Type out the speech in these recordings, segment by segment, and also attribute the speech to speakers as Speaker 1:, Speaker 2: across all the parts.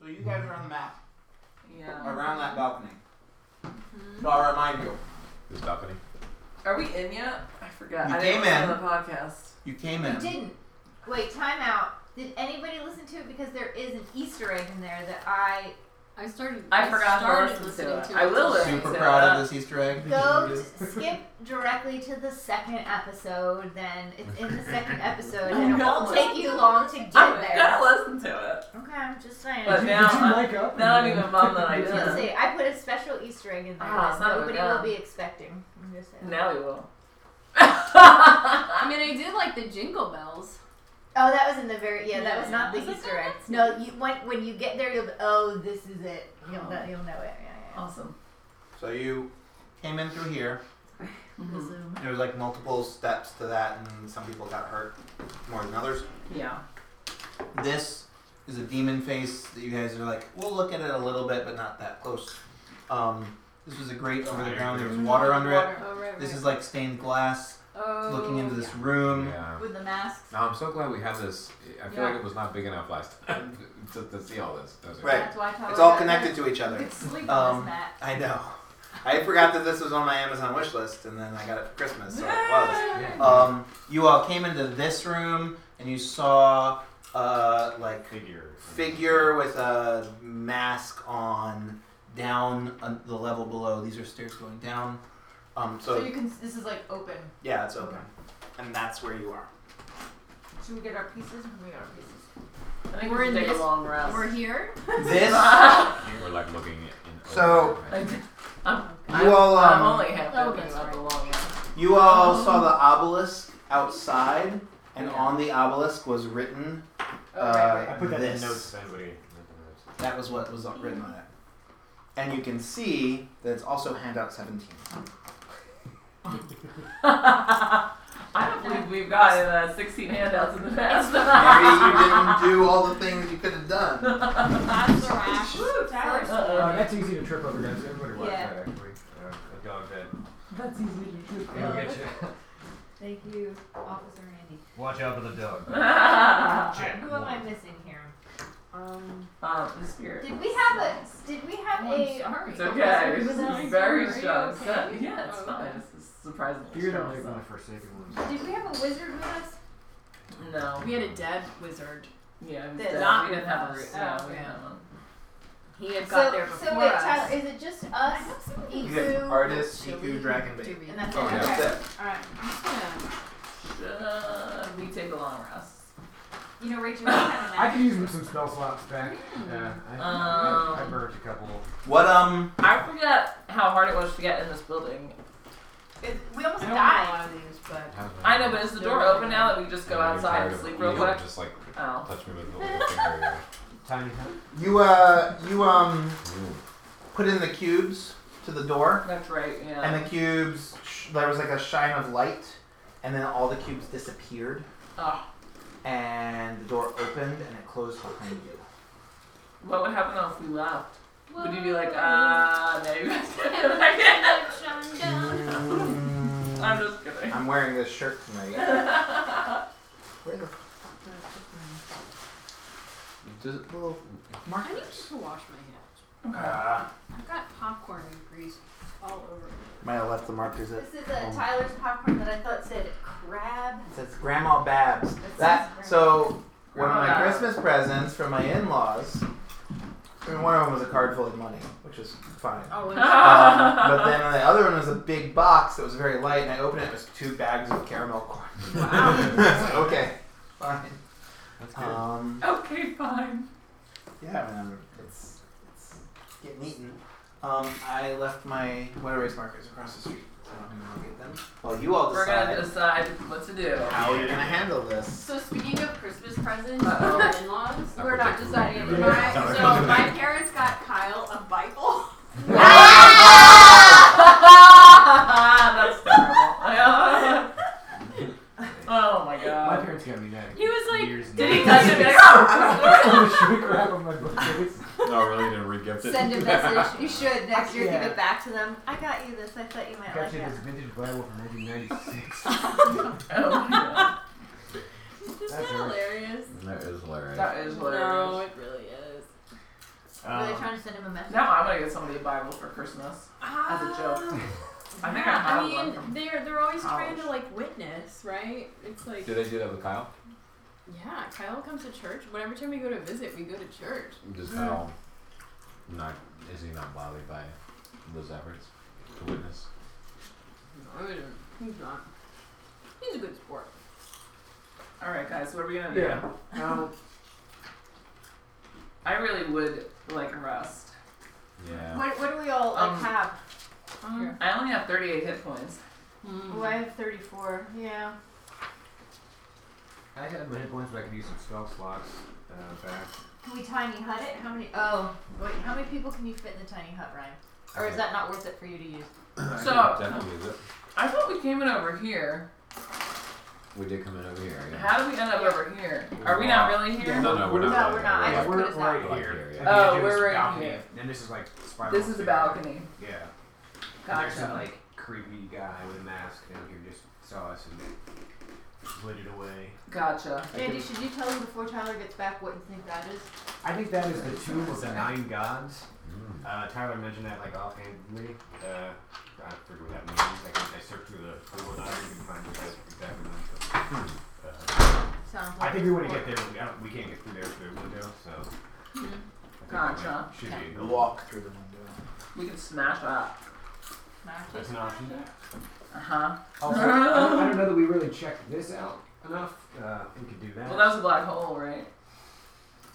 Speaker 1: So you guys are on the map
Speaker 2: Uh-huh.
Speaker 3: Yeah.
Speaker 1: around that balcony.
Speaker 2: Mm-hmm.
Speaker 1: So I'll remind you.
Speaker 4: This balcony.
Speaker 3: Are we in yet? I forgot.
Speaker 1: We
Speaker 3: I didn't
Speaker 1: came
Speaker 3: listen
Speaker 1: in.
Speaker 3: to the podcast.
Speaker 1: You came
Speaker 2: You
Speaker 1: in.
Speaker 2: didn't. Wait, time out. Did anybody listen to it? Because there is an Easter egg in there that I
Speaker 5: I started.
Speaker 3: I forgot to
Speaker 5: started
Speaker 3: listen to
Speaker 5: listening
Speaker 3: it. I will
Speaker 5: today.
Speaker 3: listen.
Speaker 1: Super
Speaker 3: So,
Speaker 1: proud
Speaker 3: uh,
Speaker 1: of this Easter egg.
Speaker 2: go to, skip directly to the second episode. Then it's in the second episode, and it won't take you long to get
Speaker 3: I'm
Speaker 2: there.
Speaker 3: gonna listen to it.
Speaker 2: Okay, I'm just saying.
Speaker 3: But
Speaker 6: did,
Speaker 3: now
Speaker 6: did you
Speaker 3: I-
Speaker 6: mic up?
Speaker 3: Now I'm even bummed that I
Speaker 2: Let's
Speaker 3: didn't.
Speaker 2: see, I put a special Easter egg in there
Speaker 3: Ah,
Speaker 2: that
Speaker 3: son of a
Speaker 2: nobody
Speaker 3: gun.
Speaker 2: will be expecting. I'm just saying.
Speaker 3: Now we will.
Speaker 5: I mean, I did like the jingle bells.
Speaker 2: Oh, that was in the very yeah. That was not the
Speaker 5: Yeah. Was it
Speaker 2: Easter egg.
Speaker 5: that?
Speaker 2: No, you when when you get there, you'll be, oh, this is it. You'll know, you'll know it. Yeah, yeah.
Speaker 3: awesome.
Speaker 1: So you came in through here.
Speaker 6: Mm-hmm.
Speaker 2: yeah.
Speaker 5: Mm-hmm.
Speaker 3: Mhm.
Speaker 2: Zoom.
Speaker 1: There was like multiple steps to that, and some people got hurt more than others.
Speaker 3: Yeah.
Speaker 1: This is a demon face that you guys are like, we'll look at it a little bit, but not that close. Um, this was a grate over the ground. There was water under it.
Speaker 5: Oh right, right.
Speaker 1: This is like stained glass.
Speaker 5: oh,
Speaker 1: Looking into this
Speaker 5: yeah.
Speaker 1: room.
Speaker 4: Yeah.
Speaker 2: With the masks.
Speaker 4: Now Um, I'm so glad we have this. I feel
Speaker 5: Yeah.
Speaker 4: like it was not big enough last time to, to see all this. That was
Speaker 1: Right.
Speaker 2: That's why I thought
Speaker 1: It's
Speaker 2: we
Speaker 1: all
Speaker 2: got
Speaker 1: connected to each
Speaker 2: that. You
Speaker 1: other.
Speaker 2: could sleep
Speaker 1: Um,
Speaker 2: on this mat.
Speaker 1: I know. I forgot that this was on my Amazon wish list, and then I got it for Christmas, so it was.
Speaker 4: Yeah.
Speaker 1: Um, you all came into this room and you saw uh, like
Speaker 4: figure.
Speaker 1: figure with a mask on down on the level below. These are stairs going down. Um, so,
Speaker 5: you can. This is like open.
Speaker 1: yeah, it's open, and that's where you are.
Speaker 5: Should we get our pieces? We get our pieces.
Speaker 3: I think
Speaker 5: We're
Speaker 3: we should
Speaker 5: in
Speaker 3: take
Speaker 5: this-
Speaker 3: a long rest.
Speaker 5: We're here.
Speaker 1: This
Speaker 4: We're like looking in.
Speaker 1: So-
Speaker 3: I'm,
Speaker 1: you all
Speaker 3: I'm
Speaker 1: um,
Speaker 3: only half
Speaker 5: Oh,
Speaker 3: joking
Speaker 5: that's
Speaker 3: about the long rest.
Speaker 1: you all saw the obelisk outside, and
Speaker 3: Yeah.
Speaker 1: on the obelisk was written
Speaker 5: Oh, right,
Speaker 1: Uh,
Speaker 5: right.
Speaker 6: I put that
Speaker 1: This.
Speaker 6: in notes.
Speaker 4: anybody.
Speaker 1: that was what was written on it, and you can see that it's also handout seventeen.
Speaker 3: I don't believe we've gotten uh, 16 handouts in the past.
Speaker 1: Maybe you didn't do all the things you could have done.
Speaker 5: That's a rash.
Speaker 3: Woo,
Speaker 5: First.
Speaker 3: Uh-oh.
Speaker 6: Uh, that's easy to trip over, guys. Everybody watch
Speaker 2: Yeah.
Speaker 6: that actually. Uh, a dog that
Speaker 3: That's easy to do.
Speaker 6: it'll get you.
Speaker 2: Thank you, Officer Randy. Uh,
Speaker 6: Watch out for the dog.
Speaker 3: Uh,
Speaker 6: Check.
Speaker 2: Who am I missing here? Um,
Speaker 3: um, the spirit.
Speaker 2: did we have a? Did we have a?
Speaker 5: sorry.
Speaker 3: It's okay. It's
Speaker 2: Was that-
Speaker 3: very
Speaker 5: Are you
Speaker 3: strong.
Speaker 5: okay?
Speaker 3: stuff. Yeah, it's
Speaker 5: Oh,
Speaker 3: fine.
Speaker 5: okay.
Speaker 3: It's just surprisingly
Speaker 6: You're gonna
Speaker 3: strong.
Speaker 6: make one of
Speaker 3: stuff.
Speaker 6: the forsaken ones.
Speaker 2: Did we have a wizard with us?
Speaker 3: No.
Speaker 5: We had a dead wizard.
Speaker 3: Yeah, we
Speaker 2: That's
Speaker 3: did.
Speaker 5: not
Speaker 3: we didn't have a root.
Speaker 5: us.
Speaker 3: No,
Speaker 5: Oh,
Speaker 3: we
Speaker 5: yeah.
Speaker 3: didn't have one.
Speaker 5: He had
Speaker 2: so,
Speaker 5: got there before
Speaker 2: so wait,
Speaker 5: us.
Speaker 2: Tyler, is it just us? Iku,
Speaker 1: artist,
Speaker 5: Should
Speaker 1: Iku,
Speaker 5: we-
Speaker 1: Dragon
Speaker 5: do
Speaker 1: Bait.
Speaker 5: we-
Speaker 2: and that's
Speaker 1: Oh,
Speaker 2: it.
Speaker 1: yeah.
Speaker 2: Okay.
Speaker 1: That's it.
Speaker 2: All right.
Speaker 5: I'm just gonna-
Speaker 3: Should Uh, we take a long rest?
Speaker 2: You know, Rachel, we have a
Speaker 6: I
Speaker 2: map.
Speaker 6: could use some spell slots back. Yeah, I, I, I
Speaker 3: Hmm. Um.
Speaker 6: burnt a couple.
Speaker 1: What um?
Speaker 3: I forget how hard it was to get in this building.
Speaker 2: It- We almost
Speaker 5: I don't have a
Speaker 2: died.
Speaker 5: lot of these, but
Speaker 3: I know, but is the door open now that we just go outside and sleep real quick?
Speaker 4: Just like
Speaker 3: Oh.
Speaker 4: touch me with the little finger.
Speaker 6: Tiny hunt.
Speaker 1: You uh, you um,
Speaker 4: Ooh.
Speaker 1: put in the cubes to the door,
Speaker 3: That's right, yeah.
Speaker 1: and the cubes. Sh- there was like a shine of light, and then all the cubes disappeared,
Speaker 3: oh.
Speaker 1: and the door opened and it closed behind you.
Speaker 3: What would happen though if we left? Would you be like, uh, no, you guys can't go back in?
Speaker 4: "Mmm."
Speaker 3: I'm just kidding.
Speaker 1: Mm. I'm wearing this shirt tonight.
Speaker 3: yeah,
Speaker 1: Where the
Speaker 4: Does it
Speaker 1: little
Speaker 5: I need
Speaker 1: markers?
Speaker 5: to wash my hands.
Speaker 1: Uh,
Speaker 5: I've got popcorn and grease all over. me.
Speaker 1: might have left the markers. At,
Speaker 2: This is a Tyler's popcorn that I thought said crab.
Speaker 1: it says Grandma Babs.
Speaker 2: That
Speaker 1: That
Speaker 2: sounds
Speaker 1: so one of my
Speaker 3: Wow.
Speaker 1: Christmas presents from my in-laws. I mean, one of them was a card full of money, which is fine.
Speaker 5: Oh, and
Speaker 1: Um, but then the other one was a big box that was very light, and I opened it. It was two bags of caramel corn.
Speaker 4: Wow.
Speaker 1: okay, fine.
Speaker 4: That's good.
Speaker 1: Um,
Speaker 3: okay, fine.
Speaker 1: yeah, man, it's, it's getting eaten. Um, I left my wet erase markers across the street. So I'm gonna go get them. Well, you all
Speaker 3: We're gonna
Speaker 1: decide
Speaker 3: decide what to do.
Speaker 1: how you're gonna handle this.
Speaker 5: So speaking of Christmas presents
Speaker 3: Uh-oh.
Speaker 5: and in-laws,
Speaker 4: I
Speaker 5: we're not
Speaker 4: predict
Speaker 5: deciding.
Speaker 4: we will be
Speaker 5: My,
Speaker 4: right back.
Speaker 5: so my parents got Kyle a Bible.
Speaker 3: That's terrible. oh my
Speaker 6: My
Speaker 3: god.
Speaker 6: parents got me that.
Speaker 5: He was like,
Speaker 6: years and
Speaker 3: Did he
Speaker 6: years
Speaker 3: touch
Speaker 6: ago.
Speaker 3: it? He's like, "Oh."
Speaker 6: I wish we could grab on my bookcase.
Speaker 4: No, really didn't re-gift it.
Speaker 2: Send a message. You should next year
Speaker 6: Yeah.
Speaker 2: give it back to them. I got you this. I thought you
Speaker 6: I
Speaker 2: might
Speaker 6: got
Speaker 2: like
Speaker 6: you
Speaker 2: it.
Speaker 6: this vintage Bible from 1996.
Speaker 3: Oh my god.
Speaker 5: Isn't
Speaker 6: That's
Speaker 5: that
Speaker 6: right.
Speaker 5: hilarious?
Speaker 4: That is hilarious.
Speaker 3: That is hilarious.
Speaker 5: No, it really is.
Speaker 2: Were they
Speaker 7: Um,
Speaker 2: trying to send him a message?
Speaker 3: Now I'm gonna get somebody a Bible for Christmas. As a joke. I think I
Speaker 5: yeah,
Speaker 3: have
Speaker 5: Ah. I mean,
Speaker 3: one from
Speaker 5: they're they're always trying to
Speaker 3: college.
Speaker 5: like witness, right? It's like
Speaker 7: do they do that with Kyle?
Speaker 5: yeah, Kyle comes to church. Whenever time we go to visit, we go to church.
Speaker 7: Does
Speaker 3: Hmm.
Speaker 7: Kyle not is he not bothered by those efforts to witness?
Speaker 5: No, he didn't. he's not. He's a good sport.
Speaker 3: All right, guys, what are we gonna do?
Speaker 6: Yeah. Um,
Speaker 3: I really would like a rest.
Speaker 7: Yeah.
Speaker 2: What, what do we all like
Speaker 3: Um,
Speaker 2: have?
Speaker 5: Um,
Speaker 3: I only have 38 hit points.
Speaker 5: mm.
Speaker 2: Oh, I have 34. Yeah.
Speaker 6: I have my hit points, but I could use some spell slots uh, back.
Speaker 2: Can we tiny hut it? How many? Oh, wait. How many people can you fit in the tiny hut, Ryan? Or is that not worth it for you to use?
Speaker 3: So-
Speaker 7: definitely is it.
Speaker 3: I thought we came in over here.
Speaker 7: We did come in over here. Yeah.
Speaker 3: How did we end up over here? Are we not really here?
Speaker 7: No, no, we're
Speaker 2: No,
Speaker 7: not.
Speaker 2: we're not. I
Speaker 7: We're
Speaker 2: just
Speaker 6: we're
Speaker 2: put us
Speaker 6: right
Speaker 2: out.
Speaker 7: Like
Speaker 6: here.
Speaker 7: here, yeah.
Speaker 6: And then
Speaker 3: Oh,
Speaker 6: you do
Speaker 3: we're
Speaker 6: this
Speaker 3: right
Speaker 6: balcony,
Speaker 3: here.
Speaker 6: And this is like spiral.
Speaker 3: This is a
Speaker 6: stair.
Speaker 3: balcony.
Speaker 6: Yeah. And There's some
Speaker 3: Gotcha.
Speaker 6: like creepy guy with a mask down here just saw us and slid it away.
Speaker 3: Gotcha.
Speaker 7: I
Speaker 2: Andy,
Speaker 7: can-
Speaker 2: should you tell him before Tyler gets back what you think that is?
Speaker 6: I think that is the tomb of the nine gods.
Speaker 7: Mm.
Speaker 6: Uh, Tyler mentioned that like offhandedly. Uh, I forget what that means. I, can- I searched through the Google Doc and couldn't find what that exactly meant. but, uh,
Speaker 2: Sounds like
Speaker 6: I think we want
Speaker 2: it's
Speaker 6: to get
Speaker 2: for-
Speaker 6: there. but We, don't- we can't get through there through the window, so. I think that
Speaker 3: Gotcha.
Speaker 6: might- Should be a goal.
Speaker 8: Walk through the window.
Speaker 3: We can smash that.
Speaker 2: Smash it,
Speaker 6: That's an
Speaker 2: smash
Speaker 6: option.
Speaker 2: it.
Speaker 3: Uh huh.
Speaker 6: Also, I don't, I don't know that we really checked this out enough. Uh, we could do that.
Speaker 3: Well, that was a black hole, right?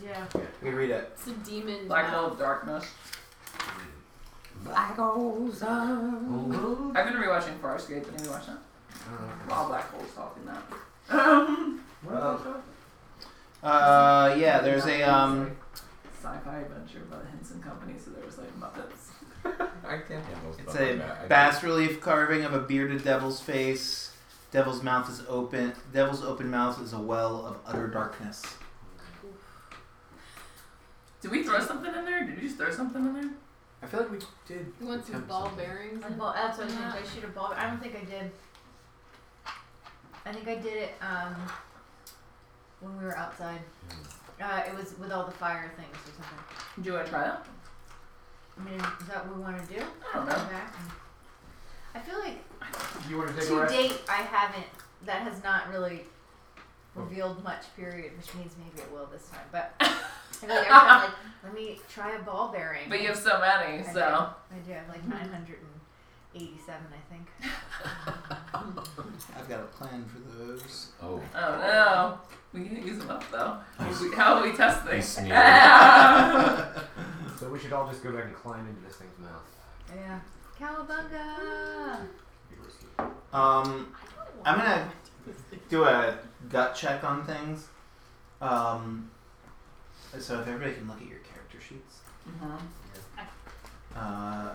Speaker 2: Yeah.
Speaker 8: Let me read it.
Speaker 5: It's a demon.
Speaker 3: Black
Speaker 5: now.
Speaker 3: hole of darkness.
Speaker 7: Black holes.
Speaker 6: Oh,
Speaker 3: I've been rewatching Farscape. Did you watch that?
Speaker 6: uh,
Speaker 3: All black holes talking that. Um,
Speaker 8: Well,
Speaker 1: Uh, yeah, there's a um.
Speaker 3: Sci-fi adventure by the Henson Company, so there was like Muppets.
Speaker 1: I can't.
Speaker 7: Yeah, most
Speaker 1: It's
Speaker 7: of them
Speaker 1: a
Speaker 7: are bad. I
Speaker 1: bas relief carving of a bearded devil's face. Devil's mouth is open. Devil's open mouth is a well of utter darkness.
Speaker 3: Did we throw something in there? Did you just throw something in there?
Speaker 8: I feel like we did.
Speaker 5: He wants his
Speaker 8: attempt
Speaker 5: ball
Speaker 8: something.
Speaker 5: bearings.
Speaker 2: And well, that's what I was gonna say. Shoot a ball. I don't think I did. I think I did it um, when we were outside. Uh, it was with all the fire things or something.
Speaker 3: Do you want to try that?
Speaker 2: I mean, is that what we want to do?
Speaker 3: I don't know.
Speaker 2: Come back and- I feel like
Speaker 6: you want to take a
Speaker 2: to
Speaker 6: rest?
Speaker 2: date, I haven't. That has not really revealed much. Period, which means maybe it will this time. But I feel like every time, I'm like, let me try a ball bearing.
Speaker 3: But you have Mm-hmm. so many,
Speaker 2: I do.
Speaker 3: so
Speaker 2: I do. I have like 987, I think.
Speaker 1: I've got a plan for those.
Speaker 7: Oh.
Speaker 3: oh no, we can't use them up though. We- How will we test
Speaker 7: He
Speaker 3: things?
Speaker 7: sneered.
Speaker 6: So we should all just go back and climb into this thing's mouth.
Speaker 2: Yeah. Cowabunga!
Speaker 6: Be risky.
Speaker 1: Um, I'm gonna do a gut check on things. Um, so if everybody can look at your character sheets.
Speaker 3: Mhm.
Speaker 1: Uh,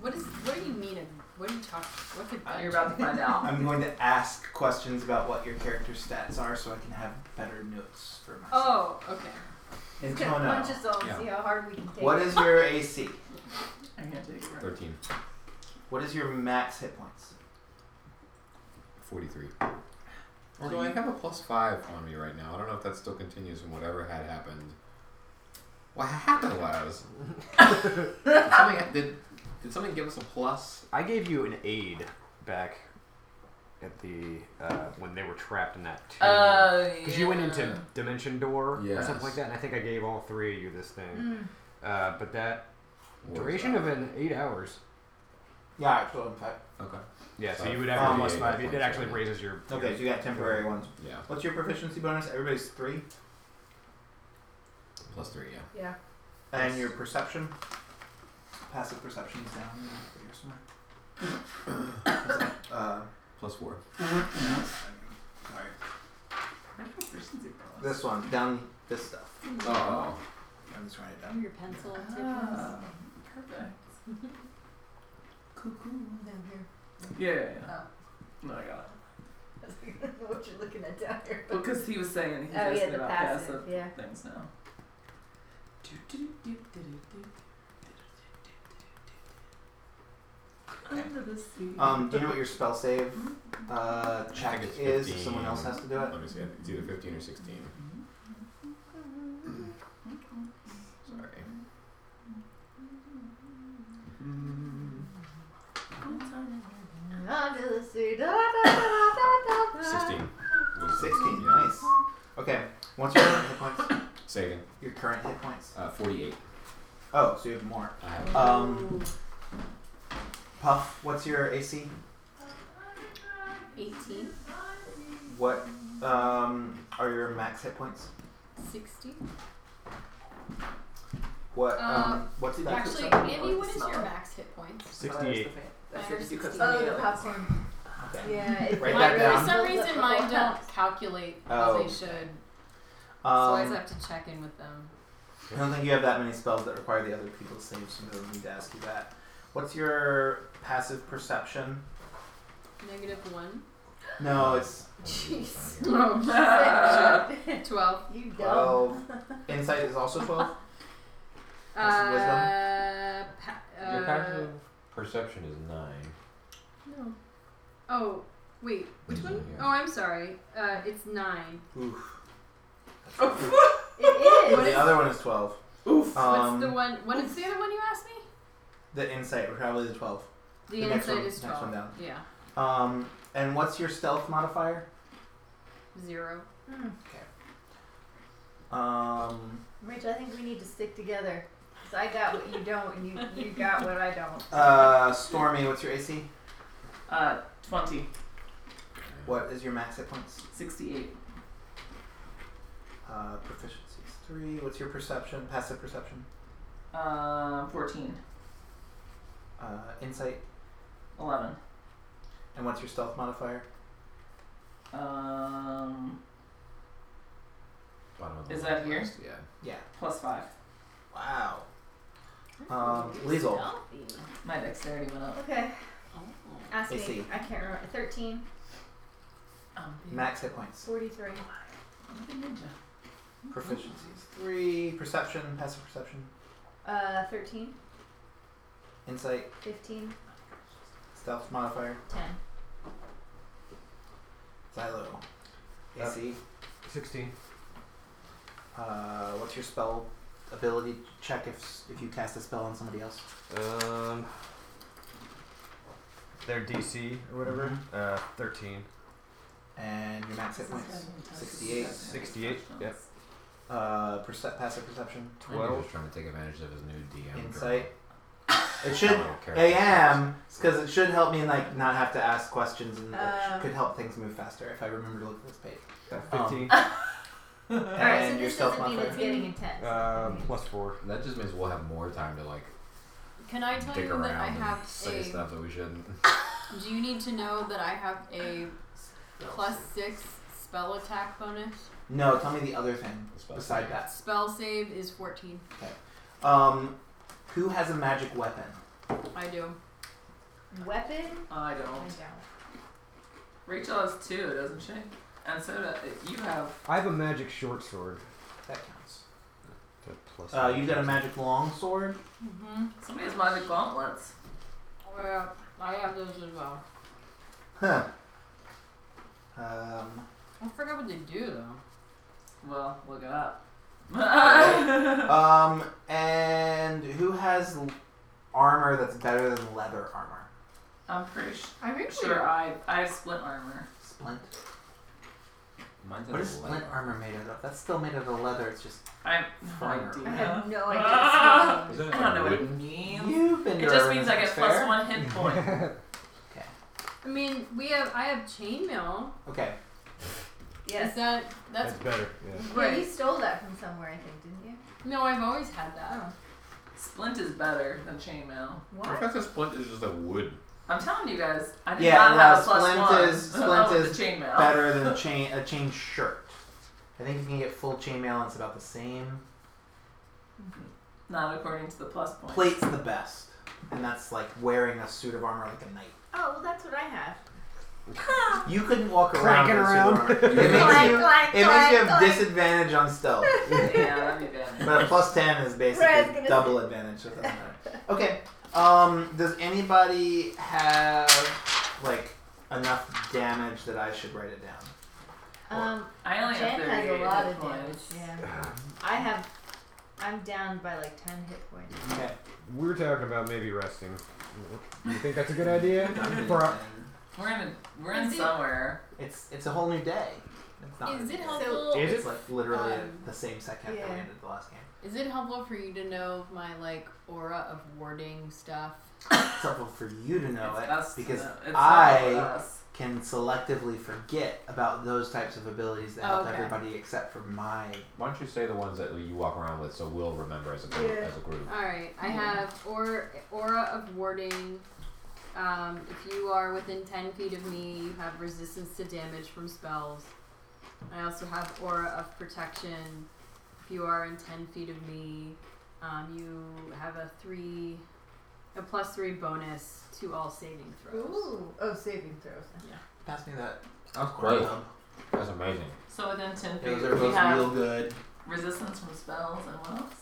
Speaker 5: What is? What do you mean? a- What are you talking? What's a
Speaker 3: Uh,
Speaker 5: dungeon?
Speaker 3: You're about to find out.
Speaker 1: I'm going to ask questions about what your character stats are, so I can have better notes for myself.
Speaker 5: Oh, okay.
Speaker 1: And
Speaker 2: Gonna
Speaker 1: Tono,
Speaker 2: punch us all and
Speaker 7: Yeah.
Speaker 2: see how hard we can take
Speaker 1: what
Speaker 2: it.
Speaker 1: is your AC?
Speaker 3: I can't take it. right.
Speaker 7: Thirteen.
Speaker 1: What is your max hit points?
Speaker 7: Forty-three. Although I have a plus five on me right now. I don't know if that still continues from whatever had happened. What happened was did something did did something give us a plus?
Speaker 9: I gave you an aid back at the uh, when they were trapped in that
Speaker 3: Oh
Speaker 9: tomb. Because you went into Dimension Door or
Speaker 7: Yes.
Speaker 9: something like that, and I think I gave all three of you this thing.
Speaker 2: Mm.
Speaker 9: Uh, but that
Speaker 7: What was
Speaker 9: duration
Speaker 7: that?
Speaker 9: of an eight hours.
Speaker 1: Yeah, actual impact.
Speaker 7: Okay.
Speaker 9: Yeah, so,
Speaker 7: So
Speaker 9: you would have your plus
Speaker 1: forty-eight
Speaker 9: five. It, it
Speaker 7: points,
Speaker 9: actually
Speaker 7: yeah.
Speaker 9: raises your.
Speaker 1: Okay,
Speaker 9: your-
Speaker 1: so you got temporary ones.
Speaker 7: Yeah.
Speaker 1: What's your proficiency bonus? Everybody's three.
Speaker 7: Plus three, yeah.
Speaker 2: Yeah.
Speaker 1: And your perception? Passive perception is down here somewhere. Is that, uh,
Speaker 7: Plus four.
Speaker 1: sorry.
Speaker 3: My proficiency bonus.
Speaker 1: This one, down this stuff.
Speaker 7: Oh.
Speaker 1: I'm just writing it down.
Speaker 5: Your pencil.
Speaker 3: Ah, perfect.
Speaker 2: Cuckoo down here.
Speaker 3: Yeah, yeah, yeah.
Speaker 2: Oh.
Speaker 3: No, I got it.
Speaker 2: I was like, I don't know what you're looking at down here.
Speaker 3: Well, because he was saying that he
Speaker 2: Oh,
Speaker 3: asked
Speaker 2: yeah,
Speaker 3: me
Speaker 2: the
Speaker 3: about
Speaker 2: passive.
Speaker 3: passive
Speaker 2: Yeah.
Speaker 3: things now. Under the sea. Hmm?
Speaker 1: Um, do you know what your spell save uh, check
Speaker 7: it's
Speaker 1: is? If
Speaker 7: 15.
Speaker 1: someone else has to do
Speaker 7: Let
Speaker 1: it.
Speaker 7: me
Speaker 3: Oh,
Speaker 7: see. It's either fifteen or sixteen. Sorry.
Speaker 2: Oh,
Speaker 1: What's your current hit points?
Speaker 10: Say again.
Speaker 1: Your current hit points.
Speaker 10: Uh, 48.
Speaker 1: Oh, so you have more.
Speaker 10: I have
Speaker 1: Um, Puff, what's your AC?
Speaker 5: 18,
Speaker 1: What um, are your max hit points?
Speaker 5: 60.
Speaker 1: What um,
Speaker 5: Uh,
Speaker 1: what's the
Speaker 5: Actually,
Speaker 3: something
Speaker 5: Andy,
Speaker 3: really
Speaker 5: what is
Speaker 3: small.
Speaker 5: your max hit points?
Speaker 11: Sixty-eight.
Speaker 3: That's
Speaker 5: Mine are
Speaker 3: it, because
Speaker 5: 16.
Speaker 2: Oh, the
Speaker 3: of the
Speaker 2: popcorn.
Speaker 5: Oh.
Speaker 1: Okay.
Speaker 2: Yeah. It,
Speaker 1: Write
Speaker 5: Mine-
Speaker 1: that down.
Speaker 5: For some reason, mine don't calculate how
Speaker 1: Oh.
Speaker 5: they should, so I always
Speaker 1: Um,
Speaker 5: have to check in with them.
Speaker 1: I don't think you have that many spells that require the other people to save, so I don't need to ask you that. What's your passive perception?
Speaker 5: Negative 1.
Speaker 1: No, it's
Speaker 5: Jeez.
Speaker 2: Shit.
Speaker 5: 12.
Speaker 2: you dumb.
Speaker 1: twelve. Insight is also twelve.
Speaker 5: Uh,
Speaker 1: That's wisdom.
Speaker 5: pa-
Speaker 6: Your
Speaker 5: uh,
Speaker 6: passive perception is nine.
Speaker 5: no. Oh, wait. Which one?
Speaker 6: Yeah.
Speaker 5: Oh, I'm sorry. Uh, it's 9.
Speaker 1: Oof.
Speaker 2: It
Speaker 5: What
Speaker 2: is.
Speaker 1: the other one is twelve.
Speaker 3: Oof.
Speaker 1: Um,
Speaker 5: What's the one? What is the other one you asked me?
Speaker 1: the insight we're probably the twelve.
Speaker 5: The,
Speaker 1: The next
Speaker 5: inside
Speaker 1: one-
Speaker 5: is
Speaker 1: next
Speaker 5: 12.
Speaker 1: one down.
Speaker 5: Yeah.
Speaker 1: Um, and what's your stealth modifier?
Speaker 5: Zero.
Speaker 2: Hmm.
Speaker 1: Um,
Speaker 2: Rich, I think we need to stick together. 'Cause I got what you don't, and you, you got what I don't.
Speaker 1: uh, Stormy, what's your AC?
Speaker 3: Uh, 20.
Speaker 1: What is your max hit points?
Speaker 3: 68.
Speaker 1: Uh, proficiency is three. What's your perception? Passive perception.
Speaker 3: Uh, 14.
Speaker 1: Uh, insight.
Speaker 3: 11.
Speaker 1: And what's your stealth modifier?
Speaker 3: Um,
Speaker 6: Bottom of the
Speaker 3: is
Speaker 6: line.
Speaker 3: that here?
Speaker 10: Yeah.
Speaker 1: Yeah.
Speaker 3: Plus 5.
Speaker 1: Wow.
Speaker 5: Oh.
Speaker 1: Um, Liesel.
Speaker 5: Stealthy.
Speaker 3: My dexterity went up.
Speaker 2: Okay.
Speaker 5: Oh.
Speaker 2: Ask me.
Speaker 1: AC.
Speaker 2: I can't remember. 13,
Speaker 3: Um,
Speaker 1: Max hit points.
Speaker 2: 43.
Speaker 3: I'm a ninja.
Speaker 1: Proficiency is three. Perception. Passive perception.
Speaker 2: Uh, 13,
Speaker 1: Insight.
Speaker 2: 15,
Speaker 1: Stealth modifier.
Speaker 2: 10.
Speaker 1: Xylo. AC.
Speaker 12: Sixteen.
Speaker 1: Uh, what's your spell ability check if if you cast a spell on somebody else
Speaker 12: Um, their DC
Speaker 1: or whatever?
Speaker 9: Mm-hmm.
Speaker 12: uh thirteen.
Speaker 1: And your max hit points. 68.
Speaker 12: 68, yep.
Speaker 1: Uh, perce- passive perception.
Speaker 10: Well,
Speaker 12: Twelve.
Speaker 10: just trying to take advantage of his new DM. girl.
Speaker 1: Insight. It should.
Speaker 10: Oh, character
Speaker 1: I am because it should help me like not have to ask questions and it
Speaker 2: Uh.
Speaker 1: sh- could help things move faster if I remember to look at this page.
Speaker 12: Uh,
Speaker 1: Um,
Speaker 12: Fifteen.
Speaker 2: Alright, so
Speaker 1: and your
Speaker 2: this
Speaker 1: stealth
Speaker 2: doesn't mean
Speaker 1: modifier.
Speaker 2: it's getting intense.
Speaker 12: uh, plus four.
Speaker 10: That just means we'll have more time to like
Speaker 5: Can I tell
Speaker 10: dig
Speaker 5: you
Speaker 10: around
Speaker 5: that I
Speaker 10: and
Speaker 5: have
Speaker 10: say
Speaker 5: a?
Speaker 10: stuff that we shouldn't.
Speaker 5: Do you need to know that I have a plus six spell attack bonus?
Speaker 1: No, tell me the other thing
Speaker 10: The spell
Speaker 1: beside
Speaker 10: save.
Speaker 1: that.
Speaker 5: Spell save is fourteen.
Speaker 1: Um, who has a magic weapon?
Speaker 5: I do.
Speaker 2: Weapon?
Speaker 3: I
Speaker 2: I
Speaker 3: don't.
Speaker 2: don't.
Speaker 3: Rachel has two, doesn't she? And so do, you have.
Speaker 12: I have a magic short sword.
Speaker 1: That counts.
Speaker 12: The plus
Speaker 1: Uh, you got a magic longsword.
Speaker 5: Mm-hmm.
Speaker 3: Somebody has magic gauntlets.
Speaker 5: Oh, Yeah, I have those as well.
Speaker 1: Huh. Um,
Speaker 5: I forgot what they do though.
Speaker 3: Well, look it up.
Speaker 1: um, and who has l- armor that's better than leather armor?
Speaker 3: I'm pretty sh-
Speaker 5: I think
Speaker 3: sure I, I have splint armor.
Speaker 1: Splint.
Speaker 10: Mine's
Speaker 1: What
Speaker 10: a
Speaker 1: is splint
Speaker 10: leather.
Speaker 1: armor made out of? That's still made out of leather. It's just
Speaker 3: I have no
Speaker 1: Fire.
Speaker 3: idea.
Speaker 2: I have no
Speaker 3: Ah!
Speaker 2: idea.
Speaker 10: Isn't it
Speaker 3: I don't know what
Speaker 10: like
Speaker 3: it
Speaker 10: wooden?
Speaker 3: means.
Speaker 1: you've been.
Speaker 3: It
Speaker 1: to
Speaker 3: just
Speaker 1: Urban
Speaker 3: means I get
Speaker 1: Essence Fair.
Speaker 3: plus one hit point.
Speaker 5: I mean, we have. I have chainmail.
Speaker 1: Okay.
Speaker 5: Is
Speaker 2: Yes.
Speaker 5: that that's
Speaker 12: That's better. Yeah.
Speaker 2: Yeah, you
Speaker 5: right?
Speaker 2: stole that from somewhere, I think, didn't you?
Speaker 5: No, I've always had that.
Speaker 2: Oh.
Speaker 3: Splint is better than chainmail.
Speaker 10: What
Speaker 2: What?
Speaker 10: if that's a splint is just a wood?
Speaker 3: I'm telling you guys, I did
Speaker 1: Yeah,
Speaker 3: not
Speaker 1: no,
Speaker 3: have a plus
Speaker 1: splint
Speaker 3: one.
Speaker 1: is- splint
Speaker 3: oh, with
Speaker 1: is
Speaker 3: the chainmail.
Speaker 1: Better than chain a chain shirt. I think you can get full chainmail. and It's about the same.
Speaker 3: Not according to the plus point.
Speaker 1: Plate's the best, and that's like wearing a suit of armor like a knight.
Speaker 2: Oh, well, that's what I have.
Speaker 1: You couldn't walk around.
Speaker 12: Clanking
Speaker 1: with a suit
Speaker 12: around.
Speaker 1: of armor. It makes
Speaker 2: Clank,
Speaker 1: you, it
Speaker 2: clank,
Speaker 1: makes you
Speaker 2: clank,
Speaker 1: have
Speaker 2: clank.
Speaker 1: disadvantage on stealth.
Speaker 3: yeah, that'd be bad.
Speaker 1: But a plus ten is
Speaker 2: Right, I was
Speaker 1: basically
Speaker 2: gonna
Speaker 1: double advantage. So it doesn't matter. Okay. Um, does anybody have like enough damage that I should write it down?
Speaker 2: Um,
Speaker 3: I only
Speaker 2: Jen
Speaker 3: have
Speaker 2: has
Speaker 3: 38
Speaker 2: a lot
Speaker 3: hit
Speaker 2: of damage.
Speaker 3: points.
Speaker 2: Yeah. I have. I'm down by like 10 hit points.
Speaker 1: Okay.
Speaker 12: We're talking about maybe resting. You think that's a good idea? For our-
Speaker 3: We're in a, we're in
Speaker 5: Is it-
Speaker 3: somewhere.
Speaker 1: It's it's a whole new day. It's not
Speaker 5: Is
Speaker 1: gonna
Speaker 5: it
Speaker 1: be-
Speaker 5: helpful?
Speaker 11: Is
Speaker 1: It's like literally
Speaker 5: um,
Speaker 1: the same second that
Speaker 2: Yeah.
Speaker 1: we ended the last game.
Speaker 5: Is it helpful for you to know my like aura of warding stuff?
Speaker 1: It's helpful for you to know
Speaker 3: it's
Speaker 1: it
Speaker 3: us
Speaker 1: because
Speaker 3: to know. It's
Speaker 1: I-
Speaker 3: not us.
Speaker 1: can selectively forget about those types of abilities that help
Speaker 5: Okay.
Speaker 1: everybody except for my.
Speaker 6: Why don't you say the ones that you walk around with so we'll remember as a group?
Speaker 2: Yeah.
Speaker 6: As a group.
Speaker 5: All right, I have or, aura of warding. Um, if you are within ten feet of me, you have resistance to damage from spells. I also have aura of protection. If you are in ten feet of me, um, you have a three, a plus three bonus to all saving throws.
Speaker 2: Ooh. Oh, saving throws.
Speaker 1: Pass me that.
Speaker 6: That's great.
Speaker 1: Um,
Speaker 6: That's amazing.
Speaker 3: So within 10 feet,
Speaker 1: Those are
Speaker 3: we
Speaker 1: both
Speaker 3: have
Speaker 1: real good.
Speaker 3: resistance from spells and what else?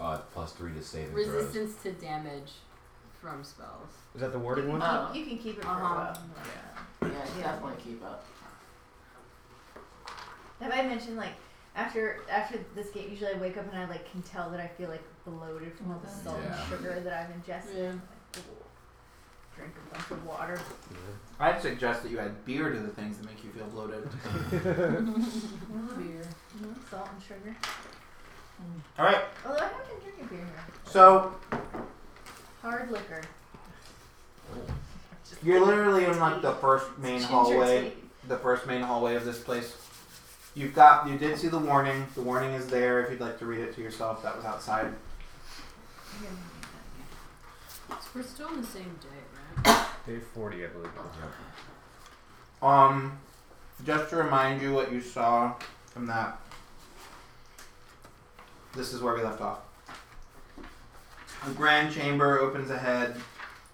Speaker 6: Uh, plus three to saving throws.
Speaker 5: Resistance to damage from spells.
Speaker 11: Is that the wording one?
Speaker 3: Oh.
Speaker 2: You can keep it for
Speaker 5: Uh-huh.
Speaker 2: a while.
Speaker 3: Yeah, you definitely keep up.
Speaker 2: Have I mentioned like after after this game, usually I wake up and I like can tell that I feel like bloated from all the salt
Speaker 6: Yeah.
Speaker 2: and sugar that I've ingested.
Speaker 5: Yeah.
Speaker 2: I'm like, "Ooh, Drink a bunch of water.
Speaker 13: I'd suggest that you add beer to the things that make you feel bloated.
Speaker 3: Beer.
Speaker 2: Mhm, Salt and sugar.
Speaker 1: All right.
Speaker 2: Although I haven't been drinking beer here.
Speaker 1: So
Speaker 2: Hard liquor.
Speaker 1: you're literally in like the first main
Speaker 2: Ginger
Speaker 1: hallway,
Speaker 2: tea.
Speaker 1: the first main hallway of this place. You've got you did see the warning. The warning is there if you'd like to read it to yourself. That was outside.
Speaker 2: Yeah.
Speaker 5: We're still on the same day, right?
Speaker 11: Day 40, I believe.
Speaker 1: Um, just to remind you what you saw from that. This is where we left off. The grand chamber opens ahead,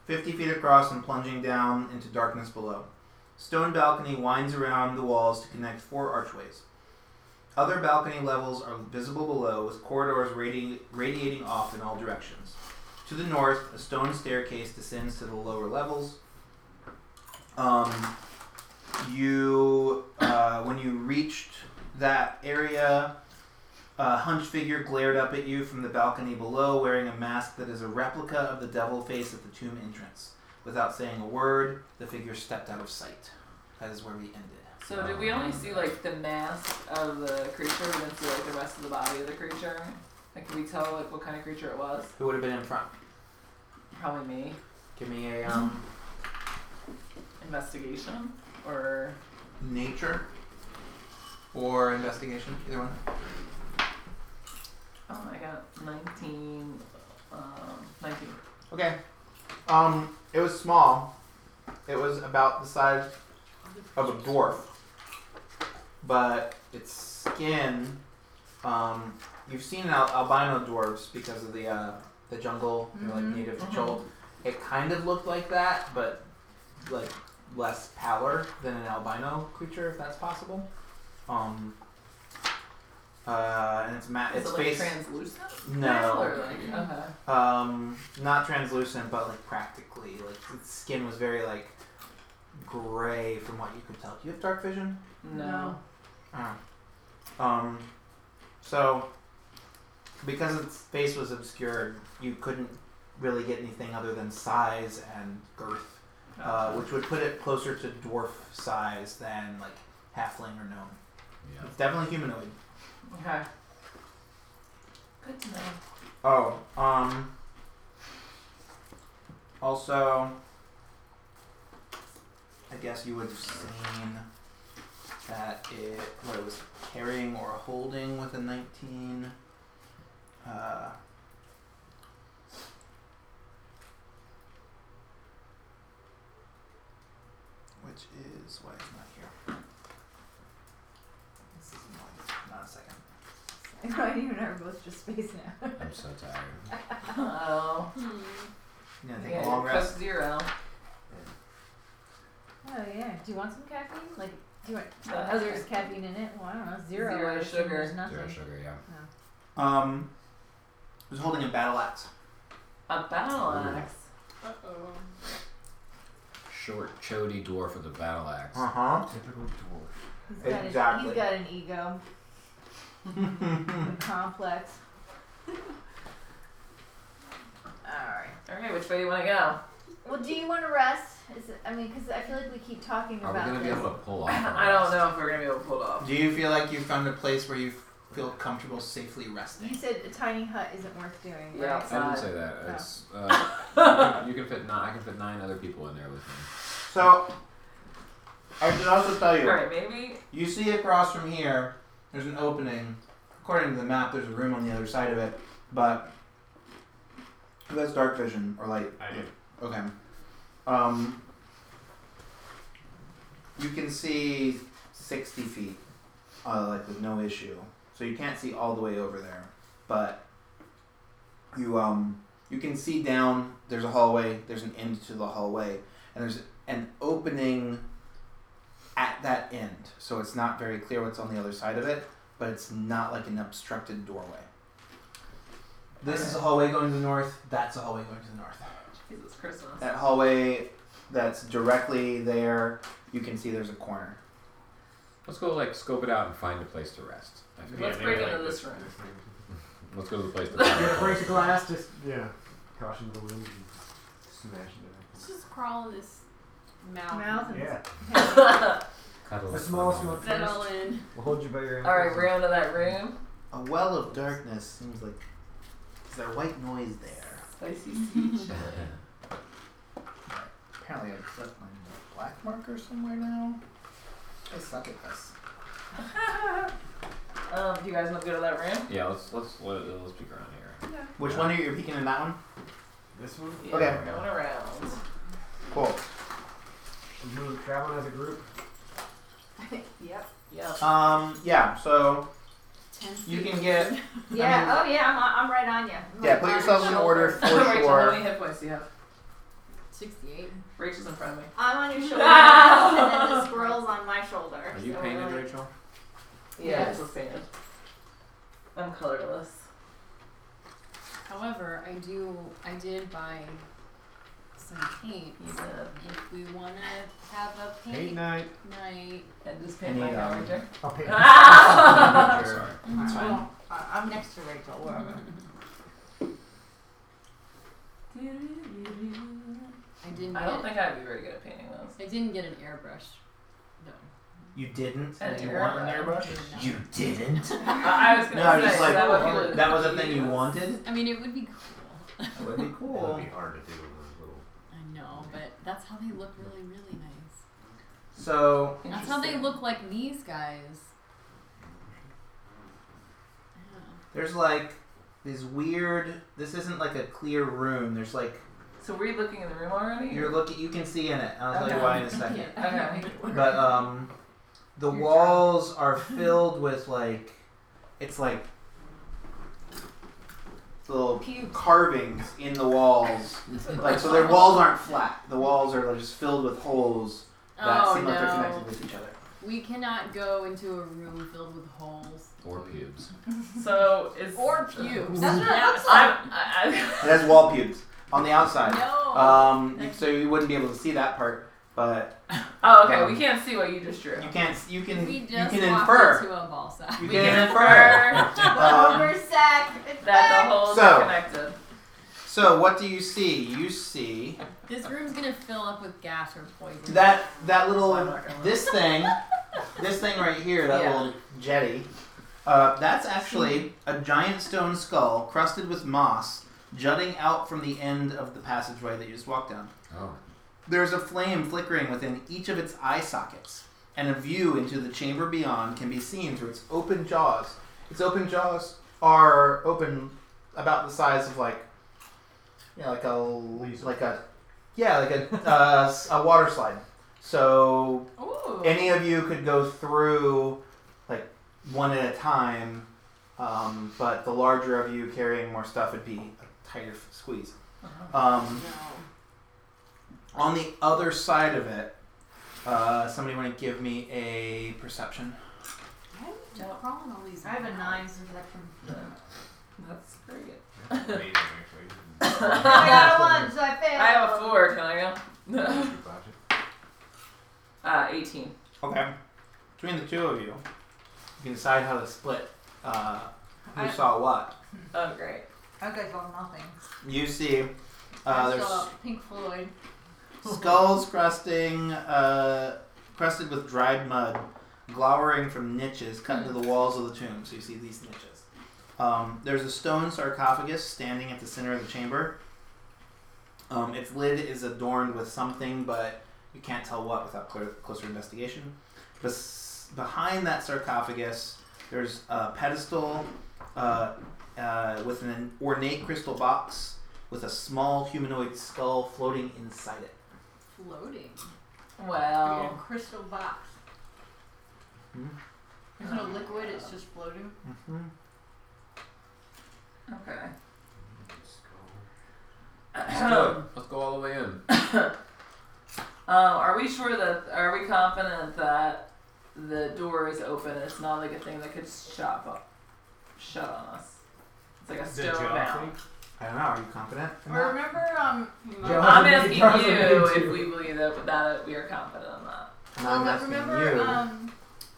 Speaker 1: 50 feet across and plunging down into darkness below. Stone balcony winds around the walls to connect four archways. Other balcony levels are visible below, with corridors radi- radiating off in all directions. To the north, a stone staircase descends to the lower levels. Um, you uh, when you reached that area a hunched figure glared up at you from the balcony below wearing a mask that is a replica of the devil face at the tomb entrance without saying a word the figure stepped out of sight that is where we ended
Speaker 3: So did we only see like the mask of the creature? We didn't see like the rest of the body of the creature. Like, could we tell like what kind of creature it was?
Speaker 1: who would have been in front
Speaker 3: Probably me.
Speaker 1: give me a um,
Speaker 3: Investigation or
Speaker 1: nature or investigation either one
Speaker 3: oh, I got nineteen. Um, nineteen.
Speaker 1: okay um it was small it was about the size of a dwarf, but its skin. Um, you've seen al- albino dwarves because of the uh, the jungle, they're like
Speaker 2: Mhm.
Speaker 1: native to
Speaker 3: Mhm.
Speaker 1: Chol. It kind of looked like that, but like less pallor than an albino creature, if that's possible. Um, uh, and its ma-
Speaker 3: Is
Speaker 1: its
Speaker 3: it like
Speaker 1: face
Speaker 3: translucent?
Speaker 1: No.
Speaker 3: Or like okay.
Speaker 1: um, not translucent, but like practically like its skin was very like gray from what you could tell. Do you have dark vision?
Speaker 3: No.
Speaker 1: Oh. Um, so, because its face was obscured, you couldn't really get anything other than size and girth, uh, which would put it closer to dwarf size than like halfling or gnome.
Speaker 6: Yeah.
Speaker 1: It's definitely humanoid.
Speaker 3: Okay. Good to know.
Speaker 1: Oh, um. Also, I guess you would have seen that it what it was carrying or holding with a nineteen. Uh, which is why it's not here. This is annoying. Not a second.
Speaker 2: Ryan, you and I are both just spacing out.
Speaker 6: I'm so tired.
Speaker 3: Oh.
Speaker 1: You gonna take
Speaker 3: Yeah,
Speaker 1: a long rest.
Speaker 3: Coke zero.
Speaker 2: Oh yeah. Do you want some caffeine? Like, do you want?
Speaker 3: No.
Speaker 2: Oh, there's caffeine in it. Well, I don't know. Zero.
Speaker 3: Zero
Speaker 2: I assume
Speaker 3: sugar.
Speaker 2: There's nothing. Oh.
Speaker 6: Zero sugar, yeah.
Speaker 1: Um, was holding a battle axe.
Speaker 3: A battle axe.
Speaker 5: Uh oh.
Speaker 6: Short, chody dwarf with a battle axe.
Speaker 1: huh.
Speaker 11: Typical dwarf.
Speaker 2: He's got an-
Speaker 1: Exactly.
Speaker 2: he's got an ego, a complex. All right.
Speaker 3: Okay, which way do you want to go?
Speaker 2: Well, do you want to rest Is it, I mean, because I feel like we keep talking
Speaker 6: Are we
Speaker 2: about
Speaker 6: gonna be
Speaker 2: this.
Speaker 6: able to pull off? our
Speaker 3: I don't
Speaker 6: rest?
Speaker 3: know if we're gonna be able to pull it off.
Speaker 1: Do you feel like you've found a place where you feel comfortable safely
Speaker 2: You
Speaker 1: resting?
Speaker 2: said a tiny hut isn't worth doing. Right?
Speaker 3: Yeah.
Speaker 6: I didn't
Speaker 3: Outside.
Speaker 6: say that. It's, uh, you can fit nine. I can fit nine other people in there with me.
Speaker 1: So, I should also tell you.
Speaker 3: All right, maybe.
Speaker 1: You see across from here, there's an opening. According to the map, there's a room on the other side of it, but who has dark vision or light?
Speaker 12: I do.
Speaker 1: Okay. Um, you can see 60 feet, uh, like with no issue. So you can't see all the way over there, but you um you can see down. There's a hallway. There's an end to the hallway, and there's an opening at that end. So it's not very clear what's on the other side of it, but it's not like an obstructed doorway. This is a hallway going to the north. That's a hallway going to the north.
Speaker 3: Jesus Christmas.
Speaker 1: That hallway that's directly there, you can see there's a corner.
Speaker 6: Let's go like scope it out and find a place to rest. I feel.
Speaker 3: Let's
Speaker 12: Yeah,
Speaker 3: break
Speaker 12: maybe
Speaker 3: into
Speaker 12: like
Speaker 3: this room.
Speaker 6: Let's go to the place. To find a place.
Speaker 11: glass, just yeah. Caution the wind and smash it.
Speaker 5: Let's just crawl in this mountain.
Speaker 2: Mouth and
Speaker 11: Yeah.
Speaker 6: Cuddle
Speaker 11: The
Speaker 6: up for a
Speaker 11: smallest
Speaker 6: moment.
Speaker 11: one
Speaker 5: Settle
Speaker 11: first.
Speaker 5: in.
Speaker 12: We'll hold you by your
Speaker 3: All right, we're out of that room.
Speaker 1: A well of darkness seems like. Is there white noise there?
Speaker 3: Spicy sea chili.
Speaker 1: Apparently I've left my black marker somewhere now. I suck at this.
Speaker 3: Um, do you guys want to go to that room?
Speaker 6: Yeah, let's let's let, let's peek around here.
Speaker 1: Which one are you peeking in that one?
Speaker 12: This one.
Speaker 3: Yeah,
Speaker 1: Okay.
Speaker 3: We're going around.
Speaker 1: Cool.
Speaker 12: We're moving- traveling as a group.
Speaker 5: Yep.
Speaker 3: Yeah.
Speaker 1: Um, yeah, so
Speaker 5: Ten
Speaker 1: you
Speaker 5: feet.
Speaker 1: can get.
Speaker 2: Yeah. oh yeah. I'm, I'm right on you.
Speaker 1: Yeah, put yourself in order for
Speaker 3: Rachel, how
Speaker 1: sure.
Speaker 3: many hit points do you have?
Speaker 5: Sixty-eight.
Speaker 3: Rachel's in front of me.
Speaker 2: I'm on your shoulder,
Speaker 3: No.
Speaker 2: and then the squirrel's on my shoulder.
Speaker 6: Are you
Speaker 2: so
Speaker 6: painted,
Speaker 2: like,
Speaker 6: Rachel?
Speaker 3: Yeah,
Speaker 5: Yes.
Speaker 3: it's a sand. I'm colorless.
Speaker 5: However, I do. I did buy some paint.
Speaker 3: You
Speaker 5: So
Speaker 3: did.
Speaker 5: if we want to have a
Speaker 12: Paint
Speaker 5: paint
Speaker 12: night.
Speaker 5: night,
Speaker 3: And just paint
Speaker 1: Any,
Speaker 3: my
Speaker 1: um,
Speaker 3: character.
Speaker 12: I'll paint.
Speaker 3: Ah!
Speaker 6: I'm sorry.
Speaker 1: That's fine.
Speaker 2: Well, I- Uh, I'm next to Rachel. Whatever.
Speaker 5: I didn't.
Speaker 3: I don't
Speaker 5: get,
Speaker 3: think I'd be very good at painting those.
Speaker 5: I didn't get an airbrush. No.
Speaker 1: You didn't?
Speaker 3: An
Speaker 1: you want an
Speaker 3: airbrush.
Speaker 1: airbrush? You didn't?
Speaker 3: I I was gonna
Speaker 1: No, I'm
Speaker 3: say
Speaker 1: just like, oh,
Speaker 3: so that, would be really
Speaker 1: that was a thing you
Speaker 3: confused.
Speaker 1: wanted?
Speaker 5: I mean, it would be cool.
Speaker 1: That would be
Speaker 12: It would
Speaker 1: cool.
Speaker 12: be hard to do with a little.
Speaker 5: I know, but that's how they look really, really nice.
Speaker 1: So,
Speaker 5: That's how they
Speaker 3: Interesting.
Speaker 5: look like these guys. Yeah.
Speaker 1: There's like these weird. This isn't like a clear room. There's like
Speaker 3: So were you looking in the room already?
Speaker 1: you're looking. You can see in it. I'll tell
Speaker 3: Okay.
Speaker 1: you why in a second.
Speaker 3: Okay.
Speaker 1: But um, the
Speaker 5: You're
Speaker 1: walls are filled with like, it's like little
Speaker 2: Pubes.
Speaker 1: carvings in the walls. like so, their walls aren't flat. The walls are just filled with holes that
Speaker 5: oh
Speaker 1: seem like they're connected
Speaker 5: no,
Speaker 1: with each other.
Speaker 5: we cannot go into a room filled with holes
Speaker 6: Or
Speaker 12: Mm-hmm.
Speaker 6: pubes.
Speaker 3: So is
Speaker 5: or pubes.
Speaker 2: That's what it
Speaker 5: Yeah,
Speaker 2: looks
Speaker 3: I'm, I,
Speaker 1: It has wall pubes on the outside.
Speaker 5: No.
Speaker 1: Um, you- so you wouldn't be able to see that part, but
Speaker 3: I, oh, okay. we can't see what you just drew.
Speaker 1: you can't. You can.
Speaker 5: we
Speaker 1: You
Speaker 5: just
Speaker 1: can
Speaker 5: walked
Speaker 1: infer.
Speaker 5: into a ball sack.
Speaker 1: You
Speaker 5: We
Speaker 1: can infer.
Speaker 3: That
Speaker 1: Um,
Speaker 2: Over sack. It's
Speaker 3: the
Speaker 2: back.
Speaker 3: holes
Speaker 1: So-
Speaker 3: are connected.
Speaker 1: So what do you see? You see
Speaker 5: This room's gonna fill up with gas or poison.
Speaker 1: that that
Speaker 3: So I'm
Speaker 1: little
Speaker 3: not gonna-
Speaker 1: this thing, this thing right here, that
Speaker 3: Yeah.
Speaker 1: little jetty. Uh, that's actually a giant stone skull crusted with moss, jutting out from the end of the passageway that you just walked down.
Speaker 6: Oh.
Speaker 1: There's a flame flickering within each of its eye sockets, and a view into the chamber beyond can be seen through its open jaws. Its open jaws are open about the size of like, you know, like a like a, yeah, like a uh, s- a water slide. So
Speaker 5: Ooh.
Speaker 1: any of you could go through like one at a time, um, but the larger of you carrying more stuff would be a tighter squeeze. Um, on the other side of it, uh, somebody want to give me a perception?
Speaker 5: Why are we just crawling all these?
Speaker 2: I have a
Speaker 5: miles?
Speaker 2: nine, so that can.
Speaker 3: That's pretty good.
Speaker 12: That's amazing, actually.
Speaker 2: I got a one, so I failed.
Speaker 3: I have a four. Can I go?
Speaker 12: You botch it.
Speaker 3: uh, eighteen.
Speaker 1: Okay. Between the two of you, you can decide how to split uh, who
Speaker 3: I-
Speaker 1: saw what.
Speaker 3: Oh, great.
Speaker 2: Okay, well, nothing.
Speaker 1: You see, uh,
Speaker 5: I
Speaker 1: there's
Speaker 5: saw Pink Floyd.
Speaker 1: Skulls crusting, uh, crusted with dried mud, glowering from niches cut into the walls of the tomb. So you see these niches. Um, there's a stone sarcophagus standing at the center of the chamber. Um, its lid is adorned with something, but you can't tell what without clear, closer investigation. Bes- behind that sarcophagus, there's a pedestal uh, uh, with an ornate crystal box with a small humanoid skull floating inside it.
Speaker 5: Floating.
Speaker 3: Well,
Speaker 14: In a crystal box.
Speaker 1: Hmm?
Speaker 14: There's
Speaker 5: Oh.
Speaker 14: no liquid, it's just floating.
Speaker 1: Mm-hmm.
Speaker 3: okay.
Speaker 10: Let's do it. Let's go all the way in.
Speaker 3: Um, are we sure that? Are we confident that the door is open? It's not like a thing that could shut up, shut on us. It's like a
Speaker 12: Did
Speaker 3: stone
Speaker 12: y'all
Speaker 3: now.
Speaker 12: think?
Speaker 1: I don't know. Are you confident? in
Speaker 14: Or
Speaker 1: that?
Speaker 14: remember, um,
Speaker 12: Yeah.
Speaker 3: I'm
Speaker 12: Yeah.
Speaker 3: asking
Speaker 12: Yeah.
Speaker 3: you if we believe that, but that we are confident in that.
Speaker 1: And I'm
Speaker 14: um,
Speaker 1: asking
Speaker 14: remember,
Speaker 1: you.
Speaker 14: um,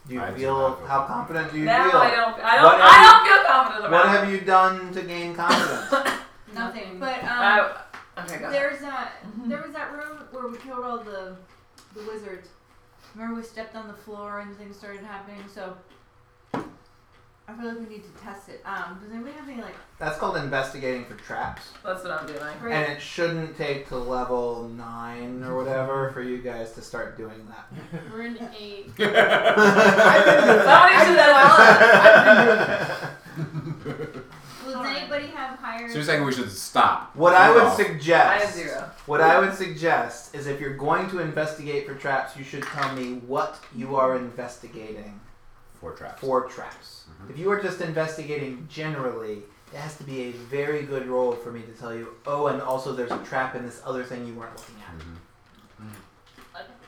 Speaker 1: do you
Speaker 10: I do
Speaker 1: feel
Speaker 10: not feel
Speaker 1: how
Speaker 10: confident.
Speaker 1: confident do you
Speaker 3: now
Speaker 1: feel?
Speaker 3: uh, I don't. I
Speaker 1: What
Speaker 3: don't.
Speaker 1: have you-
Speaker 3: I don't feel confident about
Speaker 1: what
Speaker 3: it.
Speaker 1: have you done to gain confidence?
Speaker 14: nothing.
Speaker 2: But um,
Speaker 3: I- okay, go. ahead.
Speaker 2: there's that. There was that room where we killed all the the wizards.
Speaker 14: Remember, we stepped on the floor and things started happening, so. I feel like we need to test it. Um, does anybody have any, like,
Speaker 1: That's called investigating for traps.
Speaker 3: That's what I'm doing.
Speaker 14: great.
Speaker 1: And it shouldn't take to level nine or whatever for you guys to start doing that.
Speaker 5: We're in eight.
Speaker 1: I've been doing that.
Speaker 3: Somebody should have
Speaker 1: I've been doing that.
Speaker 2: Well, does
Speaker 14: Alright.
Speaker 2: anybody have higher?
Speaker 10: So you're saying we should stop.
Speaker 1: What I would
Speaker 10: Well,
Speaker 3: I have
Speaker 1: suggest
Speaker 3: zero.
Speaker 1: What I would suggest is if you're going to investigate for traps, you should tell me what you are investigating
Speaker 10: Four traps. Mm-hmm.
Speaker 1: for traps. If you are just investigating generally, it has to be a very good roll for me to tell you, oh, and also there's a trap in this other thing you weren't looking at.
Speaker 10: Mhm.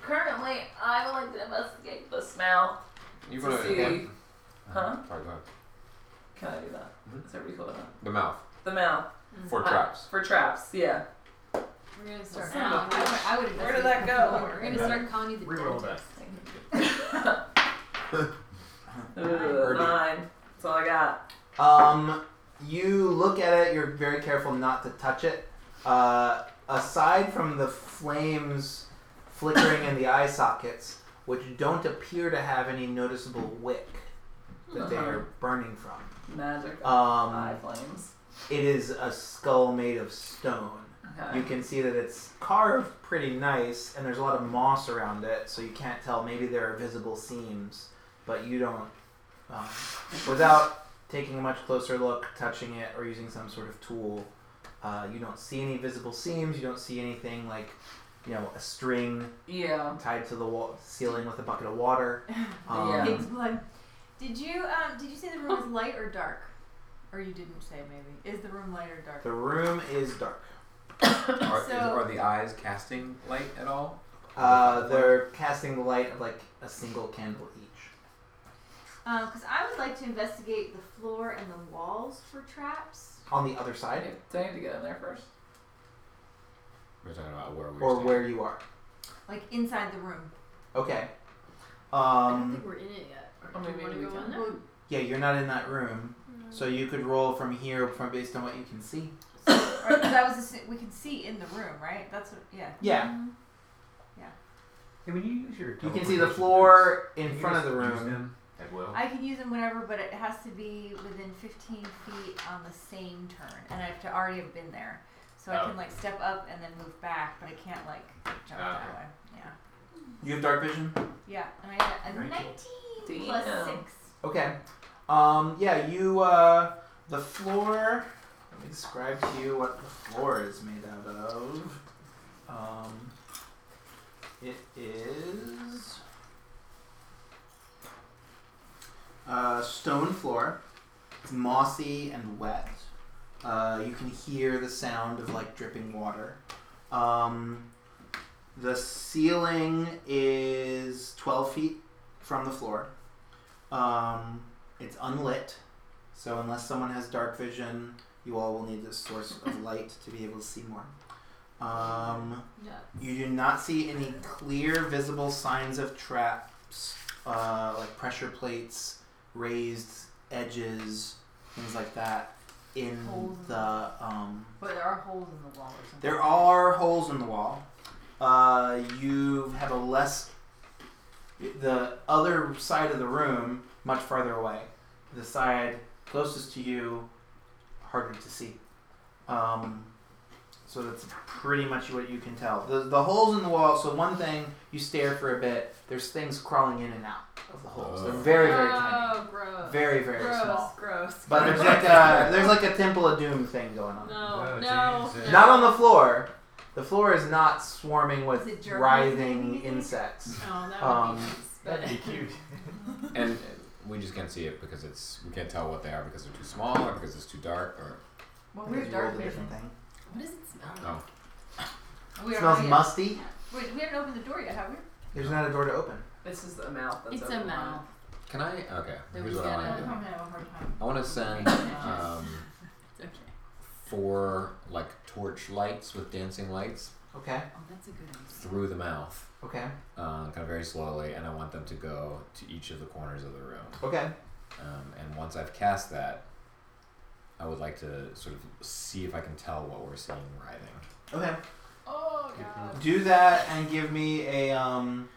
Speaker 3: Currently, I would like to investigate the smell.
Speaker 10: You
Speaker 3: To see,
Speaker 10: again?
Speaker 3: Huh?
Speaker 10: Sorry, go ahead.
Speaker 3: can I do that?
Speaker 10: Mm-hmm.
Speaker 3: Is that what you call it?
Speaker 10: The mouth.
Speaker 3: The mouth.
Speaker 10: Four
Speaker 3: Uh,
Speaker 10: traps.
Speaker 3: For traps, yeah.
Speaker 5: We're gonna start.
Speaker 3: Son of a
Speaker 5: calling you-
Speaker 3: bitch.
Speaker 5: I would, I would
Speaker 3: Where did that
Speaker 5: investigate the
Speaker 3: go?
Speaker 5: floor. We're gonna start calling you the
Speaker 12: Reroll
Speaker 5: dentist.
Speaker 3: Ugh, nine. That's all I got.
Speaker 1: Um, you look at it, you're very careful not to touch it. Uh, aside from the flames flickering in the eye sockets, which don't appear to have any noticeable wick that they are burning from.
Speaker 3: Magic eye
Speaker 1: Um,
Speaker 3: flames.
Speaker 1: it is a skull made of stone.
Speaker 3: Okay.
Speaker 1: You can see that it's carved pretty nice, and there's a lot of moss around it, so you can't tell. Maybe there are visible seams, but you don't. Um, without taking a much closer look, touching it, or using some sort of tool, uh, you don't see any visible seams. You don't see anything like, you know, a string
Speaker 3: yeah.
Speaker 1: tied to the wall, ceiling with a bucket of water. Um,
Speaker 3: Yeah.
Speaker 2: Pig's blood. Did you um? Did you say the room was light or dark? Or you didn't say maybe. Is the room light or dark?
Speaker 1: The room is dark.
Speaker 10: Are, is-
Speaker 2: So-
Speaker 10: are the eyes casting light at all?
Speaker 1: Uh, they're casting the light of like a single candle each.
Speaker 14: Uh,
Speaker 2: Because I would like to investigate the floor and the walls for traps.
Speaker 1: On the other
Speaker 3: I
Speaker 1: side,
Speaker 3: need, do I need to get in there first?
Speaker 10: We're talking about where we
Speaker 1: or where you are.
Speaker 2: Like inside the room.
Speaker 1: Okay.
Speaker 5: I don't
Speaker 1: Um,
Speaker 5: think we're in it yet.
Speaker 3: Or
Speaker 5: Do
Speaker 3: oh, maybe
Speaker 5: you want to
Speaker 3: we
Speaker 5: go
Speaker 3: can.
Speaker 5: in there?
Speaker 1: yeah, you're not in that room, so you could roll from here from based on what you can see.
Speaker 14: Or, that was the s we could see in the room, right? That's what, yeah.
Speaker 1: Yeah,
Speaker 12: Hey, when you use your
Speaker 1: you can see the floor in front of the
Speaker 12: Use
Speaker 1: room.
Speaker 12: them at will.
Speaker 14: I can use them whenever, but it has to be within 15 feet on the same turn, and I have to already have been there. So I
Speaker 12: Oh.
Speaker 14: can like step up and then move back, but I can't like jump
Speaker 12: Ah,
Speaker 14: that
Speaker 12: okay.
Speaker 14: way. Yeah,
Speaker 1: You have dark vision.
Speaker 14: yeah, and I got a
Speaker 12: Very cool.
Speaker 14: 19
Speaker 3: Damn.
Speaker 14: plus six.
Speaker 1: Okay. Um, yeah, you. Uh, the floor. Let me describe to you what the floor is made out of. Um, it is a uh, stone floor. It's mossy and wet. Uh, you can hear the sound of like dripping water. Um, the ceiling is 12 feet from the floor. Um, it's unlit, so unless someone has dark vision, you all will need this source of light to be able to see more. Um,
Speaker 5: Yeah.
Speaker 1: you do not see any clear, visible signs of traps, uh, like pressure plates, raised edges, things like that, in
Speaker 14: Holes in
Speaker 1: the. Um,
Speaker 14: But there are holes in the wall or something.
Speaker 1: there are holes in the wall. Uh, you have a less. The other side of the room, much farther away. The side closest to you, harder to see. Um, so that's pretty much what you can tell. The, the holes in the wall, so one thing, you stare for a bit, there's things crawling in and out of the holes. They're very, very tiny.
Speaker 5: Oh, gross.
Speaker 1: Very, very
Speaker 5: gross,
Speaker 1: small.
Speaker 5: Gross.
Speaker 1: But there's like, a, there's like a Temple of Doom thing going on.
Speaker 5: No,
Speaker 12: Oh,
Speaker 5: no.
Speaker 12: Jesus.
Speaker 5: no.
Speaker 1: Not on the floor. The floor is not swarming
Speaker 14: Is it
Speaker 1: with
Speaker 14: germs?
Speaker 1: writhing insects.
Speaker 5: Oh, that would
Speaker 1: Um,
Speaker 5: be nice.
Speaker 12: That'd be
Speaker 5: But
Speaker 12: cute.
Speaker 10: And we just can't see it because it's we can't tell what they are because they're too small or because it's too dark or
Speaker 14: Well,
Speaker 1: Because
Speaker 14: we're
Speaker 1: you
Speaker 14: dark
Speaker 1: rolled a
Speaker 14: vision.
Speaker 1: different thing.
Speaker 5: what does it smell like?
Speaker 10: oh
Speaker 14: We
Speaker 1: It
Speaker 14: are
Speaker 1: smells
Speaker 14: not yet-
Speaker 1: musty.
Speaker 14: Wait, we haven't opened the door yet, have we?
Speaker 1: There's not a door to open.
Speaker 3: It's just a mouth. That's
Speaker 5: It's a
Speaker 3: open.
Speaker 5: mouth.
Speaker 10: can I okay
Speaker 5: Then
Speaker 10: here's
Speaker 5: we
Speaker 10: what I want
Speaker 5: gotta-
Speaker 10: to do
Speaker 14: I'm gonna have a hard time.
Speaker 10: I want to send
Speaker 2: uh,
Speaker 10: um,
Speaker 5: It's okay.
Speaker 10: four like torch lights with dancing lights
Speaker 1: Okay.
Speaker 5: Oh, that's a good idea.
Speaker 10: through the mouth
Speaker 1: Okay.
Speaker 10: uh, kind of very slowly and I want them to go to each of the corners of the room
Speaker 1: Okay.
Speaker 10: um, and once I've cast that I would like to sort of see if I can tell what we're seeing writhing
Speaker 1: Okay.
Speaker 5: Oh god.
Speaker 1: Do that and give me a um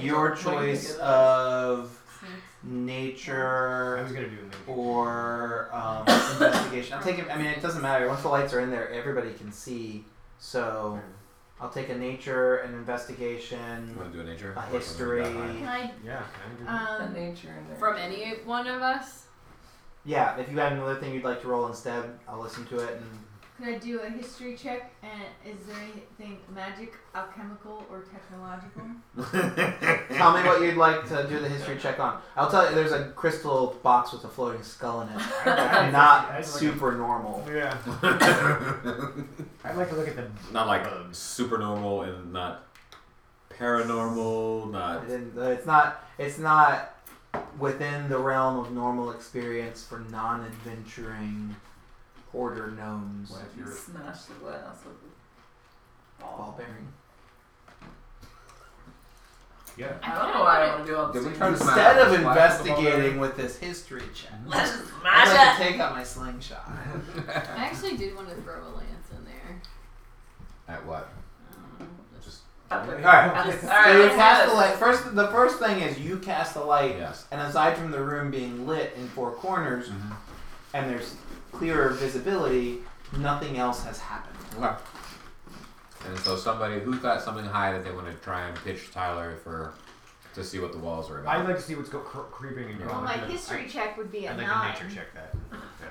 Speaker 1: your choice
Speaker 10: uh,
Speaker 1: of
Speaker 12: I
Speaker 1: nature
Speaker 12: was gonna do a maybe.
Speaker 1: or um, investigation. I'll take it. I mean, it doesn't matter. Once the lights are in there, everybody can see. So
Speaker 12: Hmm.
Speaker 1: I'll take a nature, an
Speaker 10: you
Speaker 1: investigation,
Speaker 10: want to do a nature
Speaker 1: a
Speaker 10: Or something that
Speaker 1: history.
Speaker 10: high?
Speaker 14: Can I?
Speaker 12: Yeah, I agree.
Speaker 3: The
Speaker 14: Um,
Speaker 3: nature in there.
Speaker 5: From any one of us?
Speaker 1: Yeah, if you have another thing you'd like to roll instead, I'll listen to it. And
Speaker 14: could I do a history check? And is there anything magic, alchemical, or technological?
Speaker 1: tell me what you'd like to do the history check on. I'll tell you. There's a crystal box with a floating skull in it. Not super normal.
Speaker 12: Yeah. I'd like to look at the.
Speaker 10: not like
Speaker 12: Um,
Speaker 10: super normal and not paranormal, not
Speaker 1: It didn't- uh, It's not. It's not within the realm of normal experience for non-adventuring hoarder gnomes.
Speaker 12: What if you're
Speaker 3: Smash the glass with the
Speaker 1: Ball bearing.
Speaker 12: yeah?
Speaker 3: I don't know why I want to do all
Speaker 10: Did
Speaker 3: this.
Speaker 10: we
Speaker 3: stupid
Speaker 10: try to
Speaker 3: stuff.
Speaker 10: smash-
Speaker 1: Instead of
Speaker 10: Flash the ball
Speaker 1: investigating with this history check,
Speaker 3: Let's
Speaker 1: I'd like
Speaker 3: smash
Speaker 1: to take out my slingshot.
Speaker 5: I actually did want to throw a lance in there.
Speaker 10: at what?
Speaker 5: Um, just-
Speaker 10: Just
Speaker 3: it.
Speaker 1: Alright.
Speaker 3: Just-
Speaker 1: So
Speaker 3: alright,
Speaker 1: you
Speaker 3: let's have
Speaker 1: cast
Speaker 3: it.
Speaker 1: the light. First, the first thing is you cast the light,
Speaker 10: yes.
Speaker 1: and aside from the room being lit in four corners,
Speaker 12: Mm-hmm.
Speaker 1: and there's clearer visibility, nothing else has happened.
Speaker 10: Okay. And so somebody who's got something high that they want to try and pitch Tyler for to see what the walls are about.
Speaker 12: I'd like to see what's go- cr- creeping and
Speaker 10: Yeah.
Speaker 12: going.
Speaker 2: Well,
Speaker 12: on.
Speaker 2: my
Speaker 12: I'd-
Speaker 2: history check would be a
Speaker 12: I'd like
Speaker 2: nine.
Speaker 12: to nature check that. Yeah.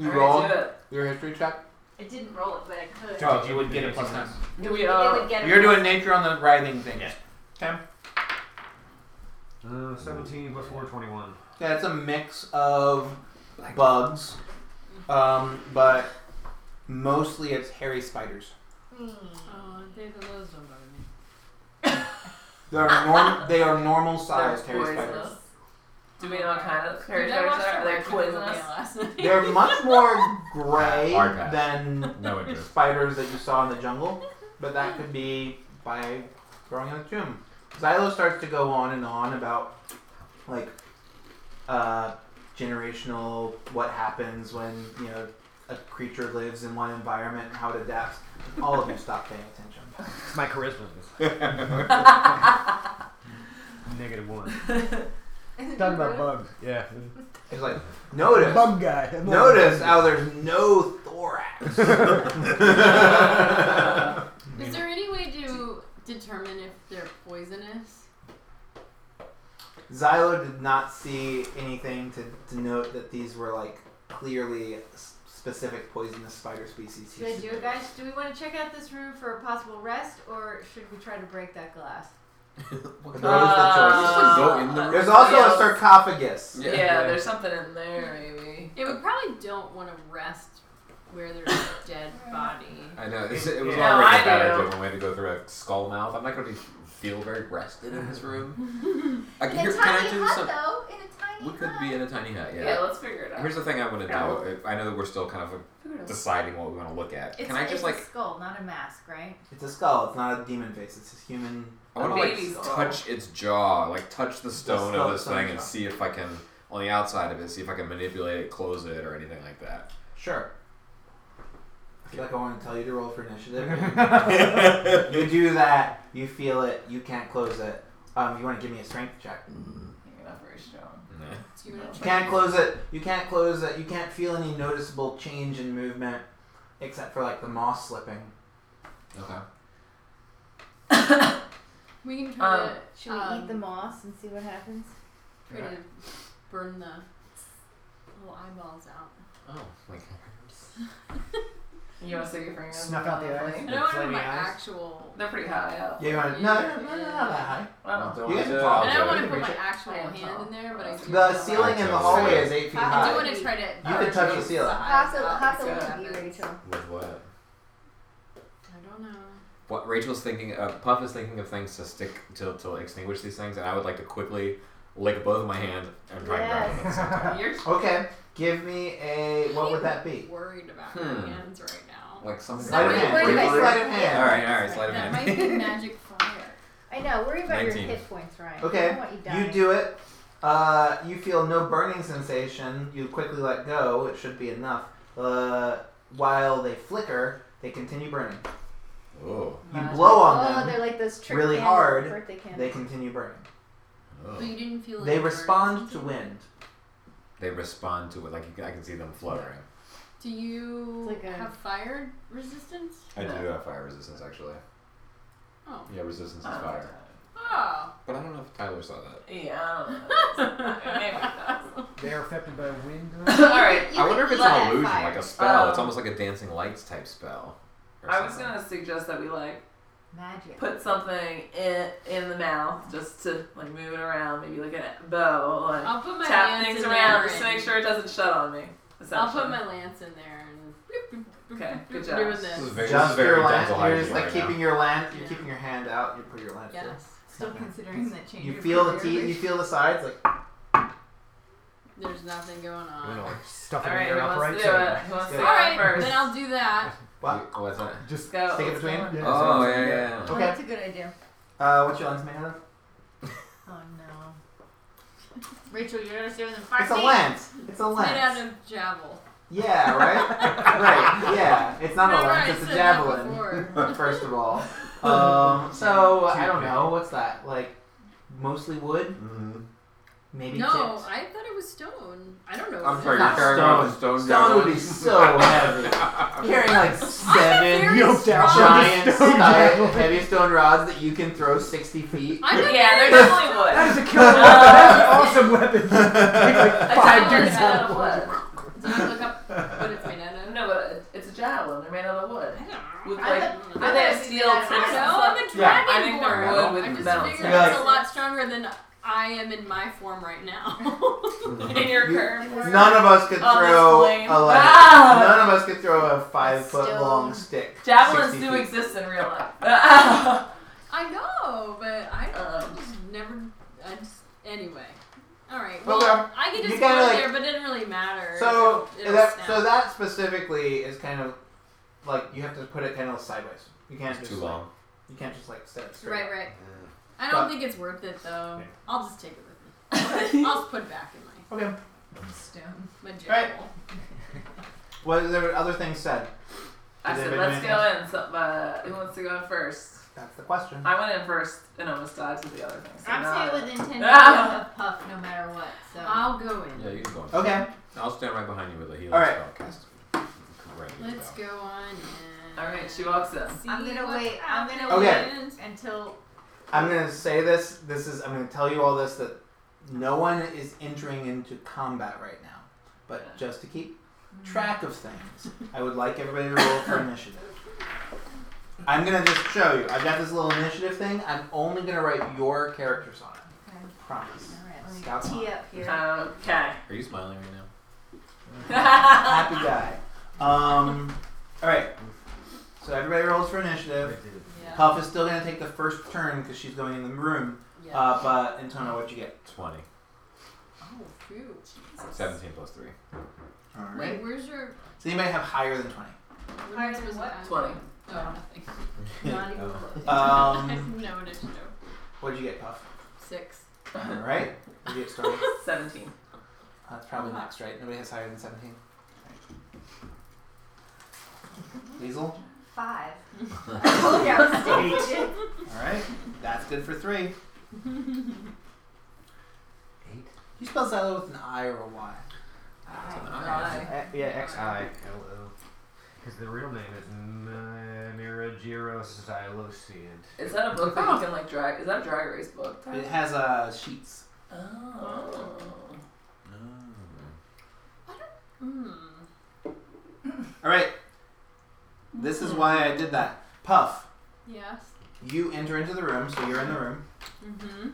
Speaker 1: You
Speaker 3: Alright,
Speaker 1: roll
Speaker 3: do it.
Speaker 1: your history check.
Speaker 2: It didn't roll it, but I could.
Speaker 10: Oh,
Speaker 1: So you would get a plus nine.
Speaker 3: Do we
Speaker 2: It
Speaker 3: all?
Speaker 2: would get a
Speaker 1: You're
Speaker 2: plus-
Speaker 1: doing nature on the writhing things.
Speaker 12: Yeah.
Speaker 1: Okay.
Speaker 12: Uh, 17 plus 4, 21.
Speaker 1: Yeah, it's a mix of bugs, um, but mostly it's hairy spiders.
Speaker 5: Oh, they those don't bother me.
Speaker 1: They are norm- they are normal
Speaker 3: They're
Speaker 1: sized hairy spiders.
Speaker 3: poisonous. Do we know what kind of hairy
Speaker 5: Dude, I
Speaker 3: spiders
Speaker 5: watched
Speaker 3: are? Are
Speaker 5: a
Speaker 3: they
Speaker 5: Rick movie
Speaker 3: poisonous?
Speaker 5: last night.
Speaker 1: They're much more gray
Speaker 10: Hard pass.
Speaker 1: than
Speaker 10: no interest.
Speaker 1: spiders that you saw in the jungle, but that could be by growing in a tomb. Xylo starts to go on and on about like uh, generational what happens when you know a creature lives in one environment and how it adapts. All of you stop paying attention.
Speaker 12: It's my charisma. Negative 1. Talking about bugs. Yeah.
Speaker 1: It's like notice,
Speaker 12: guy. I'm not-
Speaker 1: notice how there's no thorax.
Speaker 5: Is there any way to determine if they're poisonous?
Speaker 1: Xylo did not see anything to denote that these were like clearly s- specific poisonous spider species. he
Speaker 2: Should I do
Speaker 1: submitted.
Speaker 2: it, guys? Do we want to check out this room for a possible rest, or should we try to break that glass?
Speaker 1: Those
Speaker 3: Uh,
Speaker 1: are the choices.
Speaker 10: Go in the
Speaker 2: Uh,
Speaker 10: room.
Speaker 1: There's also
Speaker 3: yeah.
Speaker 1: a sarcophagus.
Speaker 3: Yeah,
Speaker 10: Yeah.
Speaker 3: there's something in there maybe.
Speaker 5: Yeah, we probably don't want to rest where there's a dead body.
Speaker 10: I know it's, it was
Speaker 3: Yeah,
Speaker 10: already
Speaker 3: I
Speaker 10: a bad
Speaker 3: do.
Speaker 10: idea when we had to go through a skull mouth. I'm not going to feel very rested in this room. I,
Speaker 2: In a
Speaker 10: here, can I
Speaker 2: tiny
Speaker 10: do
Speaker 2: hut,
Speaker 10: some?
Speaker 2: though. In a tiny
Speaker 10: We could
Speaker 2: hut.
Speaker 10: be in a tiny hut.
Speaker 3: Yeah, let's figure it out.
Speaker 10: Here's the thing I want to
Speaker 3: Yeah.
Speaker 10: do. If- I know that we're still kind of
Speaker 3: Figure it out.
Speaker 10: deciding what we want to look at.
Speaker 2: It's,
Speaker 10: Can I
Speaker 2: it's
Speaker 10: just
Speaker 2: a
Speaker 10: like
Speaker 2: skull, not a mask, right?
Speaker 1: It's a skull. It's not a demon face. It's a human.
Speaker 10: I
Speaker 3: A
Speaker 10: want to
Speaker 3: baby's
Speaker 10: like
Speaker 3: skull.
Speaker 10: touch its jaw, like touch the stone
Speaker 1: skull-
Speaker 10: of this
Speaker 1: stone
Speaker 10: thing, and
Speaker 1: jaw.
Speaker 10: see if I can on the outside of it, see if I can manipulate it, close it, or anything like that.
Speaker 1: Sure. I feel like I want to tell you to roll for initiative. you do that. You feel it. You can't close it. Um, you want to give me a strength check?
Speaker 3: You're not very strong.
Speaker 5: Do you want to
Speaker 1: You can't close it. You can't close it. You can't feel any noticeable change in movement, except for like the moss slipping.
Speaker 6: Okay.
Speaker 5: We can try
Speaker 3: Um,
Speaker 5: to
Speaker 2: Should we
Speaker 5: um,
Speaker 2: eat the moss and see what happens?
Speaker 5: Try to burn the little eyeballs out.
Speaker 6: Oh, like
Speaker 3: You want to stick your finger? in
Speaker 13: Snuck out the
Speaker 3: mouth,
Speaker 13: eyes.
Speaker 3: like-
Speaker 5: I don't want to
Speaker 13: flaming
Speaker 5: my
Speaker 13: eyes?
Speaker 5: actual.
Speaker 3: They're pretty high up.
Speaker 1: Yeah, you want to, no, no, no, no, no, not that high.
Speaker 3: Wow.
Speaker 6: don't
Speaker 1: You
Speaker 6: wanna
Speaker 1: guys
Speaker 6: do
Speaker 1: can follow
Speaker 6: it.
Speaker 5: And I don't want to
Speaker 1: Okay.
Speaker 5: put my actual
Speaker 3: Yeah,
Speaker 5: hand in there, but I do.
Speaker 1: The
Speaker 5: feel
Speaker 1: ceiling
Speaker 5: like-
Speaker 1: in the hallway is eight feet
Speaker 5: I do
Speaker 1: high.
Speaker 5: want to try to.
Speaker 1: You could touch the ceiling.
Speaker 2: Have to,
Speaker 5: Eyes
Speaker 2: have
Speaker 5: up,
Speaker 2: to
Speaker 5: see
Speaker 2: look
Speaker 5: what
Speaker 2: at you,
Speaker 5: happens.
Speaker 2: Rachel.
Speaker 10: With what?
Speaker 5: I don't know.
Speaker 10: What Rachel's thinking of, Puff is thinking of things to stick to, to extinguish these things, and I would like to quickly lick both of my hands and try and grab them. at the same time.
Speaker 3: You're
Speaker 1: Okay, give me a what would that be?
Speaker 5: Worried about
Speaker 10: Hmm.
Speaker 5: my hands right now.
Speaker 10: Like something.
Speaker 5: Sleight of
Speaker 10: like-
Speaker 5: hand.
Speaker 10: like-
Speaker 2: Wait, wait,
Speaker 10: like-
Speaker 1: sleight of hand.
Speaker 10: All right, all right, sleight of
Speaker 5: That
Speaker 10: hand.
Speaker 5: might be magic fire.
Speaker 2: I know. Worry about
Speaker 10: Nineteen.
Speaker 2: your hit points, Ryan. I
Speaker 1: Okay,
Speaker 2: don't want you dying.
Speaker 1: you do it. Uh, you feel no burning sensation. You quickly let go. It should be enough. Uh, while they flicker, they continue burning.
Speaker 10: oh,
Speaker 1: You
Speaker 3: Magic.
Speaker 1: blow
Speaker 2: Oh,
Speaker 1: on them.
Speaker 2: they're like those trick
Speaker 1: really
Speaker 2: candles,
Speaker 1: hard,
Speaker 2: birthday candles.
Speaker 1: They continue burning.
Speaker 10: oh.
Speaker 5: But you didn't feel.
Speaker 1: They
Speaker 5: any burn
Speaker 1: respond to
Speaker 5: sensation?
Speaker 1: wind.
Speaker 10: They respond to it like you, can- I can see them fluttering.
Speaker 5: Do you
Speaker 2: It's like a-
Speaker 5: have fire resistance?
Speaker 10: I do
Speaker 3: Yeah.
Speaker 10: have fire resistance actually.
Speaker 5: Oh.
Speaker 10: Yeah, resistance is
Speaker 3: I don't know.
Speaker 10: fire.
Speaker 5: Oh.
Speaker 10: But I don't know if Tyler saw that.
Speaker 3: Yeah, I don't know. Maybe that's-
Speaker 13: They are affected by wind.
Speaker 3: All right.
Speaker 5: You
Speaker 10: I wonder if
Speaker 5: could
Speaker 10: it's
Speaker 5: let
Speaker 10: an illusion,
Speaker 5: fire.
Speaker 10: like a spell. it's
Speaker 3: Um,
Speaker 10: almost like a dancing lights type spell. or
Speaker 3: I was
Speaker 10: something.
Speaker 3: gonna suggest that we like
Speaker 2: Magic.
Speaker 3: put something in in the mouth just to like move it around. Maybe like a bow, like
Speaker 5: I'll put my
Speaker 3: tap
Speaker 5: lance
Speaker 3: things
Speaker 5: in
Speaker 3: around
Speaker 5: there
Speaker 3: just to
Speaker 5: and-
Speaker 3: make sure it doesn't shut on me.
Speaker 5: I'll put
Speaker 3: essentially.
Speaker 5: my lance in there and.
Speaker 3: Okay, good job.
Speaker 5: Doing
Speaker 10: This is
Speaker 5: this.
Speaker 10: very, this is
Speaker 1: Just
Speaker 10: very
Speaker 1: your
Speaker 10: dental
Speaker 1: land. You're just
Speaker 10: hygiene
Speaker 1: like
Speaker 10: right now.
Speaker 1: keeping your land. You're
Speaker 5: Yeah.
Speaker 1: keeping your hand out. You put your land. through.
Speaker 5: Yes.
Speaker 14: Still considering that change.
Speaker 1: You
Speaker 14: of
Speaker 1: feel the
Speaker 14: career.
Speaker 1: teeth. You feel the sides. Like
Speaker 5: There's nothing going
Speaker 11: You
Speaker 5: on.
Speaker 11: know, like,
Speaker 3: All
Speaker 13: Stuffing
Speaker 3: right,
Speaker 13: your
Speaker 3: who wants
Speaker 13: upright
Speaker 3: to do it?
Speaker 13: side.
Speaker 3: Who wants to
Speaker 1: Yeah.
Speaker 3: do
Speaker 5: All
Speaker 3: it
Speaker 5: right,
Speaker 3: first?
Speaker 5: then I'll do that.
Speaker 1: what?
Speaker 10: Oh, that's not-
Speaker 13: Just
Speaker 3: go.
Speaker 1: Stick it between?
Speaker 13: Yeah,
Speaker 10: Oh,
Speaker 13: sounds
Speaker 10: yeah,
Speaker 13: good.
Speaker 10: yeah, yeah.
Speaker 2: Oh,
Speaker 1: Okay.
Speaker 2: that's a good idea.
Speaker 1: Uh, what's your lens made out of?
Speaker 2: Oh no. Rachel, you're gonna stay in the fire.
Speaker 1: It's a lens. It's a
Speaker 5: It's made out
Speaker 1: lens.
Speaker 5: of javel.
Speaker 1: Yeah, right. right. Yeah. It's not a
Speaker 5: Remember I
Speaker 1: lens. It's a
Speaker 5: said that
Speaker 1: javelin.
Speaker 5: before.
Speaker 1: First of all. Um, so I don't
Speaker 11: Toothpick.
Speaker 1: know. What's that? Like mostly wood,
Speaker 10: Mhm.
Speaker 1: maybe
Speaker 5: No,
Speaker 1: tipped.
Speaker 5: I thought it was stone. I don't know.
Speaker 10: I'm sorry,
Speaker 1: not
Speaker 10: you're carrying around a stone.
Speaker 1: Stone would be so heavy. Carrying like seven
Speaker 13: Yoked out.
Speaker 1: giant,
Speaker 13: Stone
Speaker 1: sty-
Speaker 13: javelin.
Speaker 1: heavy stone rods that you can throw sixty feet.
Speaker 5: I'm not
Speaker 3: Yeah,
Speaker 5: very
Speaker 3: there's
Speaker 5: strong.
Speaker 3: definitely
Speaker 13: That
Speaker 3: wood.
Speaker 13: is a killer.
Speaker 3: Uh,
Speaker 13: That is an awesome weapon.
Speaker 3: A
Speaker 13: Five
Speaker 3: javelin
Speaker 13: dudes
Speaker 3: is
Speaker 5: dudes
Speaker 3: made
Speaker 5: out
Speaker 3: out of wood.
Speaker 5: Did I look up what it's made out of?
Speaker 3: No, but it's a javelin. They're made out of wood.
Speaker 5: I don't know.
Speaker 3: With
Speaker 2: I
Speaker 3: like,
Speaker 2: thought-
Speaker 3: do
Speaker 2: I
Speaker 3: they
Speaker 2: thought
Speaker 3: have
Speaker 2: it'd be
Speaker 3: steel
Speaker 2: made out
Speaker 3: tips
Speaker 2: of
Speaker 3: and
Speaker 5: I
Speaker 2: iron.
Speaker 5: know,
Speaker 3: stuff?
Speaker 5: I'm a dragon
Speaker 1: Yeah,
Speaker 3: I think they're wood
Speaker 5: born.
Speaker 3: with
Speaker 5: I just
Speaker 3: bones.
Speaker 5: figured
Speaker 1: Yeah.
Speaker 5: it's a lot stronger than I am in my form right now.
Speaker 3: In your
Speaker 1: You-
Speaker 3: curve.
Speaker 1: None of us could
Speaker 3: On this
Speaker 1: throw
Speaker 3: plane.
Speaker 1: a like,
Speaker 3: Oh, Ah!
Speaker 1: none of us could throw a five foot
Speaker 2: Stone.
Speaker 1: long stick.
Speaker 3: Javelins
Speaker 1: 60
Speaker 3: do
Speaker 1: feet.
Speaker 3: exist in real life.
Speaker 5: I know, but I
Speaker 3: Um.
Speaker 5: just never. I just anyway. All right. Well,
Speaker 1: Well, yeah.
Speaker 5: I could
Speaker 1: You
Speaker 5: just go
Speaker 1: kinda like-
Speaker 5: there, but it didn't really matter.
Speaker 1: So
Speaker 5: It'll- it'll
Speaker 1: that
Speaker 5: snap.
Speaker 1: so that specifically is kind of like you have to put it kind of sideways. You can't
Speaker 10: It's
Speaker 1: just
Speaker 10: too
Speaker 1: like,
Speaker 10: long.
Speaker 1: You can't just like set it straight.
Speaker 5: right, right. I don't
Speaker 1: But-
Speaker 5: think it's worth it though.
Speaker 12: Yeah.
Speaker 5: I'll just take it with me. I'll just put it back in my
Speaker 1: Okay.
Speaker 14: Stone.
Speaker 5: my jail.
Speaker 1: Right. Was there other things said?
Speaker 3: I
Speaker 1: Does
Speaker 3: said,
Speaker 1: anybody
Speaker 3: let's
Speaker 1: do
Speaker 3: go in. So, uh, who wants to go in first?
Speaker 1: That's the question.
Speaker 3: I went in first and almost died to the other thing. So now I-
Speaker 2: I'm staying within ten feet
Speaker 3: Ah.
Speaker 2: of Puff, no matter what. So.
Speaker 5: I'll go in.
Speaker 10: Yeah, you can go. on.
Speaker 1: Okay.
Speaker 10: I'll stand right behind you with a healing
Speaker 1: All right.
Speaker 10: spell cast. Ready
Speaker 5: Let's
Speaker 10: spell.
Speaker 5: go on in.
Speaker 3: All right, she walks in.
Speaker 5: See
Speaker 2: I'm gonna
Speaker 5: what
Speaker 2: wait- I'm gonna
Speaker 1: Okay.
Speaker 5: happens.
Speaker 2: Until
Speaker 1: I'm gonna say this. This is I'm gonna tell you all this that no one is entering into combat right now. But just to keep track of things, I would like everybody to roll for initiative. I'm gonna just show you. I've got this little initiative thing. I'm only gonna write your characters on it.
Speaker 2: Okay.
Speaker 1: Promise.
Speaker 2: all right,
Speaker 1: Scout
Speaker 2: let me tee
Speaker 1: line.
Speaker 2: up here.
Speaker 3: Okay.
Speaker 10: Are you smiling right now?
Speaker 1: Happy guy. Um. All right. So everybody rolls for initiative.
Speaker 5: Yeah.
Speaker 1: Puff is still gonna take the first turn because she's going in the room.
Speaker 5: yeah.
Speaker 1: Uh, but Antonio, what you get?
Speaker 10: Twenty.
Speaker 5: oh shoot. Jesus.
Speaker 10: Seventeen plus three.
Speaker 1: All
Speaker 5: Wait, where's your?
Speaker 1: Does anybody have higher than twenty?
Speaker 5: Where
Speaker 2: than
Speaker 5: was
Speaker 2: what?
Speaker 5: that?
Speaker 3: 20.
Speaker 5: Oh, nothing.
Speaker 2: Not even
Speaker 10: Oh.
Speaker 2: close.
Speaker 5: I
Speaker 1: Um,
Speaker 5: have no initiative.
Speaker 1: what'd you get, Puff?
Speaker 5: Six.
Speaker 1: All right. What'd you get, Stormy? Uh,
Speaker 3: 17.
Speaker 1: That's probably next, right? Nobody has higher than seventeen. Right. Weasel.
Speaker 15: Five.
Speaker 2: Oh,
Speaker 15: Look out, Steve.
Speaker 1: All right, that's good for three.
Speaker 16: Eight.
Speaker 1: You spell Xylo with an I or a Y.
Speaker 16: yeah, X I L O. Because the real name is Miragiros Xylosian.
Speaker 3: Is that a book that you can like drag? Is that a drag race book?
Speaker 1: It has uh, sheets.
Speaker 3: Oh.
Speaker 10: Oh.
Speaker 5: Hmm.
Speaker 1: All right. This is why I did that. Puff,
Speaker 5: Yes.
Speaker 1: you enter into the room, so you're in the room.
Speaker 5: Mm-hmm.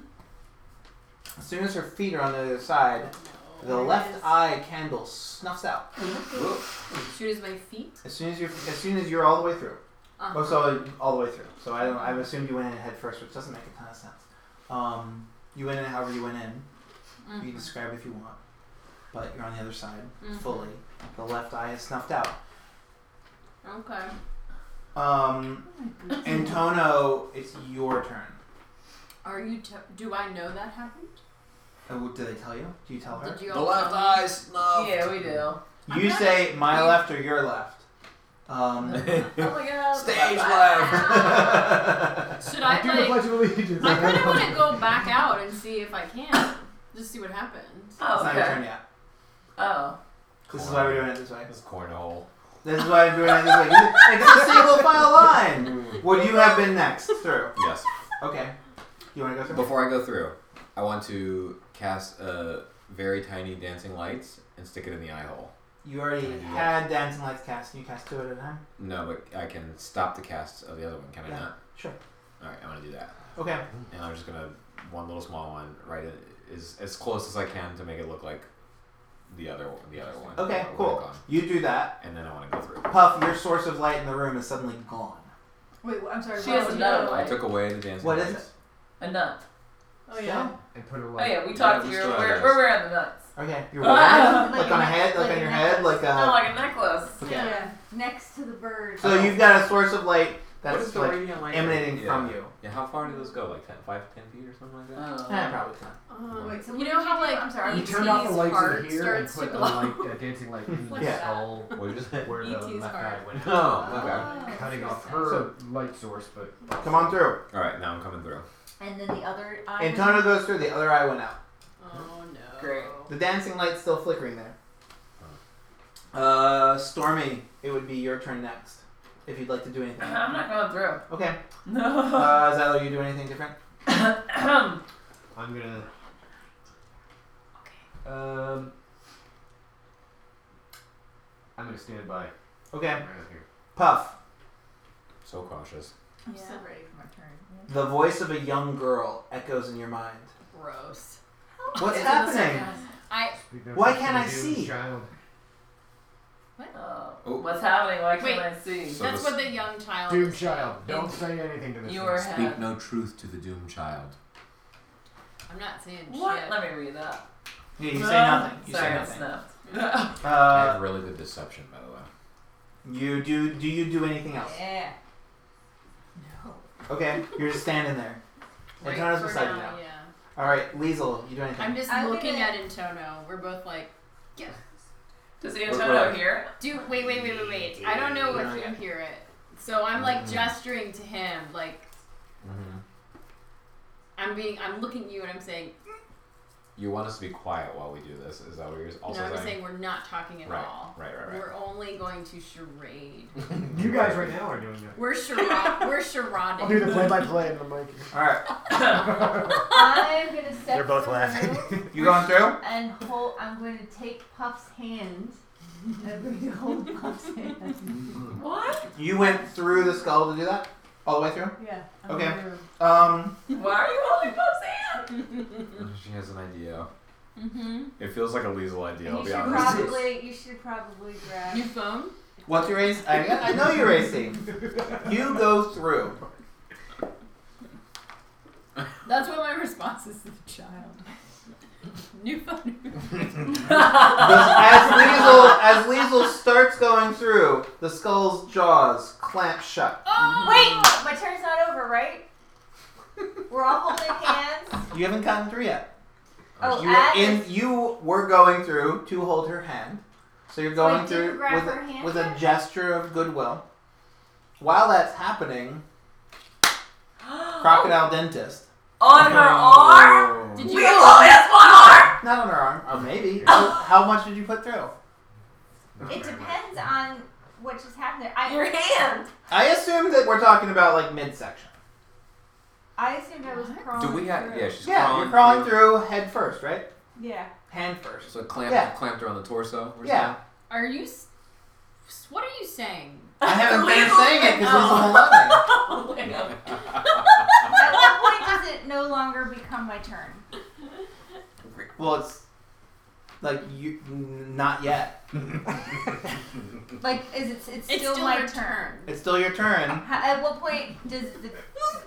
Speaker 1: As soon as her feet are on the other side, the
Speaker 5: Oh,
Speaker 1: left eye candle snuffs out.
Speaker 5: Shoot is my feet.
Speaker 1: As soon as you, as soon as you're all the way through.
Speaker 5: Uh-huh.
Speaker 1: Well, Oh, so all the way through. So I don't. I've assumed you went in head first, which doesn't make a ton of sense. Um, you went in however you went in. You can
Speaker 5: Mhm.
Speaker 1: describe if you want, but you're on the other side
Speaker 5: Mhm.
Speaker 1: fully. The left eye is snuffed out.
Speaker 5: Okay.
Speaker 1: Um, Antono, it's your turn.
Speaker 5: Are you? T- do I know that happened?
Speaker 1: Uh, what- Did they tell you? Do you tell her?
Speaker 5: Did you
Speaker 6: The
Speaker 5: all
Speaker 6: left
Speaker 5: tell me?
Speaker 6: eye snuffed.
Speaker 3: Yeah, we do.
Speaker 1: You say my left or your left. Um,
Speaker 3: Oh my god.
Speaker 6: Stage left.
Speaker 5: Should I
Speaker 16: do the
Speaker 5: like?
Speaker 16: Pledge of Allegiance.
Speaker 5: I kind of want to go back out and see if I can. Just see what happens.
Speaker 1: it's
Speaker 3: Oh,
Speaker 1: not your
Speaker 3: okay.
Speaker 1: turn yet.
Speaker 3: Oh.
Speaker 1: This is why we're doing it this way.
Speaker 6: This cornhole.
Speaker 1: This is why we're doing it this way. It's a single file line. Would you have been next through?
Speaker 6: Yes.
Speaker 1: Okay. You want to go through?
Speaker 6: Before I go through, I want to cast a very tiny dancing lights and stick it in the eye hole.
Speaker 1: You already had dancing lights cast, and you cast two at a time.
Speaker 6: No, but I can stop the cast of the other one, can I
Speaker 1: Yeah.
Speaker 6: not?
Speaker 1: Sure.
Speaker 6: All right, I'm gonna do that,
Speaker 1: Okay.
Speaker 6: and I'm just gonna one little small one right in, is as close as I can to make it look like the other one- the other one.
Speaker 1: Okay.
Speaker 6: What I
Speaker 1: Cool.
Speaker 6: got.
Speaker 1: You do that.
Speaker 6: And then I want to go through.
Speaker 1: Puff, your source of light in the room is suddenly gone.
Speaker 2: Wait, what- I'm sorry.
Speaker 3: She
Speaker 2: what
Speaker 3: has
Speaker 2: was
Speaker 3: another
Speaker 2: your-
Speaker 6: I
Speaker 3: Light.
Speaker 6: took away the dancing
Speaker 1: What is
Speaker 6: lights.
Speaker 3: A nut.
Speaker 2: Oh yeah.
Speaker 16: And put it
Speaker 3: Oh
Speaker 16: away.
Speaker 3: yeah, we talked.
Speaker 6: we
Speaker 3: we
Speaker 6: still
Speaker 3: were,
Speaker 6: have
Speaker 3: we're,
Speaker 6: those.
Speaker 3: we're wearing the nuts.
Speaker 1: Okay. You're
Speaker 3: Ah!
Speaker 1: wearing it? Like on a head, like on your head, like uh,
Speaker 3: No,
Speaker 1: a.
Speaker 3: Oh, like a necklace.
Speaker 1: Okay.
Speaker 2: yeah. Next to the bird.
Speaker 1: So you've got a source of light
Speaker 6: What
Speaker 1: that's
Speaker 6: is the
Speaker 1: like
Speaker 6: radiant light?
Speaker 1: emanating
Speaker 6: Yeah.
Speaker 1: from you.
Speaker 6: Yeah. How far do those go? Like 10, 5, 10 feet or something like that.
Speaker 1: Eh,
Speaker 3: Oh.
Speaker 1: probably not.
Speaker 5: Um,
Speaker 2: Wait, so
Speaker 5: you
Speaker 2: what
Speaker 5: know
Speaker 2: did
Speaker 5: how
Speaker 2: you do?
Speaker 5: like
Speaker 2: I'm sorry.
Speaker 5: E.T.
Speaker 16: You turned off the lights
Speaker 5: heart
Speaker 16: in here and
Speaker 5: starts
Speaker 16: put
Speaker 5: to
Speaker 16: a
Speaker 5: glow.
Speaker 16: light, a dancing light in
Speaker 1: What's
Speaker 6: mm.
Speaker 16: the
Speaker 1: that?
Speaker 16: skull
Speaker 6: What did you say?
Speaker 16: where the
Speaker 5: E.T.'s
Speaker 16: left
Speaker 5: heart.
Speaker 16: eye went out.
Speaker 6: Oh. Okay.
Speaker 16: Cutting off her
Speaker 1: So-
Speaker 16: light source, but
Speaker 1: Come on through.
Speaker 6: All right. Now I'm coming through.
Speaker 2: And then the other eye.
Speaker 1: Antonio goes through. The other eye went out.
Speaker 5: Oh no.
Speaker 3: Great.
Speaker 1: The dancing light's still flickering there. Uh, Stormy, it would be your turn next if you'd like to do anything.
Speaker 5: Uh-huh,
Speaker 3: I'm not going through.
Speaker 1: Okay.
Speaker 3: No.
Speaker 1: Uh, Zylo, you do anything different?
Speaker 16: I'm gonna. Okay. Um. I'm gonna stand by.
Speaker 1: Okay.
Speaker 16: Right up here.
Speaker 1: Puff,
Speaker 6: So cautious.
Speaker 2: I'm
Speaker 5: Yeah.
Speaker 2: so ready for my turn.
Speaker 1: the voice of a young girl echoes in your mind.
Speaker 5: Gross.
Speaker 1: What's
Speaker 5: Oh, It's in the
Speaker 1: happening?
Speaker 5: second- I
Speaker 16: Speak now,
Speaker 1: Why
Speaker 16: for
Speaker 1: can't I
Speaker 16: the
Speaker 1: see?
Speaker 16: Child.
Speaker 3: Oh,
Speaker 6: Oh.
Speaker 3: what's happening? Why can't
Speaker 5: Wait.
Speaker 3: I see?
Speaker 6: So
Speaker 5: that's
Speaker 6: this-
Speaker 5: what the young child.
Speaker 16: Doom
Speaker 5: is
Speaker 16: child.
Speaker 5: saying.
Speaker 16: Don't say anything to this.
Speaker 3: You
Speaker 16: one.
Speaker 3: are
Speaker 6: Speak
Speaker 3: head.
Speaker 6: no truth to the doomed child.
Speaker 5: I'm not saying
Speaker 3: What?
Speaker 5: shit.
Speaker 3: Let me read that.
Speaker 1: Yeah, you say
Speaker 3: Ah,
Speaker 1: nothing. You
Speaker 3: Sorry,
Speaker 1: say
Speaker 3: I
Speaker 1: nothing.
Speaker 3: sniffed.
Speaker 6: I
Speaker 1: Uh,
Speaker 6: have really good deception, by the way.
Speaker 1: you do. Do you do anything else?
Speaker 2: Yeah.
Speaker 5: No.
Speaker 1: Okay. You're just standing there.
Speaker 5: Right
Speaker 1: Antonio's
Speaker 5: for
Speaker 1: beside you
Speaker 5: now,
Speaker 1: now.
Speaker 5: Yeah.
Speaker 1: All right, Liesel, you do anything?
Speaker 5: I'm just
Speaker 2: I'm
Speaker 5: looking
Speaker 2: gonna-
Speaker 5: at Antono. We're both like,
Speaker 3: Does
Speaker 6: We're
Speaker 3: Antonio
Speaker 6: right.
Speaker 3: hear?
Speaker 5: do wait, wait, wait, wait, wait. I don't know if you hear it. So I'm like
Speaker 6: Mhm.
Speaker 5: gesturing to him, like
Speaker 6: Mm-hmm.
Speaker 5: I'm being, I'm looking at you, and I'm saying,
Speaker 6: You want us to be quiet while we do this? Is that what you're also
Speaker 5: no, I'm
Speaker 6: saying?
Speaker 5: saying we're not talking at
Speaker 6: right,
Speaker 5: all.
Speaker 6: right, right, right.
Speaker 5: We're only going to charade.
Speaker 16: You guys right now are doing that.
Speaker 5: We're charade. we're charading.
Speaker 16: I'll do the play-by-play in the mic.
Speaker 1: All right.
Speaker 2: I'm gonna step.
Speaker 16: They're both
Speaker 2: through
Speaker 16: laughing.
Speaker 1: You going through?
Speaker 2: And hold. I'm going to take Puff's hand. and I'm going to hold Puff's hand.
Speaker 3: What?
Speaker 1: You went through the skull to do that? All the way through?
Speaker 2: Yeah. I'm
Speaker 1: Okay.
Speaker 2: gonna-
Speaker 1: Um,
Speaker 3: Why are you holding Pop's hand?
Speaker 6: She has an idea.
Speaker 5: Mm-hmm.
Speaker 6: It feels like a lethal idea.
Speaker 2: And
Speaker 6: I'll
Speaker 2: you
Speaker 6: be
Speaker 2: should
Speaker 6: honest.
Speaker 2: probably. You should probably grab.
Speaker 5: New phone.
Speaker 1: what's your race? I, I know your racing. You go through.
Speaker 5: That's what my response is to the child. New phone.
Speaker 1: Just as Liesel, as Liesel starts going through, the skull's jaws clamp shut.
Speaker 3: Oh!
Speaker 2: Wait, my turn's not over, right? We're all holding hands.
Speaker 1: You haven't gotten through yet.
Speaker 2: Oh,
Speaker 1: You were
Speaker 2: Alice-
Speaker 1: in. You were going through to hold her hand, so you're going
Speaker 2: Wait, did you
Speaker 1: through
Speaker 2: grab
Speaker 1: with,
Speaker 2: her hand
Speaker 1: with a
Speaker 2: yet?
Speaker 1: gesture of goodwill. While that's happening, crocodile dentist.
Speaker 3: On her arm?
Speaker 5: Did
Speaker 3: We only has one arm!
Speaker 1: Not on her arm. Oh, maybe. How much did you put through?
Speaker 2: It depends on what just happened there. I,
Speaker 3: Your hand!
Speaker 1: I assume that we're talking about like midsection.
Speaker 2: I assumed I was crawling.
Speaker 6: Do we have?
Speaker 2: through.
Speaker 6: Yeah, she's
Speaker 1: Yeah,
Speaker 6: crawling
Speaker 1: you're crawling through. head first, right?
Speaker 2: Yeah.
Speaker 1: Hand first.
Speaker 6: So clamped,
Speaker 1: Yeah.
Speaker 6: clamped around the torso. Or
Speaker 1: Yeah.
Speaker 5: Are you? s- s- What are you saying?
Speaker 1: I haven't finished
Speaker 3: Legally,
Speaker 1: saying it because
Speaker 3: no.
Speaker 1: it's
Speaker 3: Oh my God.
Speaker 2: At what point does it no longer become my turn?
Speaker 1: eleven. Well, it's like you, n- not yet.
Speaker 2: Like, is it? It's still,
Speaker 5: It's still
Speaker 2: my
Speaker 5: your
Speaker 2: turn.
Speaker 1: It's still your turn.
Speaker 2: How, at what point does the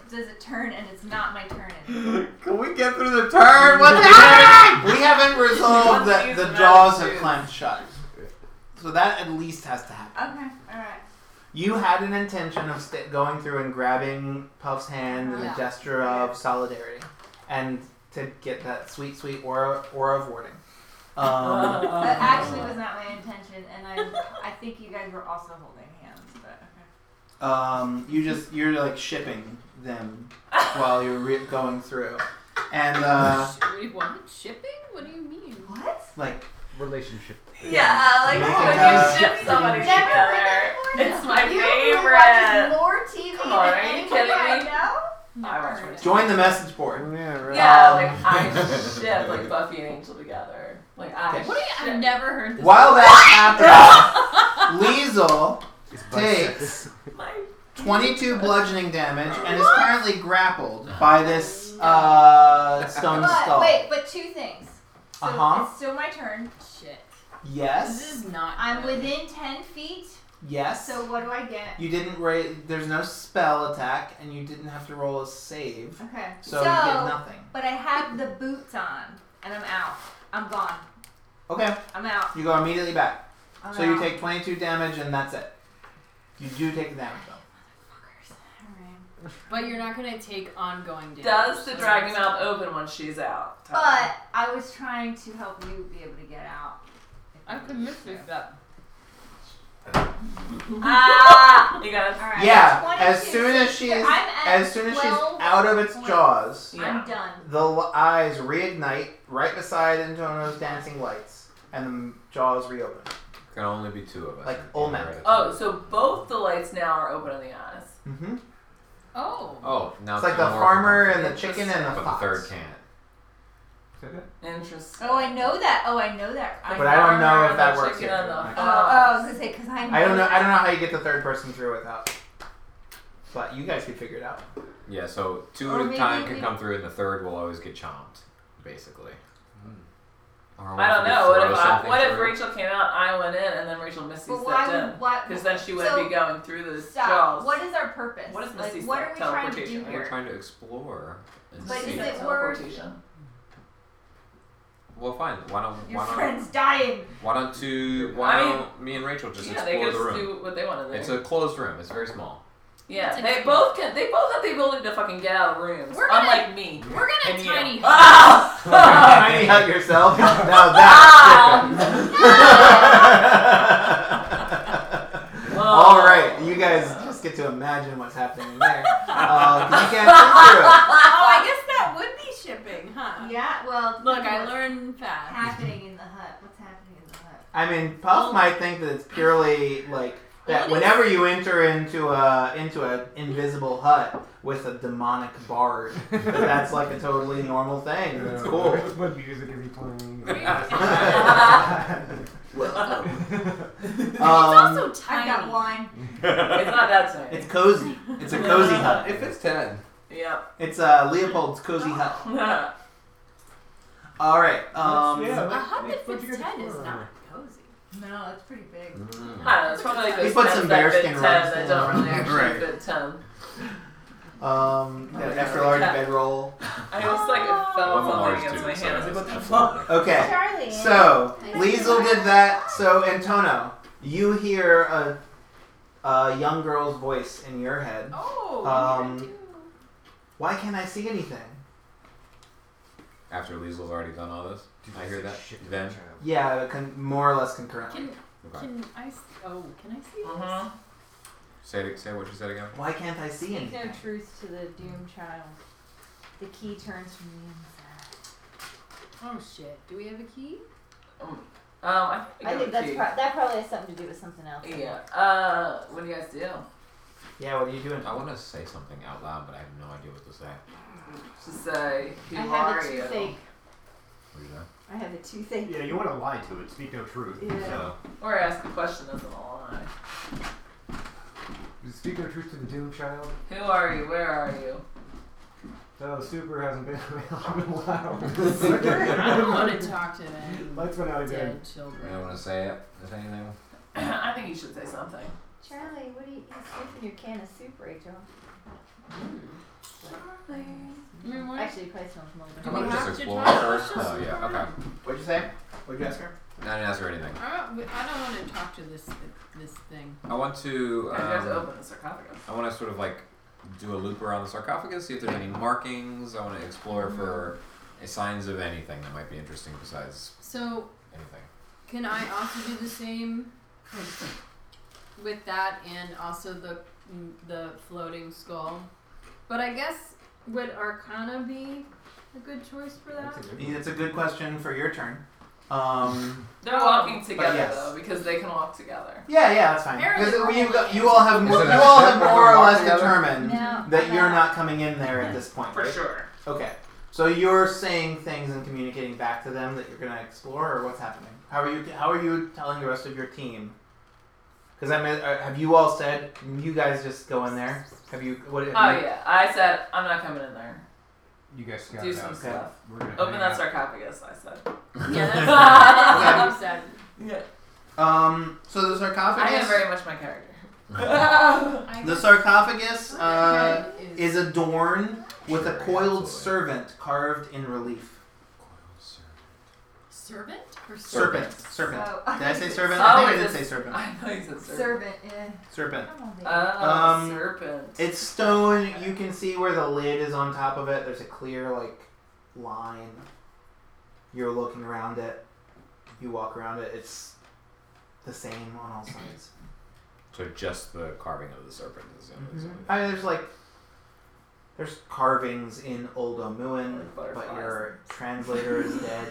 Speaker 2: does it turn and it's not my turn anymore?
Speaker 6: Can we get through the turn? What's
Speaker 1: We haven't resolved
Speaker 3: Let's
Speaker 1: that
Speaker 3: use
Speaker 1: the
Speaker 3: the
Speaker 1: jaws
Speaker 3: magic
Speaker 1: have
Speaker 3: shoes.
Speaker 1: clamped shut. So that at least has to happen.
Speaker 2: Okay, all right.
Speaker 1: You had an intention of st- going through and grabbing Puff's hand in a
Speaker 5: Yeah.
Speaker 1: gesture of solidarity, and to get that sweet, sweet aura, aura of warning. Um,
Speaker 2: That actually was not my intention, and I I think you guys were also holding hands, but okay.
Speaker 1: um, you just you're like shipping them while you're re- going through, and uh,
Speaker 5: Wait, what? Shipping? What do you mean?
Speaker 2: What?
Speaker 1: like
Speaker 17: Relationship.
Speaker 3: Yeah, like
Speaker 1: Yeah.
Speaker 3: when you ship somebody
Speaker 2: Never
Speaker 3: together.
Speaker 2: heard that before.
Speaker 3: It's my
Speaker 2: you
Speaker 3: favorite.
Speaker 2: Watch more TV
Speaker 3: Come on,
Speaker 2: than
Speaker 3: are you
Speaker 2: anybody
Speaker 3: kidding
Speaker 2: I
Speaker 3: me?
Speaker 2: know.
Speaker 3: I watch
Speaker 5: Never.
Speaker 3: my
Speaker 1: join the message board.
Speaker 17: Oh, Yeah, right.
Speaker 3: Yeah,
Speaker 1: Um,
Speaker 3: like I ship like Buffy and Angel together. Like I.
Speaker 1: Okay.
Speaker 5: What are you? I've
Speaker 3: ship.
Speaker 5: never heard this.
Speaker 1: While that's happening, Liesel
Speaker 17: It's
Speaker 1: takes
Speaker 3: My
Speaker 1: 22 bludgeoning damage and is currently grappled by this uh, stone
Speaker 2: But
Speaker 1: skull.
Speaker 2: wait, but two things. So
Speaker 1: Uh-huh.
Speaker 2: it's still my turn.
Speaker 5: Shit. This
Speaker 1: Yes.
Speaker 5: is not.
Speaker 2: I'm
Speaker 5: good.
Speaker 2: within ten feet.
Speaker 1: Yes.
Speaker 2: So what do I get?
Speaker 1: You didn't raise. There's no spell attack, and you didn't have to roll a save,
Speaker 2: Okay.
Speaker 1: so, you get nothing.
Speaker 2: but I have the boots on, and I'm out. I'm gone.
Speaker 1: Okay.
Speaker 2: I'm out.
Speaker 1: You go immediately back.
Speaker 2: I'm
Speaker 1: so you
Speaker 2: out.
Speaker 1: take 22 damage, and that's it. You do take the damage though.
Speaker 2: All right.
Speaker 5: But you're not gonna take ongoing damage.
Speaker 3: Does the
Speaker 5: So
Speaker 3: dragon
Speaker 5: that's-
Speaker 3: mouth open when she's out?
Speaker 2: But I was trying to help you be able to get out.
Speaker 5: I could miss with that.
Speaker 3: ah, you gotta.
Speaker 2: All right.
Speaker 1: Yeah. As
Speaker 2: 22.
Speaker 1: soon as she's
Speaker 2: I'm at
Speaker 1: as soon as she's
Speaker 2: 12
Speaker 1: out of its
Speaker 2: points.
Speaker 1: jaws,
Speaker 3: Yeah.
Speaker 2: I'm done.
Speaker 1: the l- eyes reignite right beside Antonio's dancing lights, and the jaws reopen.
Speaker 6: Can only be two of us.
Speaker 1: Like
Speaker 6: You're
Speaker 1: Olmec.
Speaker 6: right.
Speaker 3: Oh, so both the lights now are open in the eyes.
Speaker 1: Mm-hmm.
Speaker 5: Oh.
Speaker 6: Oh, now
Speaker 1: It's like
Speaker 6: two
Speaker 1: the
Speaker 6: more
Speaker 1: farmer
Speaker 6: can
Speaker 1: and
Speaker 6: come
Speaker 1: the chicken and the
Speaker 6: through, but
Speaker 1: fox.
Speaker 6: the third can't.
Speaker 3: Interesting.
Speaker 2: Oh, I know that. Oh, I know that. I,
Speaker 1: But I don't know if
Speaker 3: and
Speaker 1: that
Speaker 3: the
Speaker 1: works
Speaker 3: chicken
Speaker 1: here.
Speaker 3: and the
Speaker 1: I-
Speaker 2: oh,
Speaker 3: fox.
Speaker 2: oh, I was gonna say because I. Know
Speaker 1: I don't know. I don't know how you get the third person through without. But you guys could figure it out.
Speaker 6: Yeah, so two
Speaker 2: Or
Speaker 6: at a
Speaker 2: maybe
Speaker 6: time
Speaker 2: we-
Speaker 6: can come through, and the third will always get chomped, basically. Or
Speaker 3: Hmm. I
Speaker 6: if
Speaker 3: don't
Speaker 6: we
Speaker 3: know. What
Speaker 6: throw
Speaker 3: if I,
Speaker 6: something
Speaker 3: what if
Speaker 6: through-
Speaker 3: Rachel came out, I went in, and then Rachel Missy
Speaker 2: But
Speaker 3: stepped
Speaker 2: why?
Speaker 3: in?
Speaker 2: would- Why?
Speaker 3: Because then she wouldn't
Speaker 2: so,
Speaker 3: be going through those
Speaker 2: Stop.
Speaker 3: jaws.
Speaker 2: What is our purpose?
Speaker 3: What is
Speaker 2: like,
Speaker 3: Missy's
Speaker 2: what are we trying to do
Speaker 3: teleportation?
Speaker 6: We're
Speaker 2: here?
Speaker 6: trying to explore. And
Speaker 2: But
Speaker 6: see.
Speaker 2: is it worth?
Speaker 3: teleportation?
Speaker 6: Well, fine. Why don't
Speaker 2: Your
Speaker 6: why don't
Speaker 2: friend's dying.
Speaker 6: why don't two why
Speaker 3: I mean-
Speaker 6: don't me and Rachel just
Speaker 3: yeah, they
Speaker 6: explore
Speaker 3: could
Speaker 6: the
Speaker 3: just
Speaker 6: room?
Speaker 3: do what they want in there.
Speaker 6: It's a closed room. It's very small.
Speaker 3: yeah,
Speaker 5: That's
Speaker 3: they
Speaker 5: expensive.
Speaker 3: both can. They both have the ability to fucking get out of rooms.
Speaker 5: We're gonna-
Speaker 3: unlike me.
Speaker 5: We're gonna
Speaker 3: and you.
Speaker 5: tiny.
Speaker 3: Ah!
Speaker 1: Tiny hug yourself. Now that's different. All right, you guys just get to imagine what's happening there. Uh, 'cause you can't
Speaker 5: oh, I guess that would be shipping, huh?
Speaker 2: Yeah. Well,
Speaker 5: Look, I
Speaker 2: what's
Speaker 5: learned fast.
Speaker 2: Happening in the hut. What's happening in the hut?
Speaker 1: I mean, Puff might think that it's purely like that. Whenever you enter into a into an invisible hut with a demonic bard, that that's like a totally normal thing. It's cool.
Speaker 17: What music is he playing?
Speaker 1: Well,
Speaker 17: um,
Speaker 5: it's
Speaker 1: um,
Speaker 5: also tiny.
Speaker 2: I've got wine.
Speaker 3: it's not that tiny.
Speaker 1: it's cozy. It's a cozy hut.
Speaker 18: If it's ten.
Speaker 3: Yep.
Speaker 1: It's uh, Leopold's cozy hut. All right. Um,
Speaker 5: A hut that fits ten is not cozy.
Speaker 2: No, it's pretty big.
Speaker 6: Mm.
Speaker 3: I don't know, it's probably like
Speaker 5: He
Speaker 3: those
Speaker 1: put
Speaker 3: tents
Speaker 1: some
Speaker 3: that
Speaker 1: bear
Speaker 3: fit
Speaker 1: skin
Speaker 3: 10
Speaker 1: rugs
Speaker 3: that
Speaker 1: down
Speaker 3: don't really
Speaker 1: around
Speaker 3: actually
Speaker 1: there.
Speaker 3: fit 10.
Speaker 1: Um,
Speaker 3: Oh my God.
Speaker 1: extra large bedroll.
Speaker 3: I was like, it fell
Speaker 6: One
Speaker 3: something
Speaker 6: large
Speaker 3: against
Speaker 6: too,
Speaker 3: my
Speaker 6: so
Speaker 3: hand. I was like, what the
Speaker 6: that's-
Speaker 3: fuck?
Speaker 1: Okay.
Speaker 2: Charlie.
Speaker 1: So
Speaker 5: Nice.
Speaker 1: Liesel did that. So Antono, you hear a, a young girl's voice in your head.
Speaker 5: Oh.
Speaker 1: Um,
Speaker 5: you
Speaker 1: Why can't I see anything?
Speaker 6: After Liesel's already done all this, I hear that. Then
Speaker 1: Yeah, con- more or less concurrently.
Speaker 5: Can
Speaker 6: Okay.
Speaker 3: Mm-hmm.
Speaker 5: can I? s- Oh, can I see?
Speaker 3: Mhm.
Speaker 10: Say it, say what you said again.
Speaker 1: Why can't I see
Speaker 14: Speak no
Speaker 1: anything?
Speaker 14: truth to the doomed child. The key turns from the inside.
Speaker 5: Oh shit. Do we have a key?
Speaker 3: Um, I think,
Speaker 14: I think
Speaker 3: got
Speaker 14: that's
Speaker 3: two.
Speaker 14: pro- that probably has something to do with something else.
Speaker 3: Yeah. Uh, what do you guys do?
Speaker 1: Yeah, what are you doing?
Speaker 6: I want to say something out loud, but I have no idea what to say.
Speaker 3: Just say, who
Speaker 14: I
Speaker 3: are
Speaker 14: have a
Speaker 3: you?
Speaker 14: toothache.
Speaker 6: What do you know?
Speaker 14: I have a toothache.
Speaker 12: Yeah, you want to lie to it. Speak no truth.
Speaker 14: Yeah.
Speaker 12: So.
Speaker 3: Or ask a question as an all lie.
Speaker 17: Speak no truth to the doom child.
Speaker 3: Who are you? Where are you?
Speaker 17: No, super hasn't been around in a while.
Speaker 5: I don't want to talk to them.
Speaker 17: Lights went out again.
Speaker 5: Dead children.
Speaker 6: Anyone want to say it? Is anything?
Speaker 3: I think you should say something.
Speaker 14: Charlie, what are you he's sniffing your can of soup, Rachel?
Speaker 5: Hmm. I mean, what-
Speaker 14: Actually, it probably smells
Speaker 5: Do
Speaker 6: I
Speaker 5: we
Speaker 6: want to
Speaker 5: have
Speaker 6: just
Speaker 5: to
Speaker 6: explore
Speaker 5: try
Speaker 6: first.
Speaker 5: questions?
Speaker 6: Oh yeah. Okay.
Speaker 1: What'd you say? What'd you ask her?
Speaker 6: I didn't ask her anything.
Speaker 5: I don't, I don't want to talk to this this thing.
Speaker 6: I want to.
Speaker 3: you have to
Speaker 6: Um,
Speaker 3: open the sarcophagus.
Speaker 6: I want to sort of like do a loop around the sarcophagus, see if there's any markings. I want to explore for
Speaker 3: Mm-hmm.
Speaker 6: signs of anything that might be interesting besides
Speaker 5: So
Speaker 6: anything.
Speaker 5: can I also do the same with that and also the mm, the floating skull? But I guess would Arcana be a good choice for that?
Speaker 1: It's a good question for your turn. Um,
Speaker 3: They're walking together
Speaker 1: yes.
Speaker 3: though, because they can walk together.
Speaker 1: yeah, yeah, that's fine.
Speaker 3: Aaron,
Speaker 1: Because
Speaker 3: you're
Speaker 1: you,
Speaker 3: all
Speaker 1: got- you all have
Speaker 6: Is
Speaker 1: more,
Speaker 6: it
Speaker 1: you
Speaker 6: a
Speaker 1: all
Speaker 6: ship
Speaker 1: have
Speaker 6: or
Speaker 1: more or
Speaker 6: a
Speaker 1: less
Speaker 6: together?
Speaker 1: determined
Speaker 14: No,
Speaker 1: that you're
Speaker 14: no.
Speaker 1: not coming in there at this point.
Speaker 3: For
Speaker 1: right?
Speaker 3: sure.
Speaker 1: Okay. So you're saying things and communicating back to them that you're gonna explore, or what's happening? How are you? How are you telling the rest of your team? Because I mean, uh, have you all said you guys just go in there? Have you? What? Have
Speaker 3: Oh
Speaker 1: you,
Speaker 3: yeah, I said I'm not coming in there.
Speaker 17: You guys scout
Speaker 3: Do some stuff.
Speaker 17: We're gonna
Speaker 3: Open that sarcophagus. I said.
Speaker 5: Yeah, that's, that's what you said.
Speaker 3: Yeah.
Speaker 1: Um. So the sarcophagus.
Speaker 3: I am very much my character.
Speaker 5: I
Speaker 1: the
Speaker 5: guess
Speaker 1: sarcophagus uh,
Speaker 5: that is-
Speaker 1: is adorned with a
Speaker 6: Sure,
Speaker 1: coiled
Speaker 6: absolutely.
Speaker 1: servant carved in relief.
Speaker 5: servant or
Speaker 1: Serpent. Serpent.
Speaker 14: Oh,
Speaker 1: Did I say servant?
Speaker 3: Oh,
Speaker 1: I think I
Speaker 3: it's
Speaker 1: did
Speaker 3: a-
Speaker 1: say serpent.
Speaker 3: I know you said serpent.
Speaker 14: servant. Eh.
Speaker 1: Serpent.
Speaker 14: Come on, baby.
Speaker 3: Oh,
Speaker 1: Um,
Speaker 3: serpent.
Speaker 1: It's stone. You can see where the lid is on top of it. There's a clear like line. You're looking around it. You walk around it. It's the same on all sides.
Speaker 6: So just the carving of the serpent is the only
Speaker 3: Mm-hmm.
Speaker 6: something.
Speaker 1: I mean, there's like there's carvings in Old Omuin,
Speaker 3: Like
Speaker 1: but
Speaker 3: butterflies.
Speaker 1: your translator is dead.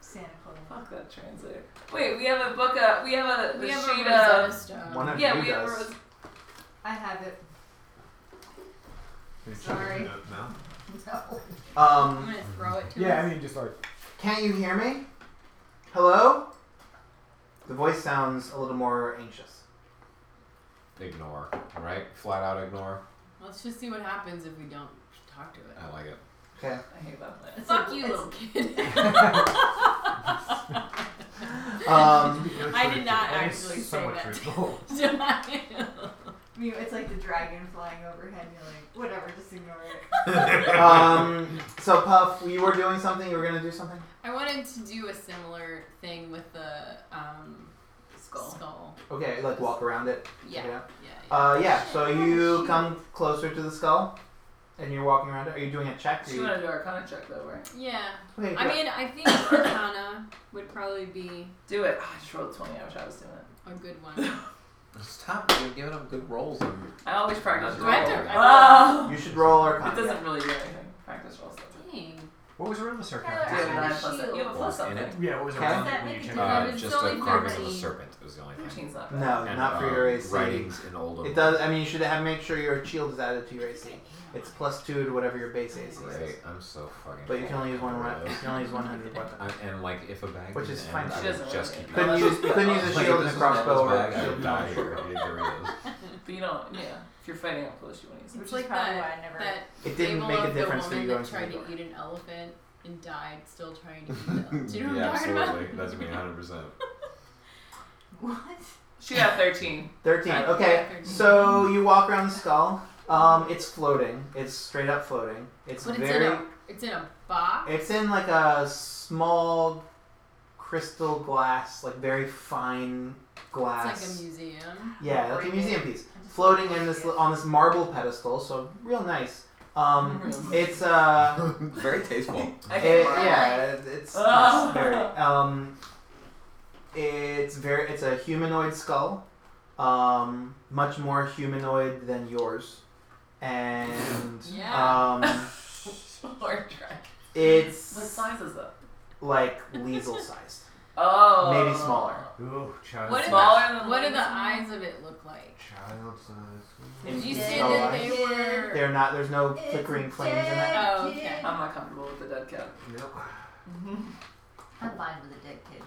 Speaker 14: Santa Claus.
Speaker 3: Fuck that translator. Wait, we have a book. Uh, we have a the
Speaker 5: we have
Speaker 3: sheet
Speaker 5: a Rosetta
Speaker 3: of.
Speaker 5: Stone.
Speaker 1: One of
Speaker 3: Yeah,
Speaker 1: you
Speaker 3: we have a.
Speaker 1: does.
Speaker 3: Ros-
Speaker 14: I have it.
Speaker 12: Can you check
Speaker 5: Sorry.
Speaker 12: it out now?
Speaker 14: No.
Speaker 5: I'm
Speaker 1: Um,
Speaker 5: gonna throw it to
Speaker 17: Yeah,
Speaker 5: him.
Speaker 17: I mean, just like
Speaker 1: can't you hear me? Hello? The voice sounds a little more anxious.
Speaker 6: Ignore. Right? Flat out ignore.
Speaker 5: Let's just see what happens if we don't talk to
Speaker 1: Oh.
Speaker 5: it.
Speaker 6: I like it.
Speaker 1: Okay.
Speaker 3: I hate that place.
Speaker 5: Fuck you, little kid.
Speaker 1: Um,
Speaker 5: I did not
Speaker 17: That is
Speaker 5: actually say
Speaker 17: somewhat
Speaker 5: that.
Speaker 17: truthful.
Speaker 14: I mean, it's like the dragon flying overhead. and You're like, whatever, just ignore it.
Speaker 1: um, so Puff, you were doing something. You were gonna do something.
Speaker 5: I wanted to do a similar thing with the um,
Speaker 3: Skull.
Speaker 1: Okay, like walk around it.
Speaker 5: Yeah.
Speaker 1: Yeah.
Speaker 5: Yeah.
Speaker 1: Uh, yeah. So you come closer to the skull, and you're walking around it. Are you doing a check? Are
Speaker 3: She
Speaker 1: you-
Speaker 3: wanted to do our kind check though, right?
Speaker 5: yeah.
Speaker 1: Okay.
Speaker 5: I
Speaker 1: yeah.
Speaker 5: mean, I think Arcana would probably be
Speaker 3: Do it. Ah, I just rolled twenty. I wish I was doing it.
Speaker 5: a good one.
Speaker 6: Stop. You're giving up good rolls. And
Speaker 3: I always practice
Speaker 6: Do
Speaker 5: Do I have
Speaker 3: rolls.
Speaker 5: to?
Speaker 6: Roll.
Speaker 3: Oh,
Speaker 1: you should roll
Speaker 3: it
Speaker 1: or
Speaker 3: doesn't really do anything. Practice rolls. That's it.
Speaker 5: Dang.
Speaker 17: What was around the
Speaker 3: Do you
Speaker 14: Tyler,
Speaker 17: sarcophagus?
Speaker 3: have a
Speaker 14: I have a
Speaker 3: nine plus?
Speaker 14: shield.
Speaker 3: You have a plus
Speaker 6: What's in
Speaker 3: something.
Speaker 17: Yeah, what was
Speaker 1: Okay.
Speaker 17: around
Speaker 14: Does that
Speaker 17: when
Speaker 14: make
Speaker 17: you
Speaker 14: a
Speaker 17: checked
Speaker 5: difference?
Speaker 17: out?
Speaker 6: uh,
Speaker 5: it's
Speaker 6: just
Speaker 5: only
Speaker 6: the carving of the
Speaker 5: 13.
Speaker 6: serpent is the only thing.
Speaker 3: Fourteen's not bad.
Speaker 1: No,
Speaker 6: And,
Speaker 1: not for
Speaker 6: uh,
Speaker 1: your AC.
Speaker 6: Writings in old.
Speaker 1: It does. I mean, you should have make sure your shield is added to your AC. It's plus two to whatever your base AC is.
Speaker 6: Great. I'm so fucking.
Speaker 1: But you can only use one.
Speaker 6: tired of
Speaker 1: ri- You
Speaker 6: those.
Speaker 1: can only use one hundred weapon.
Speaker 6: I, and like if a bag.
Speaker 1: Which
Speaker 6: didn't
Speaker 1: is fine.
Speaker 6: end, I
Speaker 3: She
Speaker 6: would
Speaker 3: doesn't
Speaker 6: just
Speaker 3: really
Speaker 6: keep
Speaker 3: care.
Speaker 6: it.
Speaker 1: Couldn't use. You couldn't use a
Speaker 6: Like,
Speaker 1: shield
Speaker 6: if
Speaker 1: and
Speaker 6: this
Speaker 1: a
Speaker 6: was Nella's
Speaker 1: crossbow or
Speaker 6: bag, I
Speaker 1: a
Speaker 6: would
Speaker 1: shield.
Speaker 6: die here. It really is.
Speaker 3: But you don't. Yeah. If you're fighting up close, you want to use. it.
Speaker 14: Which
Speaker 5: It's
Speaker 14: is
Speaker 5: like
Speaker 14: probably
Speaker 5: that-
Speaker 14: why I never.
Speaker 5: That
Speaker 1: It didn't
Speaker 5: fable
Speaker 1: make a
Speaker 5: of
Speaker 1: difference
Speaker 5: the
Speaker 1: for you
Speaker 5: woman
Speaker 1: going to
Speaker 5: that
Speaker 1: the
Speaker 5: tried to
Speaker 1: door.
Speaker 5: eat an elephant and died still trying to eat it. Do you know what
Speaker 6: yeah,
Speaker 5: I'm talking about?
Speaker 6: absolutely. That's me, 100. percent
Speaker 14: What?
Speaker 3: She got thirteen.
Speaker 1: 13.
Speaker 3: Right.
Speaker 1: Okay.
Speaker 5: Thirteen.
Speaker 1: So you walk around the skull. Um, it's floating. It's straight up floating. It's
Speaker 5: But it's
Speaker 1: very.
Speaker 5: in a it's in a box.
Speaker 1: It's in like a small crystal glass, like very fine glass.
Speaker 5: It's like a museum.
Speaker 1: yeah, like a museum piece. Floating in this on this marble pedestal, so real nice. Um, it's uh,
Speaker 6: Very tasteful.
Speaker 3: I
Speaker 1: it,
Speaker 3: can't-
Speaker 1: yeah, it- it's,
Speaker 3: Ah.
Speaker 1: it's very um, it's very it's a humanoid skull. um, much more humanoid than yours, and
Speaker 3: Yeah.
Speaker 1: um,
Speaker 3: Lord Dragon.
Speaker 1: It's-
Speaker 3: What size is it?
Speaker 1: like lethal sized,
Speaker 3: Oh.
Speaker 1: maybe smaller.
Speaker 17: Ooh, child
Speaker 5: What do
Speaker 17: size.
Speaker 3: Smaller
Speaker 5: the,
Speaker 3: than
Speaker 5: what do
Speaker 3: the
Speaker 5: the eyes of it look like?
Speaker 17: Child size.
Speaker 5: Did you
Speaker 1: Infant
Speaker 5: say
Speaker 1: cell
Speaker 5: that
Speaker 1: eyes.
Speaker 5: they were?
Speaker 1: They're not. There's no flickering flames in it.
Speaker 5: Oh, okay.
Speaker 3: I'm not comfortable with the dead cat.
Speaker 17: Nope.
Speaker 2: I'm fine with a dead kid.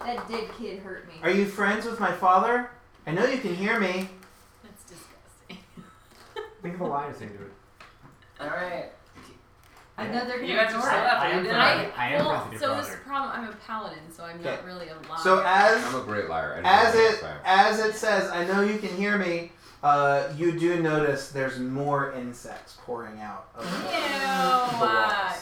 Speaker 5: That dead kid hurt me.
Speaker 1: Are you friends with my father? I know you can hear me.
Speaker 5: That's disgusting.
Speaker 17: Think of a line to say to it.
Speaker 3: All right.
Speaker 5: Another
Speaker 3: You guys are still
Speaker 5: I,
Speaker 3: after you did
Speaker 5: I,
Speaker 3: it.
Speaker 12: I am
Speaker 5: well,
Speaker 12: Brother
Speaker 5: so
Speaker 12: Brother.
Speaker 5: this is the problem. I'm a paladin, so I'm not
Speaker 1: Okay.
Speaker 5: really a liar.
Speaker 1: So as
Speaker 6: I'm a great liar. I
Speaker 1: as
Speaker 6: don't know
Speaker 1: it
Speaker 6: what to
Speaker 1: as it says, I know you can hear me. Uh, you do notice there's more insects pouring out. Of
Speaker 5: Ew,
Speaker 1: the
Speaker 5: uh,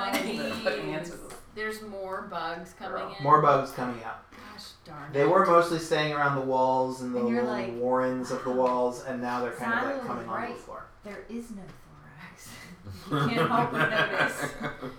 Speaker 3: Fucking
Speaker 5: yikes.
Speaker 3: answer this.
Speaker 5: There's more bugs coming in.
Speaker 1: more bugs coming out.
Speaker 5: Gosh darn.
Speaker 1: They
Speaker 5: it.
Speaker 1: were mostly staying around the walls and the
Speaker 14: And you're
Speaker 1: little
Speaker 14: like,
Speaker 1: warrens of the walls, and now they're kind of
Speaker 14: Silo
Speaker 1: like
Speaker 14: was
Speaker 1: coming onto
Speaker 14: right.
Speaker 1: the floor.
Speaker 14: There is no thorax.
Speaker 6: say.
Speaker 14: You can't help but notice.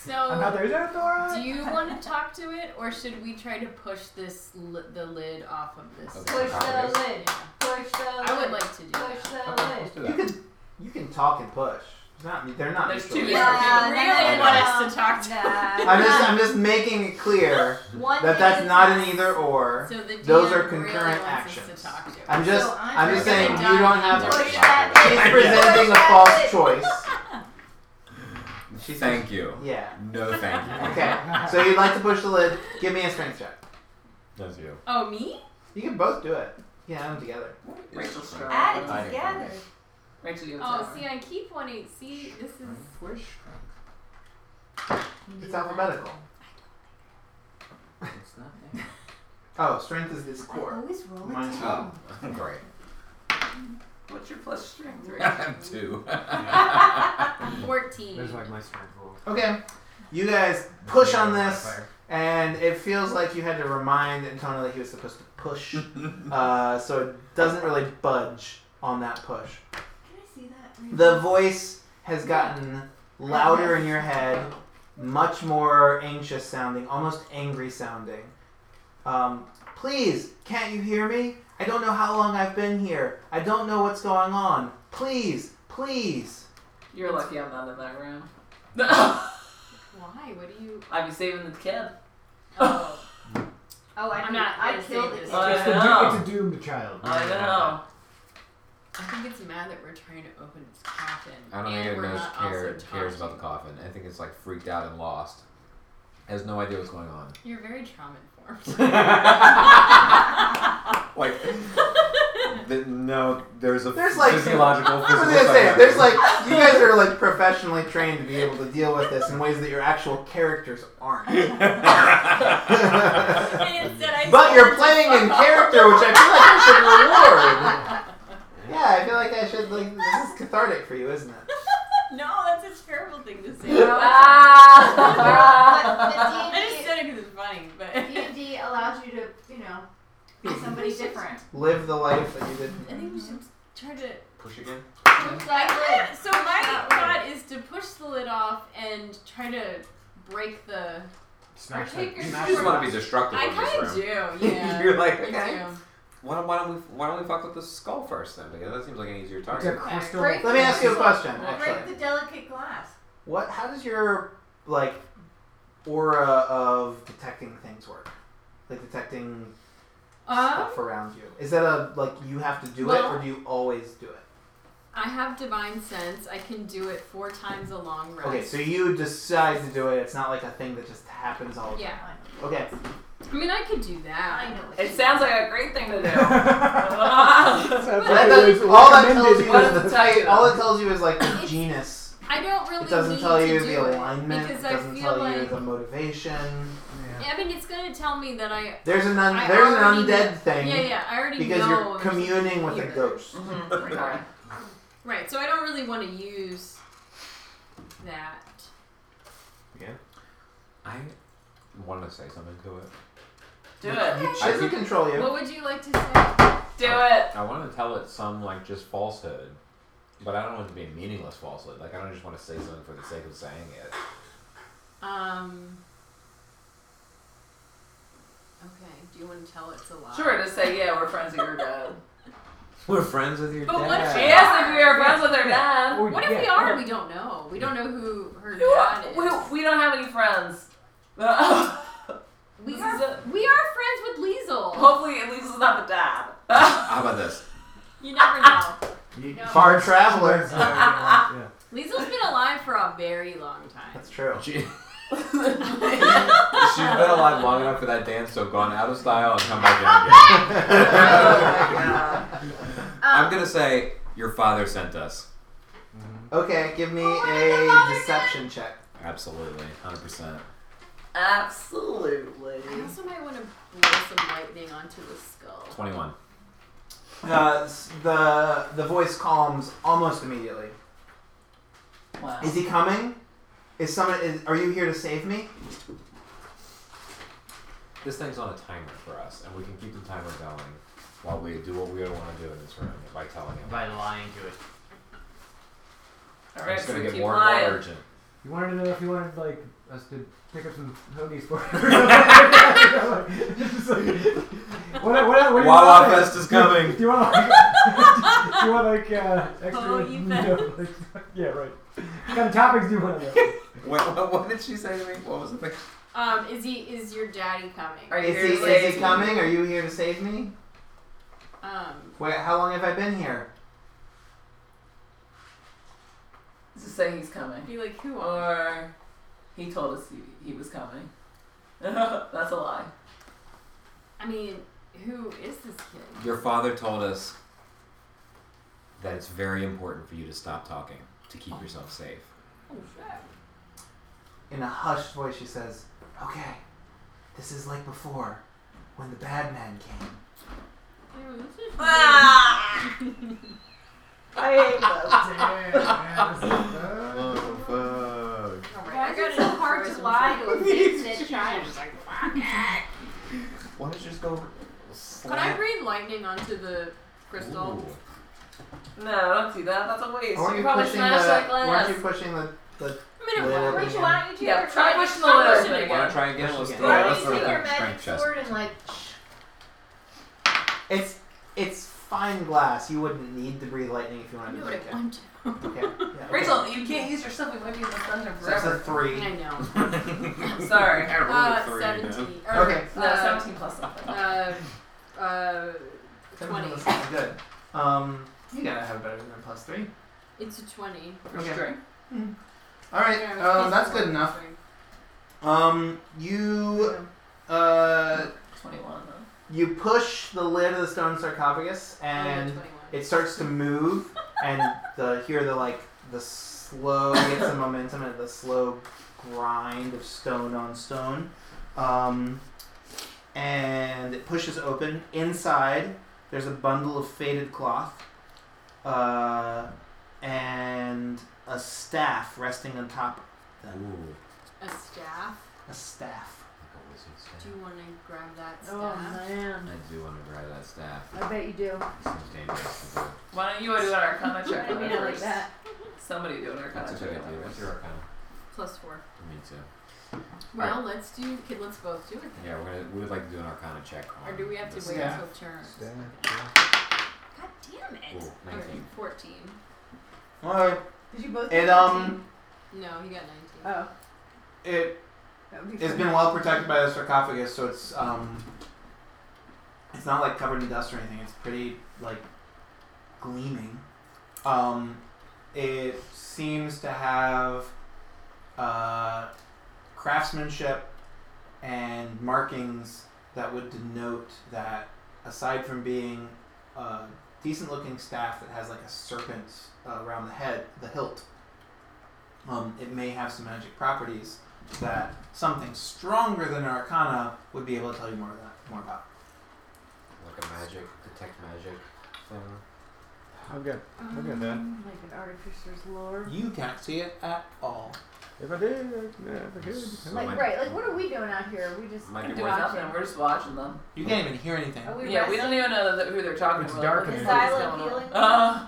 Speaker 5: So,
Speaker 1: is that Dora?
Speaker 5: do you want to talk to it, or should we try to push this li- the lid off of this?
Speaker 6: Okay.
Speaker 2: Push the lid.
Speaker 5: Yeah.
Speaker 2: Push the lid.
Speaker 5: I would like to do
Speaker 2: Push
Speaker 5: that.
Speaker 2: the
Speaker 6: Okay,
Speaker 2: lid.
Speaker 6: let's do
Speaker 1: You
Speaker 6: that.
Speaker 1: can you can talk and push. It's not they're not.
Speaker 3: There's
Speaker 1: mutually
Speaker 3: two
Speaker 1: exclusive.
Speaker 3: Yeah,
Speaker 5: If you really
Speaker 6: no,
Speaker 5: want
Speaker 6: no.
Speaker 5: us to talk to
Speaker 1: I'm just I'm just making it clear
Speaker 2: One
Speaker 1: that that's
Speaker 2: thing
Speaker 1: not
Speaker 2: is-
Speaker 1: an either or.
Speaker 5: So the
Speaker 1: Those
Speaker 5: DM
Speaker 1: are concurrent
Speaker 5: really wants us
Speaker 1: actions.
Speaker 5: to talk to it.
Speaker 1: I'm just
Speaker 2: So I'm
Speaker 1: I'm just
Speaker 2: just
Speaker 1: saying
Speaker 5: gonna
Speaker 1: you don't
Speaker 5: die.
Speaker 1: have
Speaker 2: Push
Speaker 1: to.
Speaker 2: that
Speaker 1: She's
Speaker 2: lid.
Speaker 1: presenting a
Speaker 2: Push that
Speaker 1: false
Speaker 2: lid.
Speaker 1: choice.
Speaker 6: Thank you.
Speaker 1: Yeah.
Speaker 6: No, thank you.
Speaker 1: Okay. So you'd like to push the lid? Give me a strength check.
Speaker 6: That's you.
Speaker 5: Oh, me?
Speaker 1: You can both do it. Yeah, them together.
Speaker 3: Rachel Strong.
Speaker 6: I-
Speaker 2: Add it together.
Speaker 3: Rachel, you
Speaker 5: Oh, see, I keep wanting. See, this is.
Speaker 6: Where's
Speaker 1: It's alphabetical.
Speaker 6: It's not there.
Speaker 1: Oh, strength is this
Speaker 14: I
Speaker 1: core.
Speaker 14: always roll
Speaker 1: Mine's
Speaker 14: it
Speaker 6: Oh,
Speaker 14: down.
Speaker 6: great.
Speaker 3: What's your plus strength? Rachel?
Speaker 6: I'm two.
Speaker 5: 14.
Speaker 17: There's like my strength roll.
Speaker 1: Okay. You guys push on this, and it feels like you had to remind Antonio that he was supposed to push, uh, so it doesn't really budge on that push.
Speaker 14: Can I see that?
Speaker 1: The voice has gotten louder in your head, much more anxious sounding, almost angry sounding. Um, Please, can't you hear me? I don't know how long I've been here. I don't know what's going on. Please, please.
Speaker 3: You're lucky I'm not in that room.
Speaker 5: Why? What do you.
Speaker 3: I'd be saving the kid.
Speaker 5: Oh.
Speaker 2: Oh, I
Speaker 5: I'm
Speaker 2: killed-
Speaker 5: not
Speaker 2: I
Speaker 5: gonna
Speaker 2: killed
Speaker 5: say
Speaker 2: it.
Speaker 5: this.
Speaker 3: I
Speaker 17: It's, the
Speaker 3: know.
Speaker 17: do- it's a doomed child.
Speaker 3: I know.
Speaker 5: I think it's mad that we're trying to open its coffin.
Speaker 6: I don't
Speaker 5: and
Speaker 6: think it
Speaker 5: we're
Speaker 6: knows
Speaker 5: not
Speaker 6: care,
Speaker 5: also
Speaker 6: cares about the
Speaker 5: talking.
Speaker 6: coffin. I think it's like freaked out and lost. Has no idea what's going on.
Speaker 5: You're very trauma informed.
Speaker 6: Like, th- no, there's a
Speaker 1: There's like-
Speaker 6: physiological.
Speaker 1: I was gonna say, there's like you guys are like professionally trained to be able to deal with this in ways that your actual characters aren't. but
Speaker 5: and instead I
Speaker 1: you're playing in character, which I feel like I should reward. Yeah, I feel like I should like this is cathartic for you, isn't it?
Speaker 5: No, that's a terrible thing to say.
Speaker 2: Ah.
Speaker 5: I just said it because it's funny, but.
Speaker 2: D and D allows you to, you know, be somebody different.
Speaker 1: Live the life that you did.
Speaker 5: I think we should try to.
Speaker 6: push again.
Speaker 2: Push that
Speaker 5: So my
Speaker 2: That
Speaker 5: thought is to push the lid off and try to break the.
Speaker 17: Smash
Speaker 5: Or take
Speaker 17: that.
Speaker 5: your
Speaker 6: You
Speaker 17: Smash
Speaker 6: just
Speaker 17: that.
Speaker 6: want to be destructive
Speaker 5: I
Speaker 6: in this
Speaker 5: kind
Speaker 6: room.
Speaker 5: of do. Yeah.
Speaker 6: You're like,
Speaker 5: I
Speaker 6: okay.
Speaker 5: do.
Speaker 6: Why don't, why don't we why don't we fuck with the skull first then? Because that seems like an easier
Speaker 17: It's a
Speaker 6: target.
Speaker 17: crystal.
Speaker 2: Break
Speaker 1: Let me ask you a question,
Speaker 2: lid. Break
Speaker 1: actually.
Speaker 2: the delicate glass.
Speaker 1: What? How does your like aura of detecting things work? Like detecting
Speaker 5: Um,
Speaker 1: stuff around you. Is that a like you have to do it,
Speaker 5: well-
Speaker 1: or do you always do it?
Speaker 5: I have divine sense. I can do it four times a long rest.
Speaker 1: Okay, so you decide to do it. It's not like a thing that just happens all the
Speaker 5: Yeah.
Speaker 1: time. Okay.
Speaker 5: I mean, I could do
Speaker 2: I
Speaker 5: that.
Speaker 2: know. what
Speaker 3: It
Speaker 2: you-
Speaker 3: sounds like a great thing to do.
Speaker 17: Sounds like
Speaker 1: That
Speaker 17: it
Speaker 1: does-
Speaker 17: was
Speaker 1: all that tells
Speaker 17: recommended
Speaker 1: you
Speaker 3: What
Speaker 1: is
Speaker 3: does
Speaker 1: the
Speaker 3: it tell you?
Speaker 1: type. All it tells you is like the
Speaker 5: It's-
Speaker 1: genus.
Speaker 5: I don't really
Speaker 1: It doesn't
Speaker 5: need
Speaker 1: tell
Speaker 5: to
Speaker 1: you
Speaker 5: do
Speaker 1: the
Speaker 5: it
Speaker 1: alignment. It
Speaker 5: because I
Speaker 1: doesn't
Speaker 5: feel
Speaker 1: tell
Speaker 5: like
Speaker 1: you the motivation.
Speaker 5: I mean, it's gonna tell me that I.
Speaker 1: There's an
Speaker 5: I
Speaker 1: un- there's an
Speaker 5: already
Speaker 1: undead
Speaker 5: know-
Speaker 1: thing
Speaker 5: Yeah, yeah. I already
Speaker 1: because
Speaker 5: know.
Speaker 1: you're
Speaker 5: there's
Speaker 1: communing with a
Speaker 5: either.
Speaker 1: ghost.
Speaker 3: Mhm. Okay.
Speaker 5: Right. So I don't really want to use that.
Speaker 6: I wanted to say something to it.
Speaker 3: Do it.
Speaker 1: She doesn't control you.
Speaker 5: What would you like to say?
Speaker 3: Do it.
Speaker 6: I wanted to tell it some like just falsehood, but I don't want it to be a meaningless falsehood. Like I don't just want to say something for the sake of saying it.
Speaker 5: Um. Okay. Do you want to tell it's a lie?
Speaker 3: Sure, just say, yeah, we're friends with your dad.
Speaker 6: We're friends with your
Speaker 5: But
Speaker 6: dad.
Speaker 5: what if
Speaker 3: She asked if we were friends with her dad.
Speaker 5: What if we are? We don't know. We don't know who her
Speaker 3: Who
Speaker 5: dad is.
Speaker 3: we, we don't have any friends.
Speaker 5: We
Speaker 3: This
Speaker 5: are,
Speaker 3: is a-
Speaker 5: we are friends with Liesel.
Speaker 3: Hopefully, at least it's not the dad.
Speaker 6: How about this?
Speaker 5: You never know.
Speaker 17: You,
Speaker 5: No.
Speaker 1: Far traveler.
Speaker 17: yeah.
Speaker 5: Liesel's been alive for a very long time.
Speaker 1: That's true.
Speaker 6: She, she's been alive long enough for that dance to have gone out of style and come back in again.
Speaker 5: Um,
Speaker 6: I'm gonna say your father sent us.
Speaker 1: Okay, give me
Speaker 3: Oh,
Speaker 1: a deception check.
Speaker 6: Absolutely, hundred percent.
Speaker 3: Absolutely.
Speaker 5: I also might want to blow some lightning onto the skull.
Speaker 6: Twenty-one.
Speaker 1: Uh, s- the the voice calms almost immediately.
Speaker 3: Wow.
Speaker 1: Is he coming? Is someone? Is, are you here to save me?
Speaker 6: This thing's on a timer for us, and we can keep the timer going while we do what we want to do in this room by telling him.
Speaker 19: by lying to it.
Speaker 3: All
Speaker 6: I'm
Speaker 3: right,
Speaker 6: just
Speaker 3: so
Speaker 6: gonna
Speaker 3: we
Speaker 6: get
Speaker 3: keep
Speaker 6: more
Speaker 3: lying.
Speaker 6: and more urgent.
Speaker 17: You wanted to know if you wanted like us to pick up some hoagies for you. Just like, what, what, what do you
Speaker 6: Wawa
Speaker 17: want?
Speaker 6: Fest is coming.
Speaker 17: Do you want like, do you want like uh, extra?
Speaker 5: Hoagie
Speaker 17: no, like, yeah, right. What kind of topics do you want to know?
Speaker 6: What, what, what did she say to me? What was the thing?
Speaker 5: Um, is he? Is your daddy coming?
Speaker 3: Are you
Speaker 1: Is
Speaker 3: here
Speaker 1: he,
Speaker 3: to
Speaker 1: is
Speaker 3: save
Speaker 1: he
Speaker 3: me?
Speaker 1: coming? Are you here to save me?
Speaker 5: Um,
Speaker 1: Wait, how long have I been here?
Speaker 3: Just say he's coming.
Speaker 5: be like who? Are?
Speaker 3: Or he told us he, he was coming. That's a lie.
Speaker 5: I mean, who is this kid?
Speaker 6: Your father told us that it's very important for you to stop talking to keep yourself safe.
Speaker 5: Oh shit.
Speaker 1: In a hushed voice, she says, "Okay, this is like before, when the bad man came."
Speaker 5: Ew, this is Ah!
Speaker 3: Ah! I hate that.
Speaker 6: Oh,
Speaker 5: Why is it so hard to lie to a kid child?
Speaker 6: fuck. Why don't you just go
Speaker 5: Could I rain lightning onto the crystal?
Speaker 3: No, don't do that. That's a waste.
Speaker 1: Or
Speaker 3: you
Speaker 1: you
Speaker 3: probably
Speaker 1: pushing
Speaker 3: smash
Speaker 1: the?
Speaker 3: that
Speaker 1: Weren't
Speaker 3: glass.
Speaker 1: you pushing the? the
Speaker 5: I'm gonna
Speaker 1: lid
Speaker 5: Rachel,
Speaker 1: open
Speaker 2: why
Speaker 1: again?
Speaker 2: don't you take
Speaker 3: Yeah,
Speaker 2: your
Speaker 3: try
Speaker 2: magic
Speaker 3: pushing the lid
Speaker 2: sword?
Speaker 3: open
Speaker 6: Why don't
Speaker 3: again.
Speaker 6: try again? Let's,
Speaker 1: Why
Speaker 2: Why
Speaker 6: let's
Speaker 2: don't you
Speaker 6: throw
Speaker 2: take your
Speaker 6: that
Speaker 2: magic
Speaker 6: strength chest.
Speaker 2: sword and like
Speaker 1: It's it's fine glass. You wouldn't need to breathe lightning if you wanted to break it. Okay. yeah, okay.
Speaker 3: Rachel, you can't use your stuff. We might be in the thunder
Speaker 1: So that's a
Speaker 3: forever.
Speaker 1: three.
Speaker 5: I know.
Speaker 3: Sorry.
Speaker 6: I rolled a
Speaker 5: Uh,
Speaker 6: three, man.
Speaker 5: seventeen. or,
Speaker 1: Okay.
Speaker 3: No,
Speaker 5: uh,
Speaker 3: 17 plus something.
Speaker 5: Uh, uh, twenty.
Speaker 1: Good. Um, you gotta have better than plus three.
Speaker 5: It's a twenty.
Speaker 1: Okay.
Speaker 3: String.
Speaker 1: All right.
Speaker 5: Yeah,
Speaker 1: Um,
Speaker 5: it's
Speaker 1: that's good
Speaker 5: 20.
Speaker 1: enough. Um, you uh
Speaker 3: 21 though.
Speaker 1: you push the lid of the stone sarcophagus
Speaker 5: Oh, yeah,
Speaker 1: and
Speaker 5: 21.
Speaker 1: it starts to move and the hear the like the slow get some momentum and the slow grind of stone on stone um, and it pushes open inside there's a bundle of faded cloth uh, and a staff resting on top of them
Speaker 6: Ooh.
Speaker 5: A staff.
Speaker 1: a staff
Speaker 6: like a wizard's
Speaker 5: Do
Speaker 6: staff.
Speaker 5: you want to grab that staff?
Speaker 6: I
Speaker 3: man.
Speaker 6: do want to grab that staff.
Speaker 2: I bet you do.
Speaker 6: Seems dangerous to do.
Speaker 3: Why don't you do an arcana check
Speaker 2: I
Speaker 3: on
Speaker 2: mean
Speaker 3: it
Speaker 2: it like
Speaker 3: first?
Speaker 2: that.
Speaker 3: Somebody do an
Speaker 6: That's
Speaker 3: arcana
Speaker 6: a
Speaker 3: check
Speaker 6: good
Speaker 3: on
Speaker 6: idea.
Speaker 3: it
Speaker 6: What's
Speaker 3: first.
Speaker 6: your arcana?
Speaker 5: Plus four.
Speaker 6: Me too.
Speaker 5: Well, let's do. Can let's both do it then.
Speaker 6: Yeah, we're gonna. We would like to do an arcana check. On
Speaker 5: Or do we have to
Speaker 6: this
Speaker 5: wait
Speaker 6: staff.
Speaker 5: until turns? God damn it!
Speaker 6: Ooh,
Speaker 5: Okay,
Speaker 6: 19.
Speaker 5: fourteen.
Speaker 1: all right
Speaker 2: Did you both?
Speaker 1: it um
Speaker 5: No, he got nineteen.
Speaker 2: Oh,
Speaker 1: it
Speaker 2: that would be
Speaker 1: It's
Speaker 2: funny.
Speaker 1: been well protected by the sarcophagus, so it's um, it's not like covered in dust or anything. It's pretty like gleaming. Um, it seems to have uh, craftsmanship and markings that would denote that, aside from being a decent-looking staff that has like a serpent uh, around the head, the hilt. Um, it may have some magic properties that something stronger than Arcana would be able to tell you more, that, more about.
Speaker 6: Like a magic detect magic thing.
Speaker 17: I've got. Look at that.
Speaker 2: Um, Like an artificer's lore.
Speaker 1: You can't see it at all.
Speaker 17: If I did, I- yeah, if I could.
Speaker 6: So
Speaker 17: I
Speaker 6: my-
Speaker 2: Like right, like what are we doing out here? We just
Speaker 6: Might be
Speaker 3: We're doing
Speaker 6: worth-
Speaker 3: nothing. We're just watching them.
Speaker 1: You can't even hear anything.
Speaker 2: are we
Speaker 3: Yeah, we
Speaker 2: resting?
Speaker 3: don't even know that, who they're talking
Speaker 17: It's
Speaker 3: about.
Speaker 17: dark
Speaker 3: What the
Speaker 17: in here.
Speaker 3: fuck is
Speaker 2: Silent
Speaker 3: going on?
Speaker 2: healing?
Speaker 3: Uh,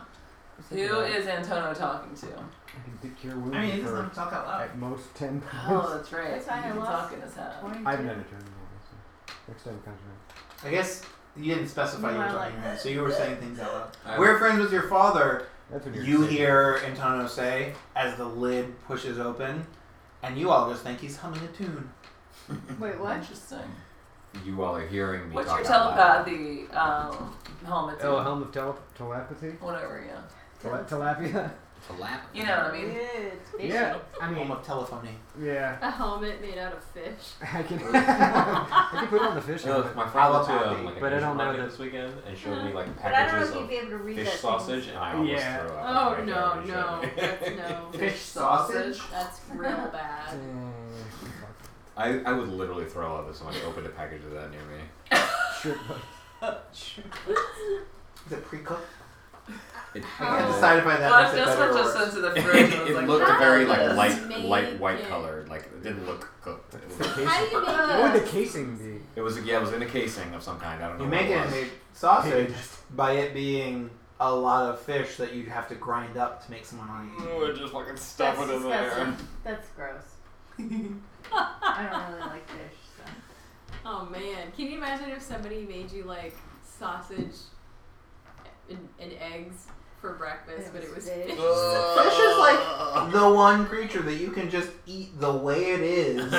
Speaker 3: who
Speaker 17: think
Speaker 3: is Antonio talking to?
Speaker 17: I can cure wounds
Speaker 1: I mean, it doesn't
Speaker 17: for
Speaker 1: have to talk out loud.
Speaker 17: at most ten
Speaker 3: Oh,
Speaker 17: pounds.
Speaker 3: that's right.
Speaker 2: That's why
Speaker 3: He
Speaker 2: I
Speaker 3: can
Speaker 2: lost
Speaker 3: talk in his head.
Speaker 17: I've
Speaker 2: Twenty-two.
Speaker 17: never turned it Next time comes around.
Speaker 1: I guess you didn't specify you were
Speaker 20: No, I
Speaker 1: talking
Speaker 20: like-
Speaker 1: about, so you were saying things out loud.
Speaker 6: I-
Speaker 1: We're friends with your father.
Speaker 17: That's what you're
Speaker 1: you
Speaker 17: saying.
Speaker 1: hear Antonio say as the lid pushes open, and you all just think he's humming a tune.
Speaker 20: Wait, what?
Speaker 3: Interesting.
Speaker 6: You all are hearing me
Speaker 3: What's
Speaker 6: talk
Speaker 3: your uh,
Speaker 6: out loud.
Speaker 3: telepathy um, helmet?
Speaker 17: Oh, helm of tele- telepathy?
Speaker 3: Whatever, yeah.
Speaker 17: Tele- tilapia?
Speaker 6: Telepathy.
Speaker 3: You know what I mean?
Speaker 17: Yeah, I
Speaker 1: Home
Speaker 17: mean,
Speaker 1: of telephony.
Speaker 17: yeah.
Speaker 5: A helmet made out of fish.
Speaker 17: I can, I can put it on the fish.
Speaker 6: No,
Speaker 17: helmet.
Speaker 6: my father went to
Speaker 1: Telepathy.
Speaker 6: um, like a
Speaker 17: But I
Speaker 6: fish
Speaker 17: don't know
Speaker 6: market
Speaker 17: that-
Speaker 6: this weekend and showed me like
Speaker 2: But I don't know
Speaker 6: packages
Speaker 2: if you'd
Speaker 6: of
Speaker 2: be able to read
Speaker 6: fish
Speaker 2: that.
Speaker 6: sausage, and I almost
Speaker 17: Yeah.
Speaker 6: threw up.
Speaker 5: Oh
Speaker 6: right there
Speaker 5: no,
Speaker 6: when he
Speaker 5: no,
Speaker 6: showed me.
Speaker 5: that's no.
Speaker 1: Fish sausage?
Speaker 5: That's real bad.
Speaker 17: Dang.
Speaker 6: I, I would literally throw up if someone opened a package of that near me.
Speaker 17: Shit.
Speaker 1: Is it pre-cooked?
Speaker 6: It,
Speaker 1: I can't
Speaker 5: Oh.
Speaker 1: decide if I that
Speaker 3: Well,
Speaker 1: makes it
Speaker 3: this
Speaker 1: better
Speaker 3: one
Speaker 1: or
Speaker 3: just
Speaker 1: worse.
Speaker 3: went to the fridge. and was
Speaker 6: it
Speaker 3: like,
Speaker 6: looked
Speaker 3: "How
Speaker 6: very
Speaker 3: is
Speaker 6: like
Speaker 3: this?"
Speaker 6: light,
Speaker 5: Made
Speaker 6: light white
Speaker 5: it.
Speaker 6: colored. Like it didn't look cooked. It
Speaker 17: The
Speaker 6: was,
Speaker 17: casing.
Speaker 5: How do you make
Speaker 17: What would
Speaker 5: that?
Speaker 17: the casing be?
Speaker 6: it was yeah, it was in a casing of some kind. I don't know.
Speaker 1: You
Speaker 6: what
Speaker 1: make it
Speaker 6: it was.
Speaker 1: into sausage by it being a lot of fish that you have to grind up to make someone on eat.
Speaker 6: Ooh, just fucking stuff
Speaker 2: That's
Speaker 6: it in there.
Speaker 2: disgusting. That's gross.
Speaker 20: I don't really like fish, so.
Speaker 5: Oh man, can you imagine if somebody made you like sausage and, and eggs for breakfast,
Speaker 2: It
Speaker 5: but it was
Speaker 2: was
Speaker 5: fish?
Speaker 2: fish.
Speaker 1: Fish is like the one creature that you can just eat the way it is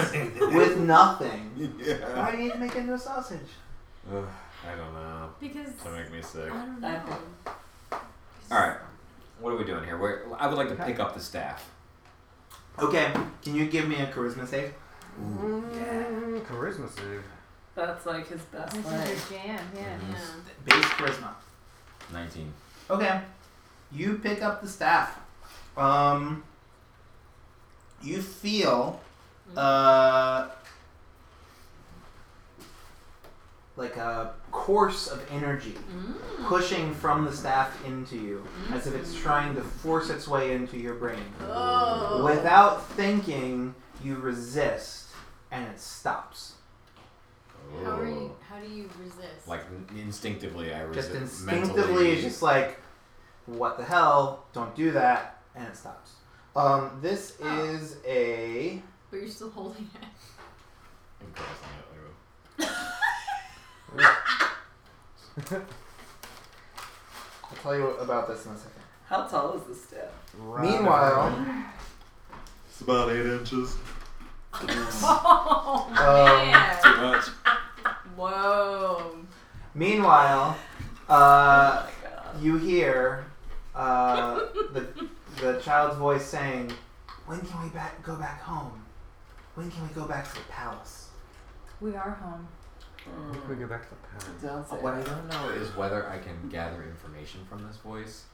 Speaker 1: with nothing. Why
Speaker 6: yeah.
Speaker 1: do you need to make it into a sausage?
Speaker 6: Ugh, I don't know.
Speaker 5: Because
Speaker 6: That make me sick.
Speaker 5: I don't
Speaker 3: I
Speaker 5: know.
Speaker 6: All right, what are we doing here? Where I would like to pick up the staff.
Speaker 1: Okay, can you give me a charisma save? Mm-hmm.
Speaker 17: Mm, charisma save.
Speaker 3: That's like his best
Speaker 2: This
Speaker 3: line.
Speaker 2: is your jam, yeah.
Speaker 5: Yeah.
Speaker 1: Base charisma.
Speaker 6: Nineteen.
Speaker 1: Okay. You pick up the staff. Um, you feel uh, like a course of energy
Speaker 3: Mm-hmm.
Speaker 5: Mm.
Speaker 1: pushing from the staff into you as if it's trying to force its way into your brain.
Speaker 5: Oh.
Speaker 1: Without thinking, you resist and it stops.
Speaker 5: How are you?
Speaker 6: Ooh.
Speaker 5: How do you resist?
Speaker 6: Like instinctively, I resist.
Speaker 1: Just instinctively, it's
Speaker 6: mentally-
Speaker 1: just like, what the hell? Don't do that. And it stops. Um, this
Speaker 5: Oh.
Speaker 1: is a.
Speaker 5: but you're still holding it.
Speaker 6: I'm crossing it, I will.
Speaker 1: I'll tell you about this in a second.
Speaker 3: How tall is this staff?
Speaker 17: Right.
Speaker 1: Meanwhile,
Speaker 6: It's about eight inches.
Speaker 5: Oh
Speaker 1: man.
Speaker 6: Too much.
Speaker 5: Whoa.
Speaker 1: meanwhile, uh,
Speaker 3: oh my god.
Speaker 1: you hear uh, the the child's voice saying, "When can we back go back home? When can we go back to the palace?"
Speaker 2: We are home.
Speaker 17: Can we go back to the
Speaker 3: Don't
Speaker 17: palace?
Speaker 3: say
Speaker 6: What I
Speaker 3: Hmm. it.
Speaker 6: don't know is whether I can gather information from this voice,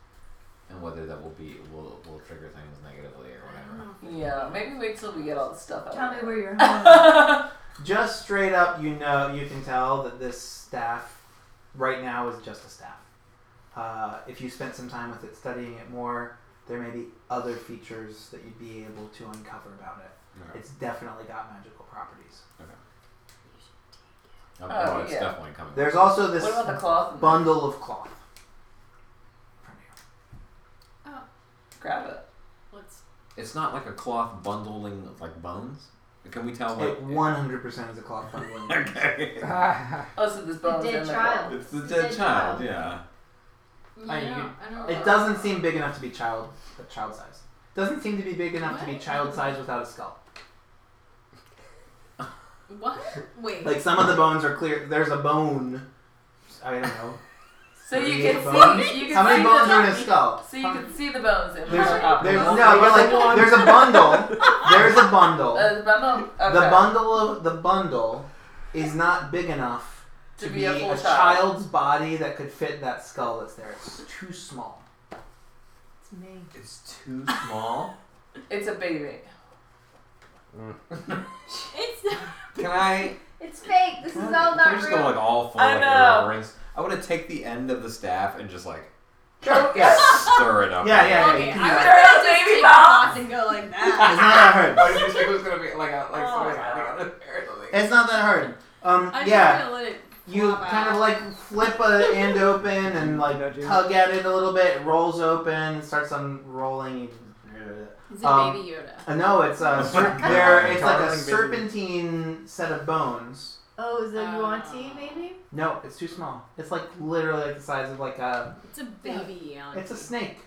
Speaker 6: and whether that will be will will trigger things negatively or whatever.
Speaker 3: Yeah, maybe wait till we get all the stuff out.
Speaker 2: Tell me
Speaker 3: of
Speaker 2: where
Speaker 3: there.
Speaker 2: you're home.
Speaker 1: Just straight up, you know, you can tell that this staff right now is just a staff. Uh, if you spent some time with it, studying it more, there may be other features that you'd be able to uncover about it.
Speaker 6: Okay.
Speaker 1: It's definitely got magical properties.
Speaker 6: Oh,
Speaker 3: Oh,
Speaker 6: it's
Speaker 3: yeah.
Speaker 6: definitely coming.
Speaker 1: There's also this
Speaker 3: What about the cloth? and-
Speaker 1: bundle of cloth.
Speaker 3: Grab it.
Speaker 5: Let's.
Speaker 6: It's not like a cloth bundling of like bones. Can we tell
Speaker 1: It
Speaker 6: what?
Speaker 1: 100% is a cloth bundle.
Speaker 6: okay.
Speaker 3: Oh, so this
Speaker 2: The
Speaker 3: bone's in
Speaker 2: dead
Speaker 3: the
Speaker 2: child.
Speaker 6: It's the
Speaker 2: It's
Speaker 6: dead child. Yeah.
Speaker 5: Yeah,
Speaker 1: I
Speaker 5: I,
Speaker 1: mean, you-
Speaker 5: don't know.
Speaker 1: It doesn't seem big enough to be child child size. Doesn't seem to be big enough to be
Speaker 5: What?
Speaker 1: child size without a skull.
Speaker 5: What? Wait.
Speaker 1: Like some of the bones are clear. There's a bone. I don't know.
Speaker 3: So you
Speaker 1: Thirty-eight
Speaker 3: can
Speaker 1: bones?
Speaker 3: see. You can
Speaker 1: How many
Speaker 3: see
Speaker 1: bones
Speaker 3: the,
Speaker 1: are in a skull?
Speaker 3: So you
Speaker 1: How-
Speaker 3: can see the bones in
Speaker 1: There's,
Speaker 3: the top.
Speaker 1: there's no, but like there's a bundle. There's a bundle.
Speaker 3: Uh, the bundle. Okay.
Speaker 1: The bundle of the bundle is not big enough to, be, a,
Speaker 3: full child.
Speaker 1: child's body that could fit that skull that's there. It's too small.
Speaker 2: It's me.
Speaker 6: It's too small.
Speaker 3: It's a baby.
Speaker 5: It's not.
Speaker 6: Can I?
Speaker 2: It's fake. This is all
Speaker 6: Can
Speaker 2: not
Speaker 6: we just
Speaker 2: real.
Speaker 6: go like all full
Speaker 3: I
Speaker 6: like,
Speaker 3: know.
Speaker 6: irreverence? I want to take the end of the staff and just like
Speaker 1: Sure. Yes.
Speaker 6: stir it up.
Speaker 1: Yeah, yeah, yeah.
Speaker 5: Okay,
Speaker 1: you
Speaker 5: I
Speaker 1: can
Speaker 5: would
Speaker 1: do that.
Speaker 5: have just
Speaker 3: Baby
Speaker 5: take
Speaker 3: doll.
Speaker 5: off and go like that.
Speaker 1: It's not that hard.
Speaker 6: I just think it was gonna be like a, like
Speaker 3: Oh,
Speaker 6: something
Speaker 3: wow.
Speaker 6: like an affair or something.
Speaker 1: It's not that hard. Um,
Speaker 5: I'm
Speaker 1: yeah,
Speaker 5: just gonna let it.
Speaker 1: you
Speaker 5: flop
Speaker 1: kind of
Speaker 5: out.
Speaker 1: like flip a end open and like
Speaker 17: Nudging.
Speaker 1: tug at it a little bit. It rolls open, starts unrolling.
Speaker 5: Is it
Speaker 1: um,
Speaker 5: Baby Yoda?
Speaker 1: Uh, no, it's a
Speaker 6: Oh my
Speaker 1: there. It's like a
Speaker 17: Darling baby.
Speaker 1: serpentine set of bones
Speaker 2: Oh, is that
Speaker 5: Uh,
Speaker 2: Yuan-Ti, maybe?
Speaker 1: No, it's too small. It's like literally like the size of like a.
Speaker 5: It's a baby yeah.
Speaker 1: It's a snake.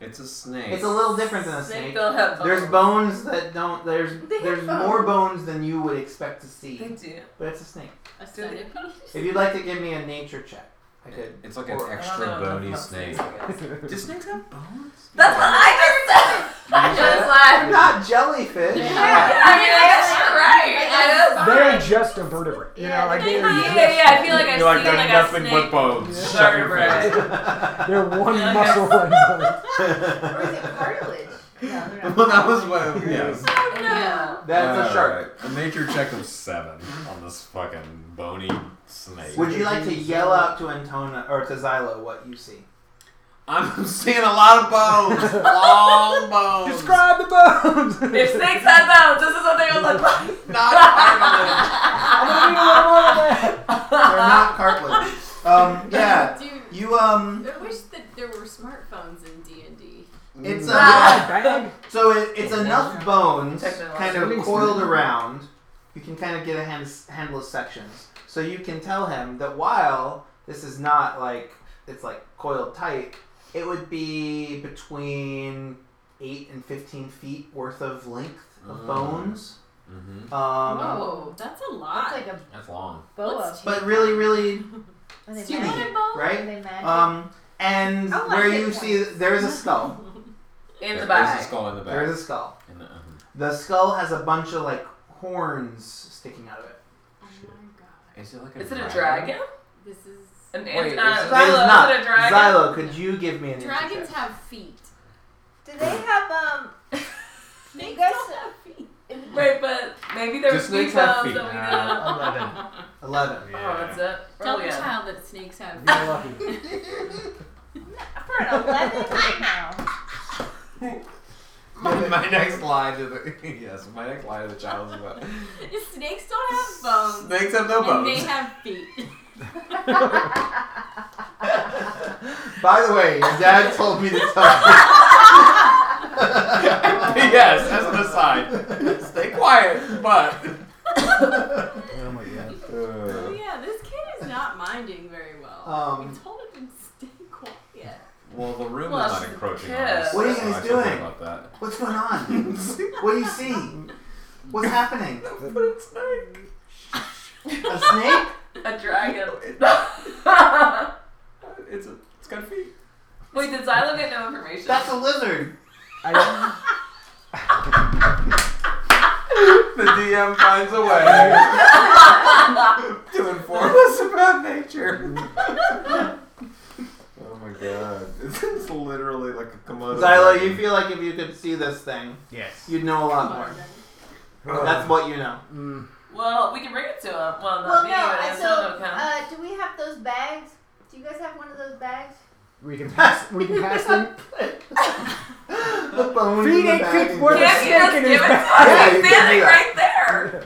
Speaker 6: It's a snake.
Speaker 1: It's a little different than a
Speaker 3: Snake
Speaker 1: snake.
Speaker 3: don't have
Speaker 1: There's bones that don't. There's
Speaker 2: They have
Speaker 1: there's more bones than you would expect to see.
Speaker 3: They do.
Speaker 1: But it's a snake.
Speaker 5: A
Speaker 3: Do they-
Speaker 5: centipede?
Speaker 1: If you'd like to give me a nature check, I could.
Speaker 6: It's like an
Speaker 1: or-
Speaker 6: extra
Speaker 3: I don't know
Speaker 6: bony
Speaker 3: enough
Speaker 6: snake.
Speaker 3: about
Speaker 6: Do snakes have bones?
Speaker 3: That's what I just said.
Speaker 5: Just
Speaker 6: I
Speaker 5: laugh.
Speaker 1: I'm not jellyfish.
Speaker 5: Yeah.
Speaker 3: I mean, I guess you're right. I guess.
Speaker 17: They're just a vertebrate. You
Speaker 2: Yeah,
Speaker 17: know, like they're,
Speaker 3: Yeah, yeah, yeah. I feel like I've
Speaker 21: You're like,
Speaker 3: seen
Speaker 21: they're
Speaker 3: like a
Speaker 21: nothing but
Speaker 3: snake.
Speaker 21: bones. Shut your face.
Speaker 3: vertebrae.
Speaker 17: they're one
Speaker 3: Yeah, okay.
Speaker 17: muscle. and bone.
Speaker 2: Or is it cartilage? No, they're not.
Speaker 6: Well, that was what. Yes.
Speaker 3: Yeah.
Speaker 1: That's a
Speaker 6: All
Speaker 1: shark.
Speaker 6: right. A nature check of seven on this fucking bony snake.
Speaker 1: Would you like to yell out to Antona or to Xylo what you see?
Speaker 6: I'm seeing a lot of bones, long bones.
Speaker 17: Describe the bones.
Speaker 3: If snakes had bones, this is what they would look like.
Speaker 6: Not cartilage.
Speaker 1: They're not cartilage. Um, yeah.
Speaker 5: Dude,
Speaker 1: You um,
Speaker 5: I wish that there were smartphones in D and D.
Speaker 1: it's
Speaker 3: Ah.
Speaker 1: a,
Speaker 17: Bag.
Speaker 1: so it, it's enough bones kind of
Speaker 17: Technology.
Speaker 1: coiled around. You can kind of get a hand, handle sections, so you can tell him that while this is not like it's like coiled tight, it would be between eight and fifteen feet worth of length of
Speaker 6: Mm.
Speaker 1: bones.
Speaker 6: Mm-hmm.
Speaker 1: Um,
Speaker 5: Whoa, that's a
Speaker 2: It's
Speaker 5: lot.
Speaker 2: like a
Speaker 6: That's long.
Speaker 2: boa.
Speaker 5: Let's
Speaker 1: but really, really,
Speaker 2: Are they
Speaker 1: Stupid.
Speaker 2: magic? Are
Speaker 1: right?
Speaker 2: they magic?
Speaker 1: Um, and
Speaker 2: Oh, I like
Speaker 1: where
Speaker 2: it
Speaker 1: you
Speaker 2: once.
Speaker 1: see there is a skull.
Speaker 3: In the
Speaker 6: There's a
Speaker 3: back.
Speaker 6: skull in the back.
Speaker 1: There is a skull.
Speaker 6: In the, um,
Speaker 1: The skull has a bunch of like horns sticking out of it.
Speaker 5: Oh my god.
Speaker 6: is it like a
Speaker 3: Is it a dragon?
Speaker 5: This is.
Speaker 3: An
Speaker 1: Wait,
Speaker 3: ant- uh,
Speaker 1: it's- it is
Speaker 3: Xylo,
Speaker 1: not.
Speaker 3: Is it a dragon?
Speaker 1: Xylo, could you give me an nature
Speaker 5: Dragons
Speaker 1: check?
Speaker 5: have feet.
Speaker 2: Do they have um?
Speaker 5: They
Speaker 2: You guys-
Speaker 5: don't have feet.
Speaker 3: Wait, but maybe there
Speaker 6: Do
Speaker 3: was
Speaker 6: snakes
Speaker 3: snake
Speaker 6: have
Speaker 3: bones
Speaker 6: feet?
Speaker 3: that we didn't.
Speaker 17: Nah.
Speaker 3: know.
Speaker 17: Eleven.
Speaker 1: Eleven.
Speaker 3: Oh, that's it.
Speaker 5: Tell
Speaker 3: Oh,
Speaker 5: the
Speaker 3: yeah.
Speaker 5: child that snakes have feet.
Speaker 17: You're lucky.
Speaker 2: For an eleven right now.
Speaker 6: My, my next lie to the yes, my next lie to the child is about
Speaker 5: Snakes don't have bones.
Speaker 6: snakes have no
Speaker 5: and they
Speaker 6: bones.
Speaker 5: have feet.
Speaker 1: By the way, your dad told me to tell
Speaker 6: yes, as an aside, stay quiet. But
Speaker 17: Oh my god.
Speaker 5: Oh
Speaker 6: Uh,
Speaker 5: yeah, this kid is not minding very well.
Speaker 1: Um,
Speaker 5: we told him to stay quiet.
Speaker 6: well, the room
Speaker 3: Well,
Speaker 6: is not
Speaker 3: she's a
Speaker 6: encroaching on
Speaker 3: kid.
Speaker 6: us.
Speaker 1: What are you
Speaker 6: so
Speaker 1: guys
Speaker 6: I feel good
Speaker 1: doing?
Speaker 6: About that.
Speaker 1: What's going on? What do you see? What's happening? A snake?
Speaker 3: A dragon.
Speaker 6: It's a, it's got feet.
Speaker 3: Wait, did Xylo get no information?
Speaker 1: That's a lizard.
Speaker 17: I,
Speaker 6: The DM finds a way to inform us about nature. oh my god, it's, it's literally like a komodo.
Speaker 1: Xylo,
Speaker 6: dragon.
Speaker 1: you feel like if you could see this thing,
Speaker 17: yes.
Speaker 1: you'd know a lot more. That's what you know.
Speaker 17: Mm.
Speaker 3: Well, we can bring it to him. Well, not
Speaker 2: Well,
Speaker 3: me,
Speaker 2: no.
Speaker 3: but
Speaker 2: I-
Speaker 3: Antonio
Speaker 2: So,
Speaker 3: can.
Speaker 2: uh, do we have those bags? Do you guys have one of those bags?
Speaker 17: We can pass. We can pass them.
Speaker 1: the bones
Speaker 17: Feet
Speaker 1: in the
Speaker 17: ain't
Speaker 1: bag
Speaker 17: feet
Speaker 1: and-
Speaker 17: worth a
Speaker 3: Can't you just
Speaker 17: snake in
Speaker 3: give it to
Speaker 17: his back.
Speaker 3: us?
Speaker 1: Yeah, you
Speaker 3: He's
Speaker 1: can
Speaker 3: standing
Speaker 1: do that.
Speaker 3: right there.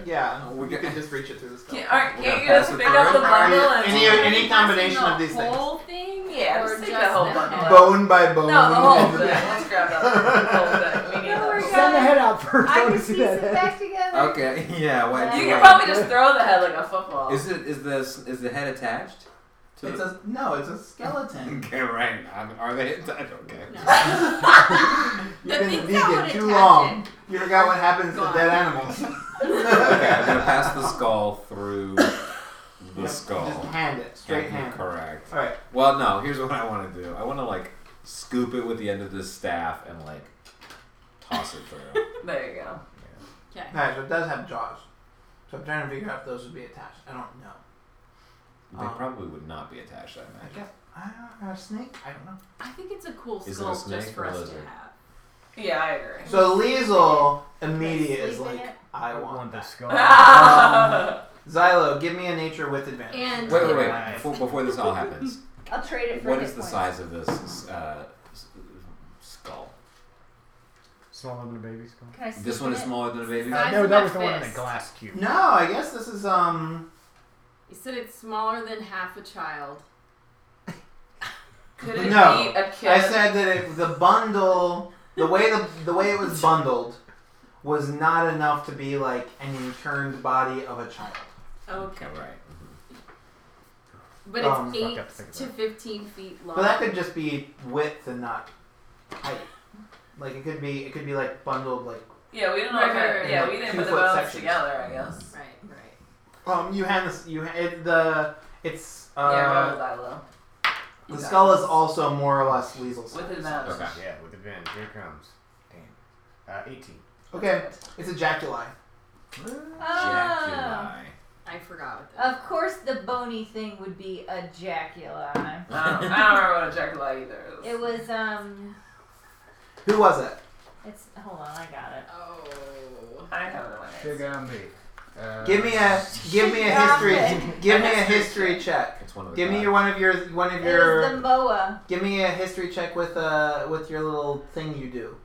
Speaker 1: Yeah,
Speaker 6: We
Speaker 1: you
Speaker 6: got-
Speaker 1: could just reach it through the skull.
Speaker 3: Can't, aren't,
Speaker 6: We
Speaker 3: can't
Speaker 6: gotta
Speaker 3: you
Speaker 6: pass
Speaker 3: just
Speaker 6: it
Speaker 3: pick up the
Speaker 6: through. Are
Speaker 3: bundle
Speaker 1: you-
Speaker 3: and
Speaker 1: any-
Speaker 5: Are we
Speaker 1: any
Speaker 5: passing
Speaker 1: combination
Speaker 5: the
Speaker 1: of these things.
Speaker 5: Whole thing?
Speaker 3: Yeah,
Speaker 5: or
Speaker 3: just take the
Speaker 5: just
Speaker 3: whole
Speaker 5: the
Speaker 3: bundle.
Speaker 5: head?
Speaker 1: Bone by bone.
Speaker 3: No, the whole thing. Let's grab that whole thing. We need
Speaker 2: Don't worry,
Speaker 3: that.
Speaker 2: guys.
Speaker 17: Send the head out first. I
Speaker 2: I
Speaker 17: want
Speaker 2: can
Speaker 17: to see
Speaker 2: piece
Speaker 17: that
Speaker 2: it
Speaker 17: head.
Speaker 2: back together.
Speaker 6: Okay, yeah. Wait.
Speaker 3: You
Speaker 6: wait.
Speaker 3: can probably just throw the head like a football.
Speaker 6: Is it is this is the head attached? To
Speaker 1: It's
Speaker 6: the,
Speaker 1: a no. It's a skeleton.
Speaker 6: okay, right. I'm, are they attached? Okay.
Speaker 1: You've
Speaker 5: The
Speaker 1: been
Speaker 5: things that
Speaker 1: vegan
Speaker 5: would
Speaker 1: too
Speaker 5: attach
Speaker 1: long. You forgot what happens
Speaker 5: Go
Speaker 1: to
Speaker 5: on.
Speaker 1: dead animals.
Speaker 6: okay, I'm gonna pass the skull through the
Speaker 1: Yep, Just
Speaker 6: skull.
Speaker 1: hand it, straight hand.
Speaker 6: Correct.
Speaker 1: All right.
Speaker 6: Well, no. Here's what I want to do. I want to like scoop it with the end of this staff and like toss it through.
Speaker 3: There you go.
Speaker 5: Okay.
Speaker 1: All right. So it does have jaws. So I'm trying to figure out if those would be attached. I don't know.
Speaker 2: Oh.
Speaker 6: they
Speaker 1: Um,
Speaker 6: probably would not be attached. I
Speaker 1: I
Speaker 6: imagine.
Speaker 1: guess I don't know. A snake? I don't know.
Speaker 5: I think it's a cool
Speaker 6: Is it a
Speaker 5: skull
Speaker 6: snake
Speaker 5: just for
Speaker 6: or a
Speaker 5: us to
Speaker 6: lizard?
Speaker 5: have.
Speaker 3: Yeah, I agree.
Speaker 1: So Liesel immediate is
Speaker 2: Sleep in
Speaker 1: like,
Speaker 2: it?
Speaker 1: I
Speaker 17: I
Speaker 1: want
Speaker 17: want the
Speaker 1: that.
Speaker 17: skull.
Speaker 3: Ah.
Speaker 1: Xylo, give me a nature with advantage.
Speaker 5: And
Speaker 6: Wait, wait, wait.
Speaker 17: Nice.
Speaker 6: Before, before this all happens,
Speaker 2: I'll trade it for.
Speaker 6: what
Speaker 2: hit
Speaker 6: is the
Speaker 2: points.
Speaker 6: size of this uh, s- skull?
Speaker 17: Smaller than a baby skull.
Speaker 2: Can I sleep
Speaker 6: This one
Speaker 2: in
Speaker 6: is
Speaker 2: it?
Speaker 6: smaller than a baby.
Speaker 5: Size
Speaker 17: no,
Speaker 5: of
Speaker 17: that
Speaker 5: my
Speaker 17: was the one in the
Speaker 5: fist.
Speaker 17: glass cube.
Speaker 1: No, I guess this is um.
Speaker 5: You said it's smaller than half a child.
Speaker 3: Could it
Speaker 1: No.
Speaker 3: be a kid?
Speaker 1: I said that it, the bundle, the way the the way it was bundled, was not enough to be like an interned body of a child.
Speaker 5: Oh, Okay.
Speaker 10: Right.
Speaker 5: But it's
Speaker 1: Um,
Speaker 5: eight
Speaker 11: up to think
Speaker 5: to fifteen feet long.
Speaker 1: But that could just be width and not height. Like it could be, it could be like bundled. Like
Speaker 3: Yeah, we don't know.
Speaker 5: Right,
Speaker 3: if
Speaker 5: right,
Speaker 3: it-
Speaker 5: right.
Speaker 3: yeah,
Speaker 1: Like
Speaker 3: we didn't
Speaker 1: two
Speaker 3: put the
Speaker 1: foot
Speaker 3: bones
Speaker 1: sections.
Speaker 3: together. I guess.
Speaker 5: Right, right.
Speaker 1: um, you hand this, you ha- it, the it's
Speaker 3: yeah,
Speaker 1: uh,
Speaker 3: roll die low.
Speaker 1: the
Speaker 3: You got
Speaker 1: skull
Speaker 3: this.
Speaker 1: is also more or less weasel. size.
Speaker 3: with advantage.
Speaker 10: Okay.
Speaker 12: Yeah, with advantage. Here it comes. Damn. Uh, 18.
Speaker 1: Okay, it's a jackuli.
Speaker 14: Oh,
Speaker 10: Jaculi.
Speaker 5: I forgot what that
Speaker 2: Ah! Of course, the bony thing would be a Jackula.
Speaker 3: I don't, I don't remember what a jackal either is.
Speaker 2: It was um.
Speaker 1: Who was it?
Speaker 2: It's hold on, I got it.
Speaker 5: Oh.
Speaker 3: I have no idea.
Speaker 17: Shigami. Uh,
Speaker 1: Give me a, give me a history, give me a history check.
Speaker 10: It's one of the
Speaker 1: Give me
Speaker 10: gods.
Speaker 1: your one of your one of
Speaker 2: It was
Speaker 1: your.
Speaker 2: the Moa.
Speaker 1: Give me a history check with uh with your little thing you do.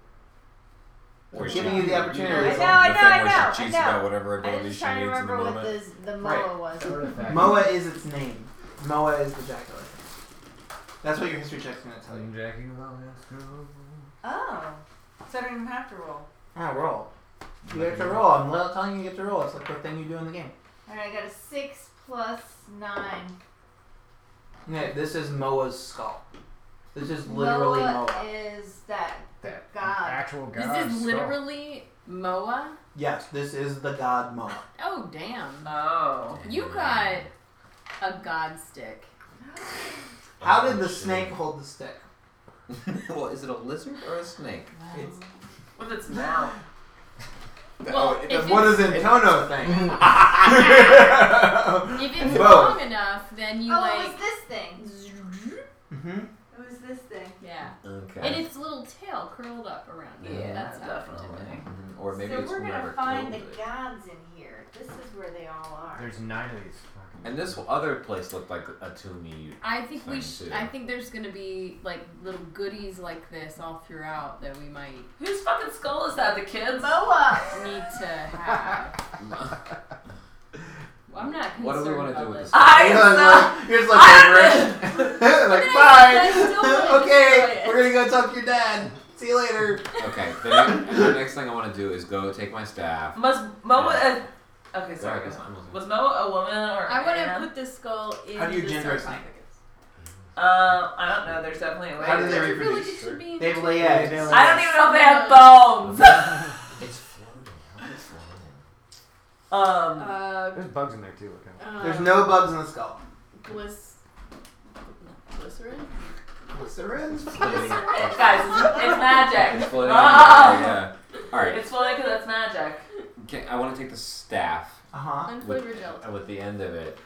Speaker 10: Where
Speaker 1: giving
Speaker 10: she-
Speaker 1: you the opportunity.
Speaker 2: I
Speaker 10: the
Speaker 2: know, I
Speaker 10: thing
Speaker 2: know, I
Speaker 10: where she
Speaker 2: know, I
Speaker 10: cheats
Speaker 2: know.
Speaker 10: about whatever
Speaker 2: I'm
Speaker 10: ability
Speaker 2: just
Speaker 10: she
Speaker 2: trying to
Speaker 10: needs in the
Speaker 2: remember what
Speaker 10: moment.
Speaker 2: the the Moa
Speaker 1: Right.
Speaker 2: was.
Speaker 17: artifact.
Speaker 1: Moa is its name. Moa is the jackal. That's what your history check's gonna tell you.
Speaker 17: I'm jacking about this girl.
Speaker 14: oh. So I don't even have to roll.
Speaker 1: Ah, roll. You get to roll. I'm li- telling you, you get to roll. It's like the thing you do in the game.
Speaker 2: All right, I got a six plus nine.
Speaker 1: Yeah, this is Moa's skull. This is literally Moa.
Speaker 2: is that
Speaker 11: That
Speaker 2: God.
Speaker 11: Actual god.
Speaker 5: This is
Speaker 11: skull.
Speaker 5: literally Moa.
Speaker 1: Yes, this is the god Moa.
Speaker 5: Oh damn!
Speaker 3: Oh.
Speaker 5: You got a god stick.
Speaker 1: How did the snake hold the stick?
Speaker 10: well, is it a lizard or a snake?
Speaker 1: It's
Speaker 3: With its mouth.
Speaker 6: Oh,
Speaker 5: Well, if it's,
Speaker 1: what does Antono think?
Speaker 5: if it's
Speaker 1: Both.
Speaker 5: long enough, then you
Speaker 2: oh, it
Speaker 5: like.
Speaker 2: was this thing.
Speaker 1: hmm
Speaker 14: It was this thing.
Speaker 5: Yeah.
Speaker 10: Okay.
Speaker 5: And its little tail curled up around it.
Speaker 3: Yeah,
Speaker 5: That's how it did
Speaker 3: definitely.
Speaker 5: it.
Speaker 10: Mhm. Or maybe
Speaker 2: so
Speaker 10: it's
Speaker 2: we're
Speaker 10: whoever
Speaker 2: gonna find the
Speaker 10: killed it.
Speaker 2: gods in here. This is where they all are.
Speaker 12: There's nine of these. fucking-
Speaker 10: And this other place looked like a tombie.
Speaker 5: I think we
Speaker 10: Thing,
Speaker 5: should.
Speaker 10: too.
Speaker 5: I think there's gonna be like little goodies like this all throughout that we might
Speaker 3: Whose fucking skull is that? The kids?
Speaker 2: Moa.
Speaker 5: need to have. Well, I'm not concerned
Speaker 10: What do we wanna do
Speaker 5: about
Speaker 10: with
Speaker 5: this.
Speaker 10: this?
Speaker 3: I
Speaker 1: You're
Speaker 3: saw.
Speaker 1: like, you're just like, over it. like
Speaker 5: I still
Speaker 1: bye.
Speaker 5: wanna
Speaker 1: okay,
Speaker 5: enjoy it.
Speaker 1: we're gonna go talk to your dad. See you later.
Speaker 10: Okay. The, ne- the next thing I want to do is go take my staff.
Speaker 3: Was Moa a. Okay,
Speaker 10: Sorry,
Speaker 3: sorry.
Speaker 10: I guess I'm listening.
Speaker 3: Was Moa a woman or a
Speaker 5: I want to
Speaker 3: man?
Speaker 5: put this skull in
Speaker 1: How do you
Speaker 5: the
Speaker 1: gender a snake?
Speaker 5: sarcophagus.
Speaker 3: Um, I don't know. There's definitely a way.
Speaker 1: How do
Speaker 3: to-
Speaker 1: they
Speaker 5: I feel like
Speaker 1: reproduce?
Speaker 5: it should be. in
Speaker 1: They
Speaker 5: the
Speaker 1: lay
Speaker 5: tube.
Speaker 1: eggs. They lay
Speaker 3: I don't even know if they have bones.
Speaker 6: It's floating. How is it floating?
Speaker 3: um,
Speaker 5: Uh,
Speaker 11: There's bugs in there too. Look out.
Speaker 5: uh,
Speaker 1: There's no bugs in the skull.
Speaker 5: Glyc- glycerin.
Speaker 1: Glycerin?
Speaker 10: Floating.
Speaker 6: Uh,
Speaker 3: guys, it's, it's magic.
Speaker 10: It's floating.
Speaker 3: Ah.
Speaker 10: Yeah. All right.
Speaker 3: It's funny because that's magic.
Speaker 10: Okay, I want to take the staff
Speaker 1: Uh huh.
Speaker 5: Unflavored
Speaker 10: with,
Speaker 5: gelatin.
Speaker 10: and with the end of it.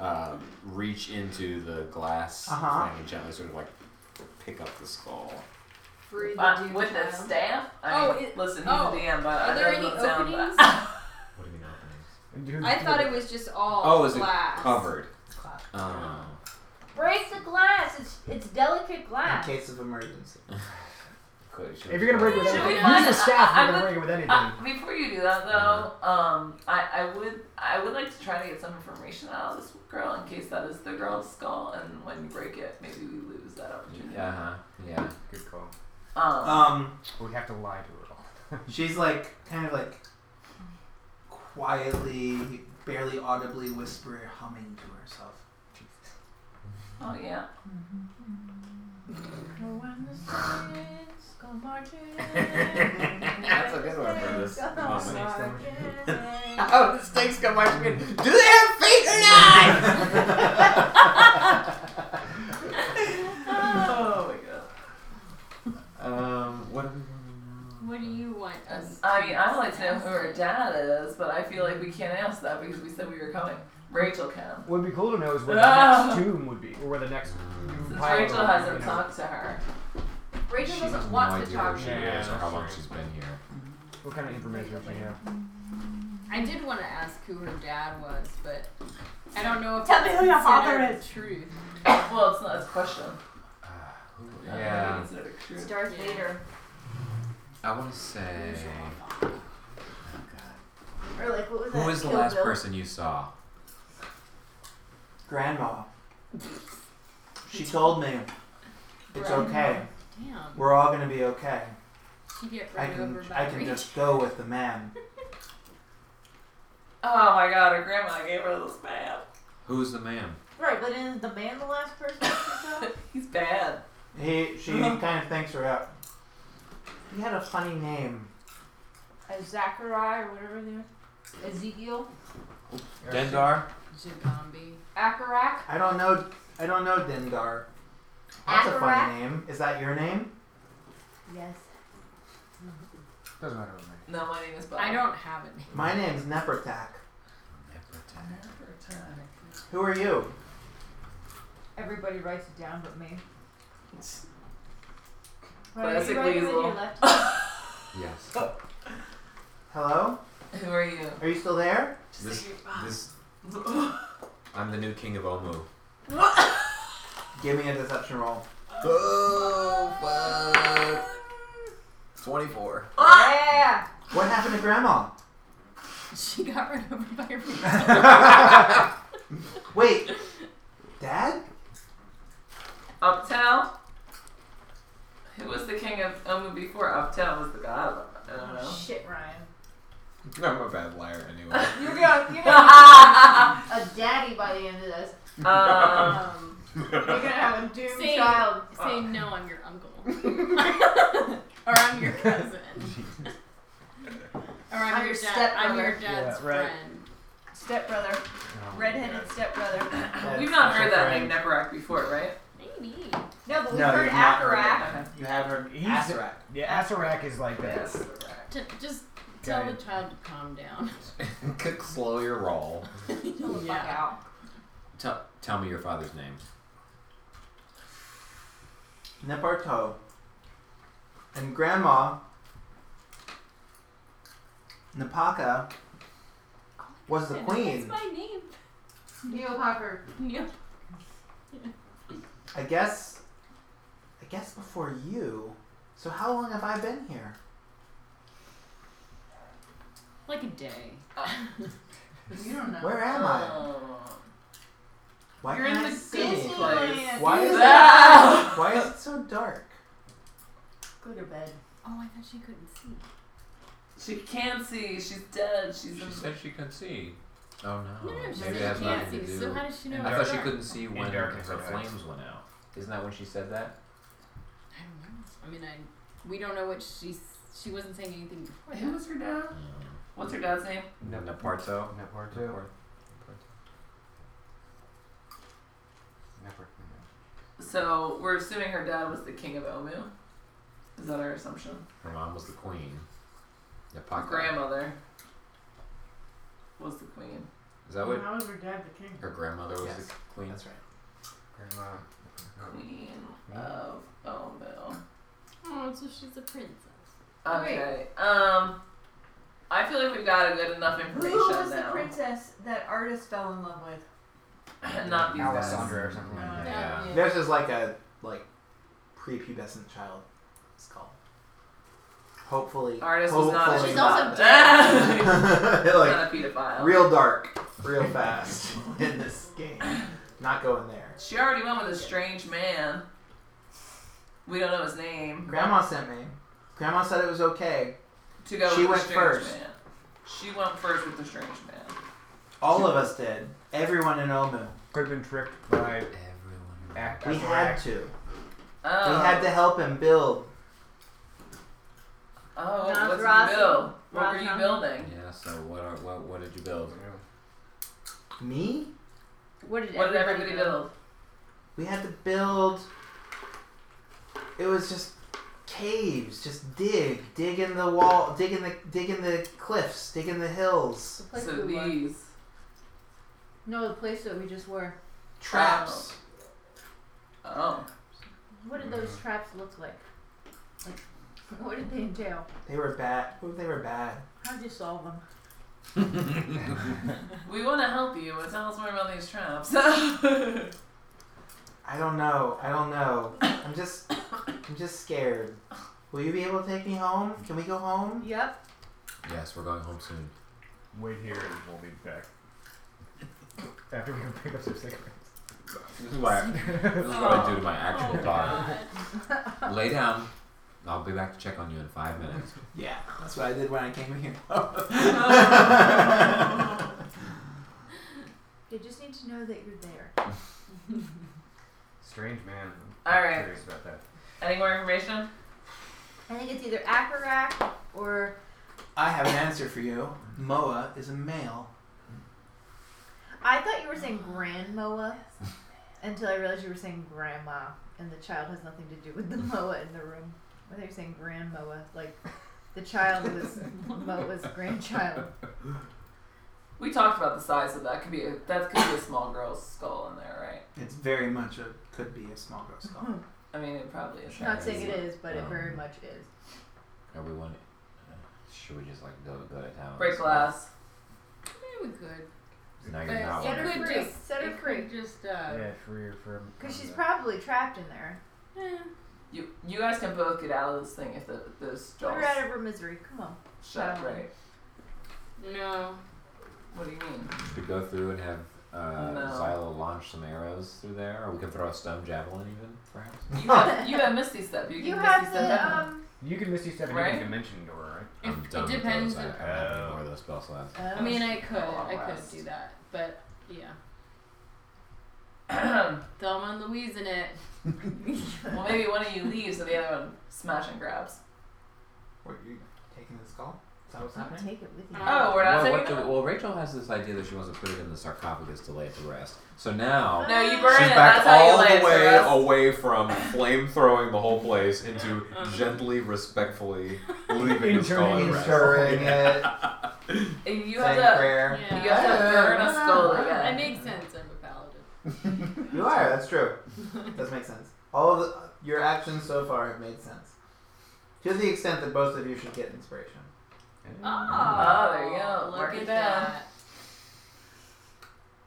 Speaker 10: Uh, reach into the glass
Speaker 1: Uh-huh.
Speaker 10: thing and gently sort of like pick up the skull.
Speaker 5: Free the
Speaker 3: Uh,
Speaker 5: dude
Speaker 3: with the
Speaker 5: child.
Speaker 3: staff? I
Speaker 5: Oh,
Speaker 3: mean,
Speaker 5: it-
Speaker 3: listen, he's
Speaker 5: oh.
Speaker 3: a DM, but
Speaker 5: Are
Speaker 3: I
Speaker 5: there
Speaker 3: know
Speaker 5: any
Speaker 3: it sounds-
Speaker 5: openings?
Speaker 6: What do you mean openings?
Speaker 5: I thought it was just all
Speaker 10: Oh, is
Speaker 5: glass.
Speaker 10: it covered?
Speaker 1: Um,
Speaker 10: Oh.
Speaker 2: Break the glass. It's it's delicate
Speaker 1: In
Speaker 5: Ah.
Speaker 2: glass.
Speaker 1: case of emergency.
Speaker 10: Good, should
Speaker 17: If you're gonna break with
Speaker 3: Should we
Speaker 17: anything,
Speaker 3: find-
Speaker 17: use the staff.
Speaker 3: I- I
Speaker 17: You're gonna
Speaker 3: would-
Speaker 17: break it with anything.
Speaker 3: Uh, before you do that though, um, I, I would I would like to try to get some information out of this girl in case that is the girl's skull, and when you break it, maybe we lose that opportunity.
Speaker 10: Yeah, uh-huh. yeah.
Speaker 12: Good call.
Speaker 3: Um,
Speaker 1: Um,
Speaker 11: We have to lie to her. all.
Speaker 1: she's like, kind of like, quietly, barely audibly whisper, humming to herself.
Speaker 3: oh yeah.
Speaker 14: When the saints go marching in,
Speaker 10: That's a good one for this
Speaker 14: go
Speaker 10: moment.
Speaker 14: marching in.
Speaker 10: Oh, the stakes go marching in. Do they have feet or not?
Speaker 3: Oh my god.
Speaker 10: Um, what are we doing now?
Speaker 5: What do you want us?
Speaker 3: I mean, I would like to know who her dad is, but I feel like we can't ask that because we said we were coming. Rachel can.
Speaker 17: Would be cool to know is where
Speaker 3: Ah.
Speaker 17: the next tomb would be, or where the next.
Speaker 3: Since
Speaker 17: pile
Speaker 3: Rachel
Speaker 17: of-
Speaker 3: hasn't
Speaker 17: you know.
Speaker 3: talked to her.
Speaker 5: Rachel
Speaker 10: She has
Speaker 5: doesn't
Speaker 10: no
Speaker 5: want to
Speaker 10: idea
Speaker 5: talk
Speaker 10: where
Speaker 5: to
Speaker 10: she
Speaker 5: me.
Speaker 10: is or how long she's been here.
Speaker 17: What kind of information do you have?
Speaker 5: I did want to ask who her dad was, but I don't know if
Speaker 14: Tell
Speaker 5: that's
Speaker 14: me who your father
Speaker 5: considered Truth.
Speaker 3: Well, it's not it's a question.
Speaker 10: Uh, who,
Speaker 3: I don't know if we
Speaker 10: yeah.
Speaker 3: consider it true.
Speaker 2: It's Darth
Speaker 5: Yeah.
Speaker 2: Vader,
Speaker 10: I want to say.
Speaker 1: Eh.
Speaker 10: Oh,
Speaker 2: or like what was
Speaker 10: God. Who
Speaker 2: that?
Speaker 10: was the
Speaker 2: Kill
Speaker 10: last
Speaker 2: Bill?
Speaker 10: person you saw?
Speaker 1: Grandma. She told me, it's
Speaker 5: Grandma.
Speaker 1: okay.
Speaker 5: Damn.
Speaker 1: We're all gonna be okay.
Speaker 5: You get
Speaker 1: I
Speaker 5: run
Speaker 1: can
Speaker 5: over by
Speaker 1: I can
Speaker 5: Rachel.
Speaker 1: just go with the man.
Speaker 3: Oh my god, her grandma gave her this man.
Speaker 6: Who's the man?
Speaker 14: Right, but isn't the man the last person to go?
Speaker 3: He's bad.
Speaker 1: He, she kind of thanks her out. He had a funny name.
Speaker 14: Uh, Zachariah or whatever his name is. Ezekiel.
Speaker 6: Dendar?
Speaker 5: Jabambi.
Speaker 14: Akarak.
Speaker 1: I don't know. I don't know Dindar. That's a
Speaker 14: Akarak?
Speaker 1: funny name. Is that your name?
Speaker 14: Yes.
Speaker 17: Doesn't matter what name.
Speaker 3: No, my name is Bob.
Speaker 5: I don't have a name.
Speaker 1: My name's Nefertak.
Speaker 3: Never time.
Speaker 1: Who are you?
Speaker 2: Everybody writes it down but me.
Speaker 14: Right,
Speaker 3: Classic
Speaker 14: you write it with
Speaker 3: weasel.
Speaker 14: your left hand.
Speaker 6: Yes.
Speaker 17: Oh.
Speaker 1: Hello?
Speaker 3: Who are you?
Speaker 1: Are you still there?
Speaker 3: Just
Speaker 6: This,
Speaker 3: say your Bob.
Speaker 6: this, I'm the new king of Omu.
Speaker 3: what?
Speaker 1: Give me a deception roll.
Speaker 6: Oh, fuck. 24.
Speaker 14: Yeah.
Speaker 1: What happened to Grandma?
Speaker 5: She got run over by her
Speaker 1: Wait, Dad?
Speaker 3: Uptown? Who was the king of Omu before? Uptown was the god of I don't know.
Speaker 2: Shit, Ryan.
Speaker 6: I'm a bad liar anyway.
Speaker 2: You're gonna you're gonna have a daddy by the end of this.
Speaker 3: Um,
Speaker 2: Um, you're gonna have a doomed
Speaker 5: Say,
Speaker 2: child.
Speaker 5: say no, I'm your uncle. or I'm your cousin. or I'm,
Speaker 2: I'm
Speaker 5: your
Speaker 2: your
Speaker 5: dad. I'm
Speaker 2: stepbrother.
Speaker 5: your dad's
Speaker 17: Yeah, right.
Speaker 5: friend.
Speaker 2: Stepbrother. Redheaded stepbrother.
Speaker 3: we've not heard that name
Speaker 1: name.
Speaker 3: Neberak before, right?
Speaker 5: Maybe.
Speaker 2: No, but we
Speaker 1: No,
Speaker 2: heard
Speaker 1: you've not heard
Speaker 2: Akarak.
Speaker 3: Okay.
Speaker 1: You have her.
Speaker 17: He's-
Speaker 1: Asarak.
Speaker 17: Yeah, Asarak is like that.
Speaker 3: Yes.
Speaker 5: T- just tell
Speaker 17: Okay.
Speaker 5: the child to calm down.
Speaker 6: Slow your roll.
Speaker 5: yeah.
Speaker 6: Tell, tell me your father's name.
Speaker 1: Neparto. And Grandma. Napaka was the
Speaker 5: That's
Speaker 1: queen.
Speaker 5: my name.
Speaker 14: Neil Popper.
Speaker 5: Neil.
Speaker 1: I guess. I guess before you. So how long have I been here?
Speaker 5: Like a day. Oh.
Speaker 14: You don't know.
Speaker 1: Where am I? Why
Speaker 3: Oh. You're in
Speaker 1: can't I
Speaker 3: the
Speaker 1: see
Speaker 3: Disney
Speaker 1: anything?
Speaker 3: place.
Speaker 1: Why is
Speaker 3: Ah!
Speaker 1: Why is it so dark?
Speaker 2: Go to bed.
Speaker 5: Oh, I thought she couldn't see.
Speaker 3: She can't see. She's dead. She's
Speaker 6: She
Speaker 3: in
Speaker 6: said she could see. Oh no.
Speaker 5: No, no, she
Speaker 6: Maybe
Speaker 5: said
Speaker 6: it has
Speaker 5: she can't
Speaker 6: nothing to
Speaker 5: see.
Speaker 6: do.
Speaker 5: So how does she know?
Speaker 6: I
Speaker 5: it's
Speaker 6: thought she
Speaker 5: dark?
Speaker 6: couldn't see when
Speaker 12: darkness
Speaker 6: her
Speaker 12: it hides.
Speaker 6: flames went out. Isn't that when she said that?
Speaker 5: I don't know. I mean, I we don't know what she's. She wasn't saying anything before.
Speaker 3: Who
Speaker 5: That.
Speaker 3: was her dad?
Speaker 5: Uh-huh.
Speaker 3: What's her dad's name?
Speaker 6: Mm. Naparto.
Speaker 17: Neparto.
Speaker 11: Never.
Speaker 3: So we're assuming her dad was the king of Omu. Is that our assumption?
Speaker 6: Her mom was the queen.
Speaker 3: Her
Speaker 6: Napaka.
Speaker 3: grandmother was the queen.
Speaker 6: Is that what
Speaker 14: How was her dad the king?
Speaker 6: her grandmother was
Speaker 1: Yes.
Speaker 6: the queen?
Speaker 1: That's right.
Speaker 11: Grandma.
Speaker 1: Oh.
Speaker 3: Queen of Omu.
Speaker 5: Oh, so she's a princess.
Speaker 14: Oh,
Speaker 3: Okay. Um, I feel like we've got a good enough information
Speaker 14: Who was the
Speaker 3: now.
Speaker 14: princess that artist fell in love with?
Speaker 3: Not these guys.
Speaker 11: Alessandra or something like that.
Speaker 6: Yeah.
Speaker 5: That-
Speaker 1: This is like a like prepubescent child. It's called. Hopefully.
Speaker 3: Artist was
Speaker 1: hopefully
Speaker 3: not.
Speaker 5: She's
Speaker 1: not.
Speaker 5: also
Speaker 3: dead.
Speaker 1: like
Speaker 3: not a pedophile.
Speaker 1: real dark, Oh. real fast in this game. Not going there.
Speaker 3: She already went with a strange man. We don't know his name.
Speaker 1: Grandma sent me. Grandma said it was okay.
Speaker 3: To go
Speaker 1: She
Speaker 3: with
Speaker 1: went
Speaker 3: the strange
Speaker 1: first.
Speaker 3: man. She went first with the strange man.
Speaker 1: All of us did. Everyone in Omu.
Speaker 17: Could have been tricked by
Speaker 6: Everyone.
Speaker 17: act.
Speaker 1: We had to. We
Speaker 3: Oh.
Speaker 1: had to help him build.
Speaker 3: Oh,
Speaker 2: Nas
Speaker 3: what's
Speaker 2: Rossi.
Speaker 3: you build? What were you
Speaker 2: Rossi.
Speaker 3: building?
Speaker 6: Yeah. So what? Are, what? What did you build?
Speaker 1: Me?
Speaker 5: What did
Speaker 3: What did everybody
Speaker 5: everybody, do?
Speaker 3: build?
Speaker 1: We had to build. It was just caves. Just dig, dig in the wall, dig in the dig in the cliffs, dig in the hills.
Speaker 2: The place
Speaker 3: so
Speaker 2: that we were.
Speaker 3: these.
Speaker 2: No, the place that we just were.
Speaker 1: Traps.
Speaker 3: Oh.
Speaker 2: What did those traps look like? Like, what did they entail?
Speaker 1: They were bad. Ooh, They were bad.
Speaker 2: How'd you solve them?
Speaker 3: We want to help you, but tell us more about these traps. Why
Speaker 1: I don't know. I don't know. I'm just I'm just scared. Will you be able to take me home? Can we go home?
Speaker 2: Yep.
Speaker 6: Yes, we're going home soon.
Speaker 17: Wait here and we'll be back. After we go pick up some cigarettes.
Speaker 6: This is what I, this is what I do to my actual
Speaker 5: Oh,
Speaker 6: daughter.
Speaker 5: God.
Speaker 6: Lay down. I'll be back to check on you in five minutes.
Speaker 1: Yeah, that's what I did when I came here.
Speaker 2: They just need to know that you're there.
Speaker 12: Strange man. I'm
Speaker 3: All right.
Speaker 12: Curious about that.
Speaker 3: Any more information?
Speaker 2: I think it's either Acarac or
Speaker 1: I have an answer for you. Moa is a male.
Speaker 2: I thought you were saying grandmoa until I realized you were saying grandma, and the child has nothing to do with the moa in the room. I thought you were saying grandmoa, like the child was moa's grandchild.
Speaker 3: We talked about the size of that. Could be a, that could be a small girl's skull in there,
Speaker 1: It's very much a could be a small girl skull.
Speaker 3: right? I mean, it probably is.
Speaker 2: Not saying it is, but it very
Speaker 6: Um,
Speaker 2: much is.
Speaker 6: Are we want? Uh, should we just like go go to town?
Speaker 3: Break glass.
Speaker 5: Yeah, we could.
Speaker 6: Now you're
Speaker 5: But it
Speaker 6: not
Speaker 2: Set
Speaker 6: wondering.
Speaker 2: her
Speaker 5: could
Speaker 2: free.
Speaker 5: just-
Speaker 2: Set her
Speaker 5: it could
Speaker 2: free.
Speaker 5: Just uh,
Speaker 12: Yeah, for for.
Speaker 2: Because she's probably trapped in there.
Speaker 5: eh.
Speaker 3: You you guys can both get out of this thing if the, those
Speaker 2: Put
Speaker 3: jaws
Speaker 2: her out of her misery. Come on.
Speaker 3: shut, right?
Speaker 5: No.
Speaker 3: What do you mean?
Speaker 6: We could go through and have uh,
Speaker 3: No.
Speaker 6: Xylo launch some arrows through there, or we could throw a stone javelin even, perhaps.
Speaker 3: You have, you have Misty Step. You, can
Speaker 2: You
Speaker 3: Misty
Speaker 2: have
Speaker 3: Step
Speaker 2: the
Speaker 3: out.
Speaker 2: um.
Speaker 17: You can miss you seven.
Speaker 3: Right?
Speaker 12: Dimension door,
Speaker 5: If,
Speaker 6: I'm done
Speaker 5: it
Speaker 6: with
Speaker 5: depends.
Speaker 6: Those. I, I
Speaker 5: if-
Speaker 6: don't have any more
Speaker 12: Oh.
Speaker 6: of those spell slots.
Speaker 5: I mean, I could,
Speaker 3: Oh,
Speaker 5: I could
Speaker 3: West.
Speaker 5: do that, but yeah. Thelma and Louise in it. um,
Speaker 3: well, maybe one of you leaves and the other one smash and grabs.
Speaker 1: What you taking the skull? Is that what's
Speaker 2: I'll
Speaker 1: happening?
Speaker 2: take it with you.
Speaker 3: Oh, we're not
Speaker 6: well,
Speaker 3: taking
Speaker 6: what do-
Speaker 3: that?
Speaker 6: well, Rachel has this idea that she wants to put it in the sarcophagus to lay it to rest. So
Speaker 5: Uh,
Speaker 6: now
Speaker 3: No, you burn
Speaker 6: she's
Speaker 3: it.
Speaker 6: back
Speaker 3: That's how you
Speaker 6: all
Speaker 3: lay it
Speaker 6: the
Speaker 3: to
Speaker 6: way
Speaker 3: rest.
Speaker 6: away from flame throwing the whole place into
Speaker 2: Uh-huh.
Speaker 6: gently, respectfully leaving the skull at
Speaker 17: Interning
Speaker 6: rest.
Speaker 1: Stirring it,
Speaker 3: And You have
Speaker 1: saying
Speaker 3: to.
Speaker 1: prayer.
Speaker 3: You have to burn a skull again.
Speaker 5: I make sense. I'm a paladin.
Speaker 1: You are. That's true. Does make sense. All of the, your actions so far have made sense, to the extent that both of you should get inspiration.
Speaker 3: Oh, there you go.
Speaker 5: Look
Speaker 3: Mark
Speaker 5: at
Speaker 3: it down.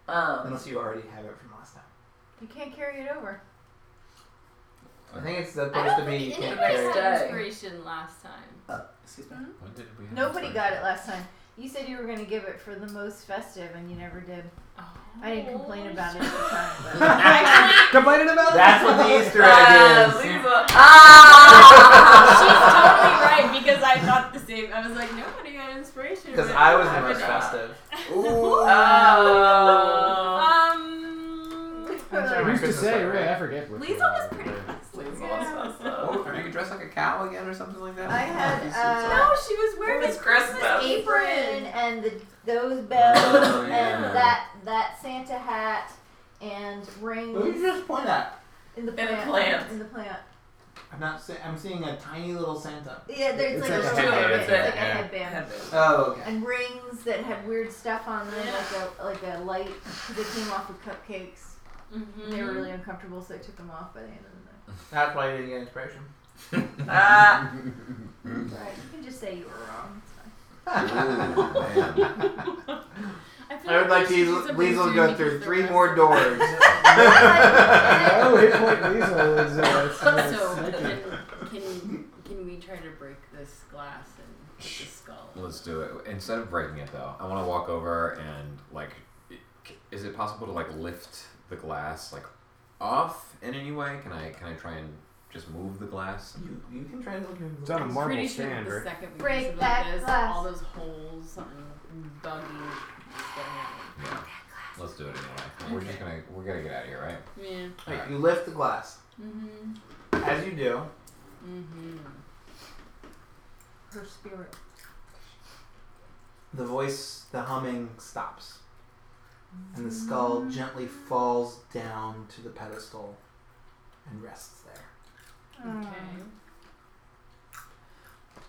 Speaker 5: that.
Speaker 3: Um,
Speaker 1: Unless you already have it from last time.
Speaker 2: You can't carry it over.
Speaker 1: I think it's
Speaker 5: I
Speaker 1: supposed
Speaker 5: don't
Speaker 1: to be you
Speaker 5: think
Speaker 1: can't
Speaker 5: any of us
Speaker 1: carry. it.
Speaker 3: it.
Speaker 5: had
Speaker 3: Day.
Speaker 5: inspiration last time.
Speaker 1: Excuse me.
Speaker 6: When did we have
Speaker 2: Nobody
Speaker 6: this
Speaker 2: got it
Speaker 6: idea?
Speaker 2: last time. You said you were going to give it for the most festive, and you never did. I didn't
Speaker 5: Oh,
Speaker 2: complain about it at the time. But
Speaker 17: Complaining about
Speaker 1: That's what the Easter
Speaker 3: uh,
Speaker 1: egg is.
Speaker 3: leave a- ah!
Speaker 5: She's totally right because I thought the same. I was like, nobody got inspiration.
Speaker 1: Because
Speaker 5: but-
Speaker 1: I was the
Speaker 3: I
Speaker 1: most
Speaker 3: did not.
Speaker 1: festive.
Speaker 3: Um, Oh.
Speaker 5: Um,
Speaker 17: it. Who's to
Speaker 1: Christmas
Speaker 17: say,
Speaker 1: song,
Speaker 17: right?
Speaker 1: right?
Speaker 17: I forget. what-
Speaker 5: Lisa was pretty
Speaker 3: Leaves
Speaker 5: festive.
Speaker 3: all this
Speaker 5: Yeah.
Speaker 3: mess up.
Speaker 6: Oh, are you dressed like a cow again or something like that?
Speaker 2: I had uh,
Speaker 5: No, she was wearing
Speaker 3: It was
Speaker 5: this Christmas
Speaker 3: Christmas.
Speaker 2: apron and the, those bells
Speaker 6: Oh, yeah.
Speaker 2: and that that Santa hat and
Speaker 1: Who did you
Speaker 2: rings
Speaker 1: just point at?
Speaker 2: in the
Speaker 3: the
Speaker 2: plant.
Speaker 3: plant.
Speaker 2: In the plant.
Speaker 1: I'm not. Se- I'm seeing a tiny little Santa.
Speaker 2: Yeah, there's
Speaker 17: It's
Speaker 2: like,
Speaker 17: like
Speaker 2: a
Speaker 17: a
Speaker 2: little
Speaker 3: headband,
Speaker 2: bit. It's
Speaker 3: yeah,
Speaker 2: like a
Speaker 3: yeah.
Speaker 2: headband.
Speaker 1: Oh, okay.
Speaker 2: And rings that had weird stuff on them, like a like a light. 'cause They came off with cupcakes.
Speaker 5: Mm-hmm.
Speaker 2: And they were really uncomfortable, so I took them off by the end of
Speaker 1: That's why you didn't get inspiration.
Speaker 3: Ah.
Speaker 2: the night. Right. You can just say you were wrong. It's fine.
Speaker 6: Ooh, man.
Speaker 5: I, feel
Speaker 1: I would like to
Speaker 5: we should do
Speaker 1: use
Speaker 5: something
Speaker 1: Lisa will
Speaker 5: soon
Speaker 1: go
Speaker 5: because
Speaker 1: through
Speaker 5: the
Speaker 1: three
Speaker 5: rest
Speaker 1: more
Speaker 5: of-
Speaker 1: doors.
Speaker 17: Oh, hit point Lisa is uh, it's, uh,
Speaker 5: So
Speaker 17: psychic.
Speaker 5: can, can can we try to break this glass and hit the skull?
Speaker 6: Let's do it. Instead of breaking it though, I want to walk over and like, i- is it possible to like lift the glass like off in any way? Can I can I try and just move the glass?
Speaker 1: you, you can try to look at
Speaker 17: It's on a
Speaker 5: I'm
Speaker 17: marble
Speaker 5: pretty sure
Speaker 17: stand,
Speaker 5: the
Speaker 17: right?
Speaker 5: second we
Speaker 2: Break
Speaker 5: do something
Speaker 2: that
Speaker 5: like this,
Speaker 2: glass.
Speaker 5: all those holes, something buggy. is gonna
Speaker 6: Yeah. Let's do it anyway. We're just gonna we're gonna get out of here, right?
Speaker 5: happen. Yeah.
Speaker 1: Wait, you lift the glass.
Speaker 5: Mm-hmm.
Speaker 1: As you do,
Speaker 5: Mm-hmm.
Speaker 2: Her spirit.
Speaker 1: the voice, the humming stops. And the skull gently falls down to the pedestal and rests there.
Speaker 5: Okay.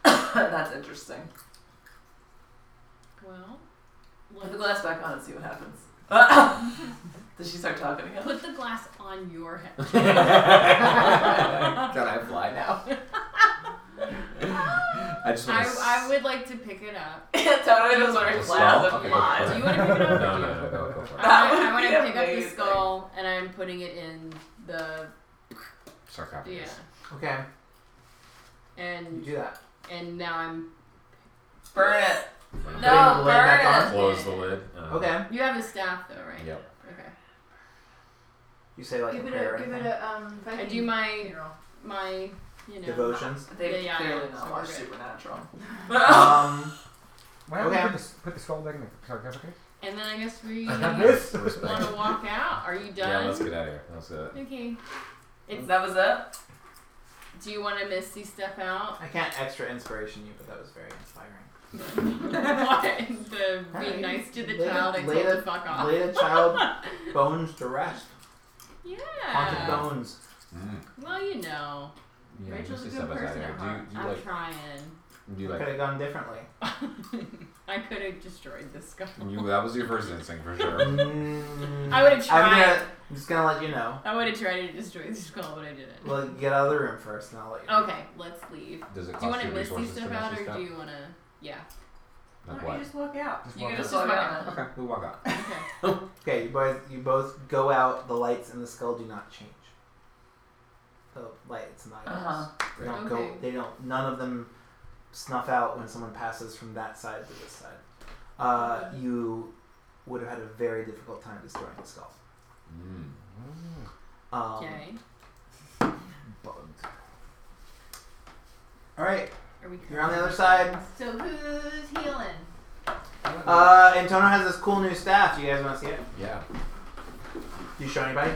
Speaker 3: That's interesting.
Speaker 5: Well,
Speaker 3: Put the
Speaker 5: let's
Speaker 3: glass back on and see what happens. Does she start talking again?
Speaker 5: put the glass on your head.
Speaker 6: Can I fly now? I just want to.
Speaker 5: I, I would like to pick it up.
Speaker 3: totally just wanted to laugh
Speaker 5: Okay,
Speaker 3: and
Speaker 5: go
Speaker 3: lie.
Speaker 5: for it. Do you wanna pick it up or
Speaker 6: No,
Speaker 5: do
Speaker 6: no,
Speaker 5: you-
Speaker 6: no, no, go for it.
Speaker 3: That
Speaker 5: I, I
Speaker 3: would be
Speaker 5: want to pick up the
Speaker 3: amazing.
Speaker 5: skull and I'm putting it in the yeah.
Speaker 6: Sarcophagus.
Speaker 1: Okay, you
Speaker 5: And
Speaker 1: do that.
Speaker 5: and now I'm.
Speaker 3: Burn it.
Speaker 1: Putting
Speaker 3: No,
Speaker 1: the lid back
Speaker 3: burn it.
Speaker 6: Close the lid. Uh,
Speaker 1: Okay.
Speaker 5: You have a staff though, right?
Speaker 6: Yep.
Speaker 5: Okay.
Speaker 1: You say like
Speaker 2: give
Speaker 1: a
Speaker 2: it
Speaker 1: prayer or
Speaker 2: a give it
Speaker 1: anything.
Speaker 2: a um.
Speaker 5: I
Speaker 2: Viking
Speaker 5: do my
Speaker 2: funeral.
Speaker 5: my you know.
Speaker 1: Devotions?
Speaker 3: They
Speaker 5: Yeah, yeah, I
Speaker 3: clearly
Speaker 5: know.
Speaker 3: not
Speaker 5: So
Speaker 3: watched
Speaker 5: we're good.
Speaker 3: Supernatural.
Speaker 1: um,
Speaker 17: Why don't we
Speaker 1: Okay.
Speaker 17: put, this, put the skull back in there? Sorry, that's okay.
Speaker 5: And then I guess we
Speaker 17: got
Speaker 5: want
Speaker 17: this.
Speaker 5: to walk out. Are you done?
Speaker 6: Yeah, let's get out of here. Let's uh,
Speaker 5: Okay. It's,
Speaker 3: That was it.
Speaker 5: do you want to miss these stuff out?
Speaker 1: I can't extra inspiration you, but that was very inspiring.
Speaker 5: Why? the being nice to the
Speaker 1: Lay the-
Speaker 5: child and
Speaker 1: lay
Speaker 5: told
Speaker 1: the-
Speaker 5: to fuck off.
Speaker 1: lay the child- Bones to rest. Haunted
Speaker 5: yeah.
Speaker 1: bones.
Speaker 6: mm.
Speaker 5: Well, you know,
Speaker 6: yeah,
Speaker 5: Rachel's a
Speaker 6: just
Speaker 5: good
Speaker 6: step us out of
Speaker 5: person
Speaker 6: here.
Speaker 5: at heart.
Speaker 6: Do you, do
Speaker 5: I'm
Speaker 6: you like
Speaker 5: trying.
Speaker 6: do you
Speaker 1: Could
Speaker 6: like
Speaker 1: have gone differently.
Speaker 5: I could have destroyed this guy.
Speaker 6: you? That was your first instinct for sure.
Speaker 1: Mm,
Speaker 5: I would've
Speaker 1: I'm,
Speaker 5: tried.
Speaker 1: gonna, I'm just gonna let you know.
Speaker 5: I would have tried to destroy this skull, but I didn't.
Speaker 1: Well, get out of the room first, and I'll let you.
Speaker 5: Okay, let's leave.
Speaker 6: Does it
Speaker 5: Do you
Speaker 6: cost
Speaker 5: want
Speaker 6: you
Speaker 5: to miss these
Speaker 6: resources to
Speaker 5: stuff
Speaker 6: miss
Speaker 5: out,
Speaker 6: this
Speaker 5: or
Speaker 6: stuff?
Speaker 5: do you want to? Yeah.
Speaker 14: Why
Speaker 6: Like
Speaker 14: don't
Speaker 6: what?
Speaker 14: you just walk out?
Speaker 17: Just
Speaker 5: Oh, You
Speaker 17: walk
Speaker 5: can
Speaker 17: out.
Speaker 5: just
Speaker 1: Okay, we
Speaker 3: walk out.
Speaker 5: walk out.
Speaker 6: Uh,
Speaker 1: walk out.
Speaker 5: Okay.
Speaker 1: Okay, you boys, you both go out. The lights in the skull do not change. The lights and the items.
Speaker 3: Uh-huh.
Speaker 1: They don't
Speaker 5: Okay.
Speaker 1: go. They don't. None of them snuff out when someone passes from that side to this side. Uh, you would have had a very difficult time destroying the skull.
Speaker 6: Mm.
Speaker 1: Um,
Speaker 5: Okay.
Speaker 6: Bugged.
Speaker 1: All right,
Speaker 5: Are we?
Speaker 1: you're on the other side.
Speaker 14: So who's healing?
Speaker 1: Uh, Antonio has this cool new staff. You guys want to see it?
Speaker 6: Yeah.
Speaker 1: Do you show anybody?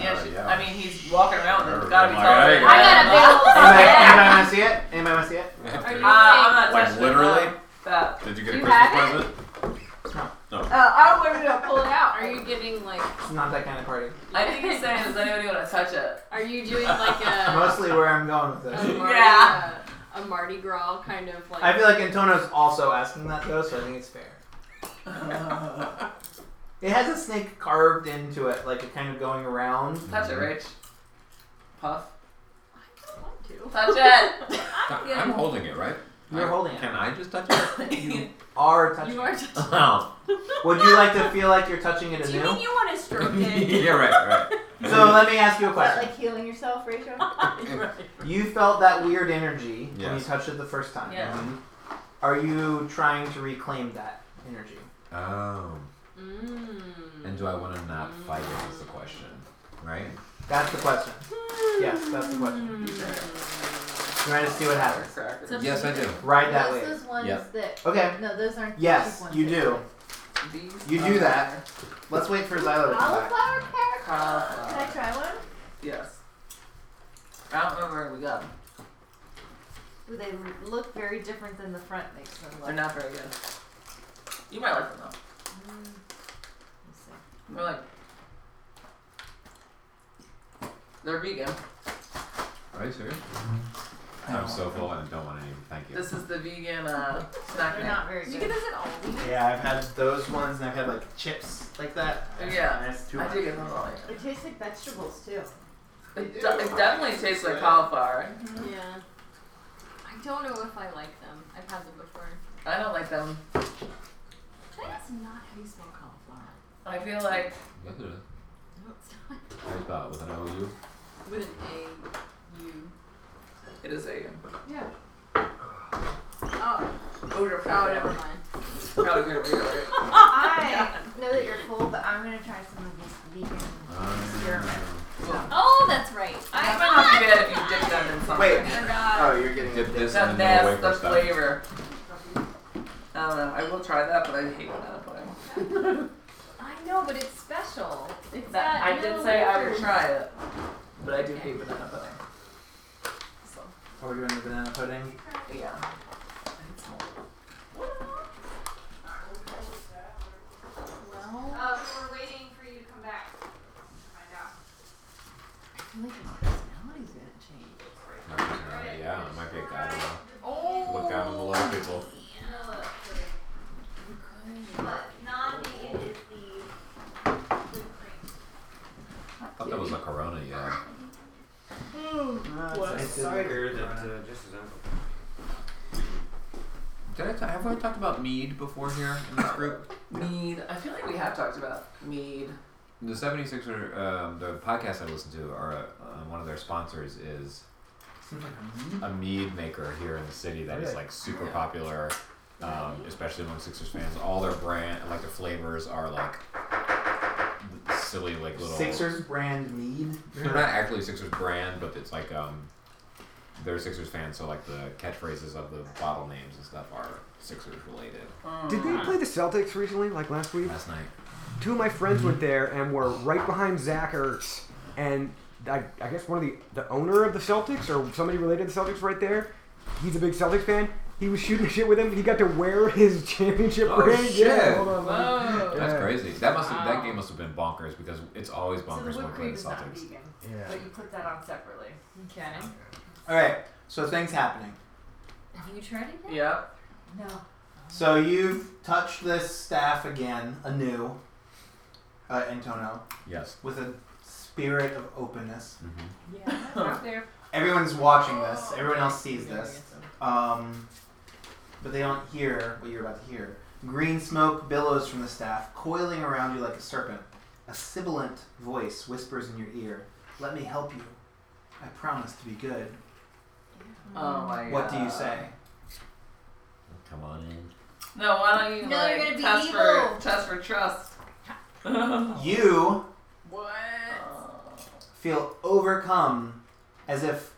Speaker 3: Yeah,
Speaker 6: Uh,
Speaker 3: she-
Speaker 6: yeah.
Speaker 3: I mean, he's walwalking around with it.
Speaker 6: Sure.
Speaker 3: Gotta be
Speaker 6: Oh my
Speaker 3: tough.
Speaker 6: God, I
Speaker 5: I got
Speaker 3: Oh,
Speaker 1: Anybody, anybody want to see it? Anybody want to see it?
Speaker 5: a bill.
Speaker 3: Uh, I'm not
Speaker 6: Like,
Speaker 3: touching
Speaker 6: literally?
Speaker 3: That.
Speaker 6: Did you get a
Speaker 14: You
Speaker 6: Christmas
Speaker 14: have
Speaker 6: present?
Speaker 2: Oh,
Speaker 14: Uh, I wanted to pull it out.
Speaker 5: Are you getting like?
Speaker 1: It's not that kind of party.
Speaker 3: I think he's saying, does anybody want to touch it?
Speaker 5: Are you doing like a?
Speaker 1: Mostly where I'm going with
Speaker 5: a
Speaker 1: this.
Speaker 5: Mardi,
Speaker 3: Yeah.
Speaker 5: A, Mardi Gras kind of like.
Speaker 1: I feel like Antonio's also asking that though, so I think it's fair. It has a snake carved into it, like it kind of going around.
Speaker 3: Touch it, Rich. Puff.
Speaker 5: I don't want to.
Speaker 3: Touch it.
Speaker 6: I'm holding it, right? Uh,
Speaker 1: You're holding it.
Speaker 6: Can I just touch it?
Speaker 1: Are touching.
Speaker 5: You are.
Speaker 1: it.
Speaker 6: Oh.
Speaker 1: Would you like to feel like you're touching it
Speaker 5: Do you mean
Speaker 1: anew?
Speaker 5: you want to stroke it?
Speaker 6: yeah, right, right.
Speaker 1: So let me ask you a
Speaker 2: Is that
Speaker 1: question.
Speaker 2: like healing yourself, Rachel?
Speaker 1: You felt that weird energy when you
Speaker 6: Yes.
Speaker 1: touched it the first time. Mm-hmm.
Speaker 3: Yeah.
Speaker 6: Mhm.
Speaker 1: Are you trying to reclaim that energy?
Speaker 6: Oh.
Speaker 5: Mm.
Speaker 6: And do I want to not fight it? Is the question, right?
Speaker 1: That's the question.
Speaker 5: Hmm.
Speaker 1: Yes, that's the question.
Speaker 5: Mm.
Speaker 1: Trying to see what happens.
Speaker 3: Crackers.
Speaker 5: It's a-
Speaker 6: Yes, I do.
Speaker 1: Ride that
Speaker 2: Those-
Speaker 1: way.
Speaker 2: Those ones
Speaker 6: Yep.
Speaker 2: that.
Speaker 1: Okay.
Speaker 2: No, those aren't. the cheap
Speaker 1: Yes,
Speaker 2: ones
Speaker 1: you
Speaker 2: that-
Speaker 1: do.
Speaker 3: These
Speaker 1: You do
Speaker 3: are-
Speaker 1: that. Let's wait for Xylo to come back.
Speaker 2: Cauliflower carrot.
Speaker 3: Cauliflower.
Speaker 2: Can I try one?
Speaker 3: Yes. I don't remember where we got them.
Speaker 14: Ooh, they look very different than the front makes them look.
Speaker 3: They're not very good. You might like them
Speaker 14: Let's see.
Speaker 3: though. They're like. They're vegan.
Speaker 6: Are you serious? I'm so full and don't want any. Thank you.
Speaker 3: This is the vegan uh, snack.
Speaker 14: They're
Speaker 3: man.
Speaker 14: not very
Speaker 3: Did you
Speaker 14: good.
Speaker 3: get this at Aldi?
Speaker 1: Yeah, I've had those ones, and I've had like chips like that.
Speaker 3: Oh, Yeah.
Speaker 1: that's too
Speaker 3: I
Speaker 1: much.
Speaker 3: do get them at Aldi.
Speaker 14: They taste like vegetables too.
Speaker 1: Oh,
Speaker 3: It, de- it definitely tastes like cauliflower.
Speaker 5: Yeah. I don't know if I like them. I've had them before.
Speaker 3: I don't like them.
Speaker 5: That's not how you smell cauliflower.
Speaker 3: I feel like
Speaker 6: Yes, it is.
Speaker 5: No, it's not.
Speaker 6: I thought with an OU.
Speaker 5: With an A U.
Speaker 3: it is vegan.
Speaker 5: Yeah. Oh.
Speaker 3: Odor
Speaker 5: Oh, never mind.
Speaker 3: Probably good for you, right?
Speaker 14: I know that you're full, but I'm gonna try some of these vegan
Speaker 6: Um,
Speaker 14: experiments.
Speaker 5: Oh, that's right.
Speaker 3: That might not be good if you dip them in something.
Speaker 1: Wait.
Speaker 5: I forgot.
Speaker 1: Oh, you're getting
Speaker 6: Dip this
Speaker 3: That,
Speaker 6: and
Speaker 3: that's
Speaker 6: then away
Speaker 3: the
Speaker 6: from stuff.
Speaker 3: flavor. I don't know. I will try that, but I hate banana pudding.
Speaker 5: I know, but it's special. It's
Speaker 3: That,
Speaker 5: that
Speaker 3: I did
Speaker 5: little
Speaker 3: say I would
Speaker 5: weird-
Speaker 3: try it, but I do hate banana pudding. So
Speaker 1: Are we Oh, doing the banana pudding?
Speaker 3: yeah.
Speaker 5: Well,
Speaker 14: Uh, we're waiting for you to come back.
Speaker 5: I feel like his personality's gonna change.
Speaker 6: Yeah, it might be a guy. I don't know.
Speaker 5: Oh.
Speaker 6: Look down on the little people.
Speaker 14: Non-vegan is the blue cream.
Speaker 6: I thought that was a Corona, yeah.
Speaker 1: What
Speaker 11: cider that uh, just is over.
Speaker 6: Did I ta- have I talked about mead before here in this group?
Speaker 3: Mead. I feel like we have talked about mead.
Speaker 6: The 76er, um, the podcast I listen to, are uh, one of their sponsors is a mead maker here in the city that is
Speaker 17: Really?
Speaker 6: like super
Speaker 3: Yeah.
Speaker 6: popular, um, especially among Sixers fans. All their brand, like their flavors, are like silly, like little.
Speaker 1: Sixers brand mead.
Speaker 6: They're not actually Sixers brand, but it's like um, they're a Sixers fans, so like the catchphrases of the bottle names and stuff are Sixers related.
Speaker 17: Did they play the Celtics recently, like last week?
Speaker 6: Last night.
Speaker 17: Two of my friends went there and were right behind Zach Ertz, and I, I guess one of the the owner of the Celtics or somebody related to the Celtics right there. He's a big Celtics fan. He was shooting shit with him. He got to wear his championship
Speaker 6: Oh,
Speaker 17: ring.
Speaker 6: shit.
Speaker 17: Yeah, hold
Speaker 3: Mm.
Speaker 17: on. man.
Speaker 3: Whoa.
Speaker 6: That's
Speaker 17: Yeah.
Speaker 6: crazy. That must have,
Speaker 3: Wow.
Speaker 6: that game must have been bonkers because it's always
Speaker 14: So
Speaker 6: bonkers
Speaker 14: the
Speaker 6: when we
Speaker 14: whipped
Speaker 6: play
Speaker 14: cream
Speaker 6: the
Speaker 14: is not
Speaker 6: Celtics.
Speaker 14: vegan,
Speaker 11: Yeah.
Speaker 14: but you put that on separately.
Speaker 5: Okay.
Speaker 1: All right. So things happening.
Speaker 5: Have you tried it yet?
Speaker 3: Yep.
Speaker 14: No.
Speaker 1: So you've touched this staff again, anew, uh, Antonio,
Speaker 6: Yes.
Speaker 1: with a spirit of openness.
Speaker 6: Mm-hmm.
Speaker 5: Yeah. it's out there.
Speaker 1: Everyone's watching this. Everyone else sees
Speaker 3: Oh,
Speaker 1: this. Um, but they don't hear what you're about to hear. Green smoke billows from the staff, coiling around you like a serpent. A sibilant voice whispers in your ear, Let me help you. I promise to be good.
Speaker 3: Oh my god.
Speaker 1: What do you say?
Speaker 6: Come on in.
Speaker 3: No, why don't you
Speaker 5: No,
Speaker 3: like,
Speaker 5: you're gonna be
Speaker 3: test
Speaker 5: evil.
Speaker 3: for test for trust?
Speaker 1: You
Speaker 3: what? Uh,
Speaker 1: feel overcome as if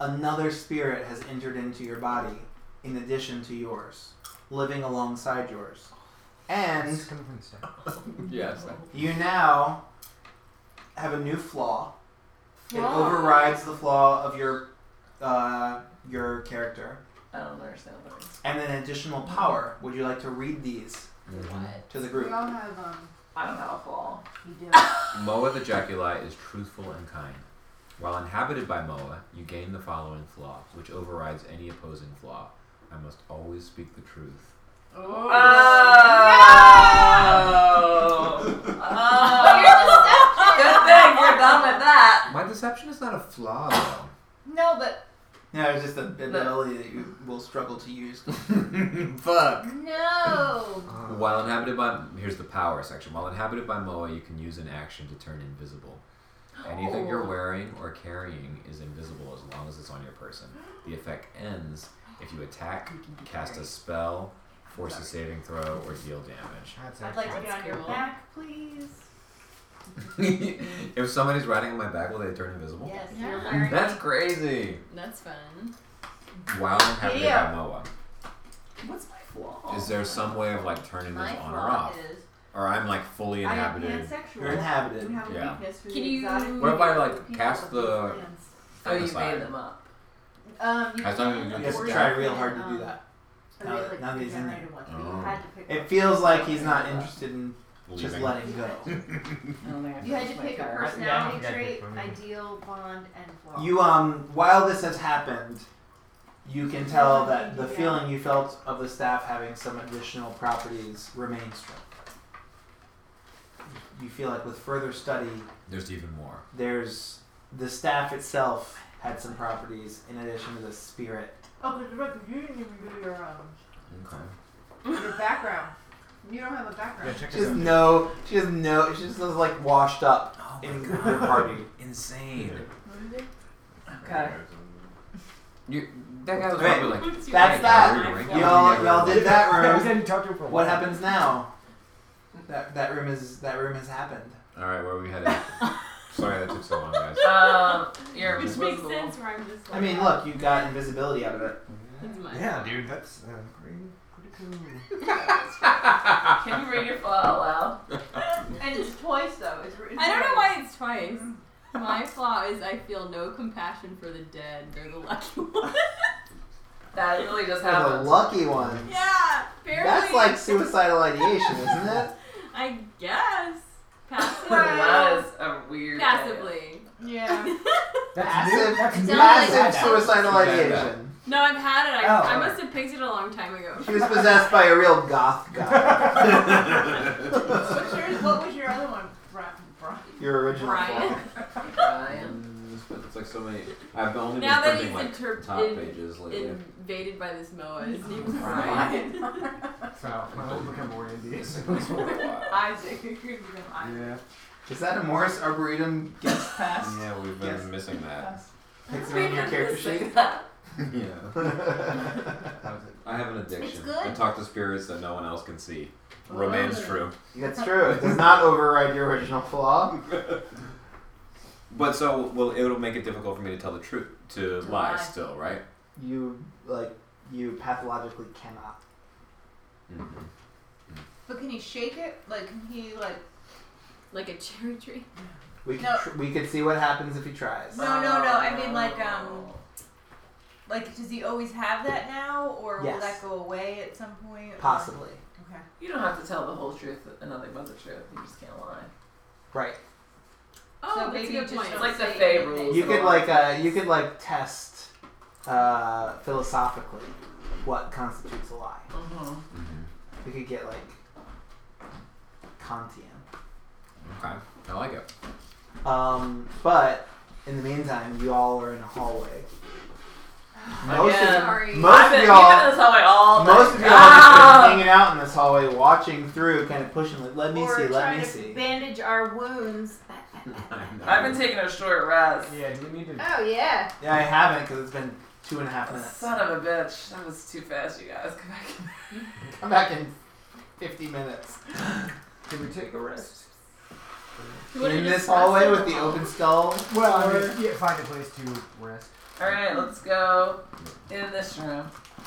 Speaker 1: another spirit has entered into your body in addition to yours, living alongside yours. And
Speaker 17: It's coming from the staff.
Speaker 6: Yes.
Speaker 1: You now have a new flaw. It
Speaker 14: Flaw?
Speaker 1: overrides the flaw of your uh, your character,
Speaker 3: I don't understand what it is.
Speaker 1: and an additional power. Would you like to read these to the
Speaker 14: We
Speaker 1: group?
Speaker 14: all have um.
Speaker 3: I don't have a fall.
Speaker 14: You do.
Speaker 6: Moa the Jaculi is truthful and kind. While inhabited by Moa, you gain the following flaw, which overrides any opposing flaw. I must always speak the truth.
Speaker 3: Oh.
Speaker 5: Oh.
Speaker 3: Uh, Good thing we're done with that.
Speaker 6: My deception is not a flaw, though.
Speaker 14: No, but
Speaker 1: No, it's just the ability that you will struggle to use.
Speaker 6: Fuck.
Speaker 5: No.
Speaker 17: Uh,
Speaker 6: While inhabited by here's the power section. While inhabited by Moa, you can use an action to turn invisible. Anything you're wearing or carrying is invisible as long as it's on your person. The effect ends if you attack, cast a spell, force a saving throw, or deal damage.
Speaker 17: that's
Speaker 14: I'd like to get on your
Speaker 5: cool.
Speaker 14: back, please.
Speaker 6: if somebody's riding on my back, will they turn invisible?
Speaker 14: Yes.
Speaker 5: Yeah.
Speaker 14: You're wearing.
Speaker 6: That's crazy.
Speaker 5: That's fun.
Speaker 6: Wow, inhabited
Speaker 14: Yeah.
Speaker 6: by Moa.
Speaker 3: What's my flaw?
Speaker 6: Is there some way of like turning this
Speaker 5: My
Speaker 6: on or
Speaker 5: flaw
Speaker 6: off?
Speaker 5: is.
Speaker 6: Or I'm like fully
Speaker 14: I am
Speaker 6: inhabited.
Speaker 14: pansexual.
Speaker 1: You're
Speaker 14: You
Speaker 1: inhabited.
Speaker 14: have a
Speaker 6: Yeah.
Speaker 14: weakness for
Speaker 5: Can
Speaker 14: the
Speaker 5: you-
Speaker 14: exotic.
Speaker 5: What
Speaker 6: if I,
Speaker 14: people
Speaker 6: like,
Speaker 14: with
Speaker 6: cast
Speaker 14: big
Speaker 6: the-
Speaker 14: hands?
Speaker 3: Oh, you
Speaker 6: Aside.
Speaker 3: made them up.
Speaker 14: Um, you
Speaker 6: I thought we were
Speaker 14: can
Speaker 6: doing
Speaker 1: You have
Speaker 14: afford
Speaker 1: to try
Speaker 14: it,
Speaker 1: real hard to
Speaker 14: um,
Speaker 1: do that.
Speaker 14: a
Speaker 1: Now-
Speaker 14: really
Speaker 1: now that he's in there.
Speaker 14: generated one, but
Speaker 6: Oh.
Speaker 14: you had to pick
Speaker 1: It
Speaker 14: up-
Speaker 1: feels like he's not interested in just
Speaker 6: Leaving.
Speaker 1: letting go.
Speaker 3: I don't think I
Speaker 14: You had
Speaker 3: finished
Speaker 14: to
Speaker 3: my
Speaker 14: pick a
Speaker 3: card.
Speaker 14: personality
Speaker 17: Yeah, you gotta
Speaker 14: trait,
Speaker 17: pick one.
Speaker 14: ideal, bond, and flaw.
Speaker 1: You um, while this has happened, you can tell that the feeling you felt of the staff having some additional properties remains strong. You feel like with further study,
Speaker 6: There's even more.
Speaker 1: there's the staff itself had some properties in addition to the spirit.
Speaker 14: Oh, because Rebecca, you didn't even do your um
Speaker 6: Okay.
Speaker 14: your background. You don't have a
Speaker 17: Yeah,
Speaker 14: background.
Speaker 17: check
Speaker 1: She
Speaker 17: this
Speaker 1: has
Speaker 17: out.
Speaker 1: no, she has no, she just is like washed up
Speaker 6: Oh
Speaker 1: in her party.
Speaker 6: Insane.
Speaker 3: Okay.
Speaker 6: You, that guy was
Speaker 1: Okay,
Speaker 6: probably like,
Speaker 1: That's that. Y'all, y'all did that
Speaker 17: We
Speaker 1: room.
Speaker 17: hadn't talked to him for a
Speaker 1: What
Speaker 17: while.
Speaker 1: happens now? That that room is that room has happened.
Speaker 6: All right, where are we headed? Sorry that took so long, guys.
Speaker 3: Um, you're
Speaker 5: Which makes
Speaker 3: invisible.
Speaker 5: sense where I'm just like.
Speaker 1: I mean, look, you got invisibility out of it.
Speaker 5: It's mine.
Speaker 17: Yeah, dude, that's uh, pretty, pretty cool.
Speaker 3: Can you read your flaw out loud?
Speaker 14: And it's twice though. It's, it's
Speaker 5: I don't know why it's twice. My flaw is I feel no compassion for the dead. They're the lucky ones.
Speaker 3: That really just
Speaker 1: You're the
Speaker 3: happened.
Speaker 1: lucky one.
Speaker 5: yeah, barely.
Speaker 1: That's like suicidal ideation, isn't it?
Speaker 5: I guess.
Speaker 3: that
Speaker 5: Passively.
Speaker 3: is a weird.
Speaker 5: Passively.
Speaker 14: Yeah.
Speaker 17: That's new.
Speaker 1: Passive,
Speaker 17: That's new.
Speaker 5: like-
Speaker 1: passive suicidal
Speaker 6: Bad
Speaker 1: ideation.
Speaker 5: No, I've had it. I,
Speaker 17: Oh,
Speaker 5: I
Speaker 17: okay.
Speaker 5: must have picked it a long time ago.
Speaker 1: She was possessed by a real goth guy.
Speaker 14: What's yours? What was your other one? Brian. Brian.
Speaker 1: Your original
Speaker 5: Brian.
Speaker 1: flaw.
Speaker 3: idea. Brian.
Speaker 6: It's like so many. I've only
Speaker 5: Now that
Speaker 6: been printing like
Speaker 5: he's interp-
Speaker 6: top
Speaker 5: in-
Speaker 6: pages lately.
Speaker 5: Invaded by this Moa. His name was
Speaker 6: Brian.
Speaker 5: Oh, Brian.
Speaker 17: So, I will become more Indian.
Speaker 6: It's- it's for a while.
Speaker 14: Isaac. You're gonna become Isaac.
Speaker 17: Yeah.
Speaker 1: Is that a Morris Arboretum guest pass?
Speaker 6: Yeah, we've been
Speaker 1: Yes.
Speaker 6: missing that.
Speaker 1: It's in your character sheet.
Speaker 6: yeah. I have an addiction.
Speaker 14: It's good.
Speaker 6: I talk to spirits that no one else can see. Remains true.
Speaker 1: That's true. It does not override your original flaw.
Speaker 6: But so, well, it'll make it difficult for me to tell the truth, to
Speaker 3: To
Speaker 6: lie
Speaker 3: lie.
Speaker 6: still, right?
Speaker 1: You like you pathologically cannot.
Speaker 6: Mm-hmm.
Speaker 14: But can he shake it? Like, can he like?
Speaker 5: Like a cherry tree?
Speaker 1: We could
Speaker 14: No.
Speaker 1: tr- we could see what happens if he tries.
Speaker 14: No, no, no. I mean, like, um, like, does he always have that now, or will
Speaker 1: Yes.
Speaker 14: that go away at some point? or-
Speaker 1: Possibly.
Speaker 14: Okay.
Speaker 3: You don't have to tell the whole truth and nothing but the truth. You just can't lie.
Speaker 1: Right.
Speaker 5: Oh,
Speaker 14: so
Speaker 5: that's
Speaker 14: maybe
Speaker 5: a good
Speaker 14: just
Speaker 5: point.
Speaker 14: don't
Speaker 3: It's like the
Speaker 14: say
Speaker 3: Fey
Speaker 14: anything.
Speaker 3: rules.
Speaker 1: You could like uh, you could like test uh, philosophically what constitutes a lie.
Speaker 3: Mm-hmm.
Speaker 1: We could get like Kantian.
Speaker 6: Okay, I like it.
Speaker 1: Um, but in the meantime, you all are in a hallway. Most
Speaker 3: Again.
Speaker 1: of
Speaker 5: Sorry.
Speaker 1: most
Speaker 3: I've
Speaker 1: of
Speaker 3: been, you've been in
Speaker 1: y'all
Speaker 3: this hallway all day.
Speaker 1: most of y'all are just
Speaker 3: Ah!
Speaker 1: hanging out in this hallway, watching through, kind of pushing. Like, let me
Speaker 2: or
Speaker 1: see, let
Speaker 2: trying
Speaker 1: me
Speaker 2: to
Speaker 1: see.
Speaker 2: bandage our wounds.
Speaker 3: I've been taking a short rest.
Speaker 13: Yeah, do we need to?
Speaker 2: Oh yeah.
Speaker 1: Yeah, I haven't because it's been two and a half minutes.
Speaker 3: Son of a bitch. That was too fast, you guys. Come back in there.
Speaker 1: Come back in fifty minutes.
Speaker 13: Can we take a rest?
Speaker 1: In this hallway with the open skull.
Speaker 17: Well, I
Speaker 1: Or-
Speaker 17: mean, yeah, find a place to rest.
Speaker 3: Alright, let's go in this room.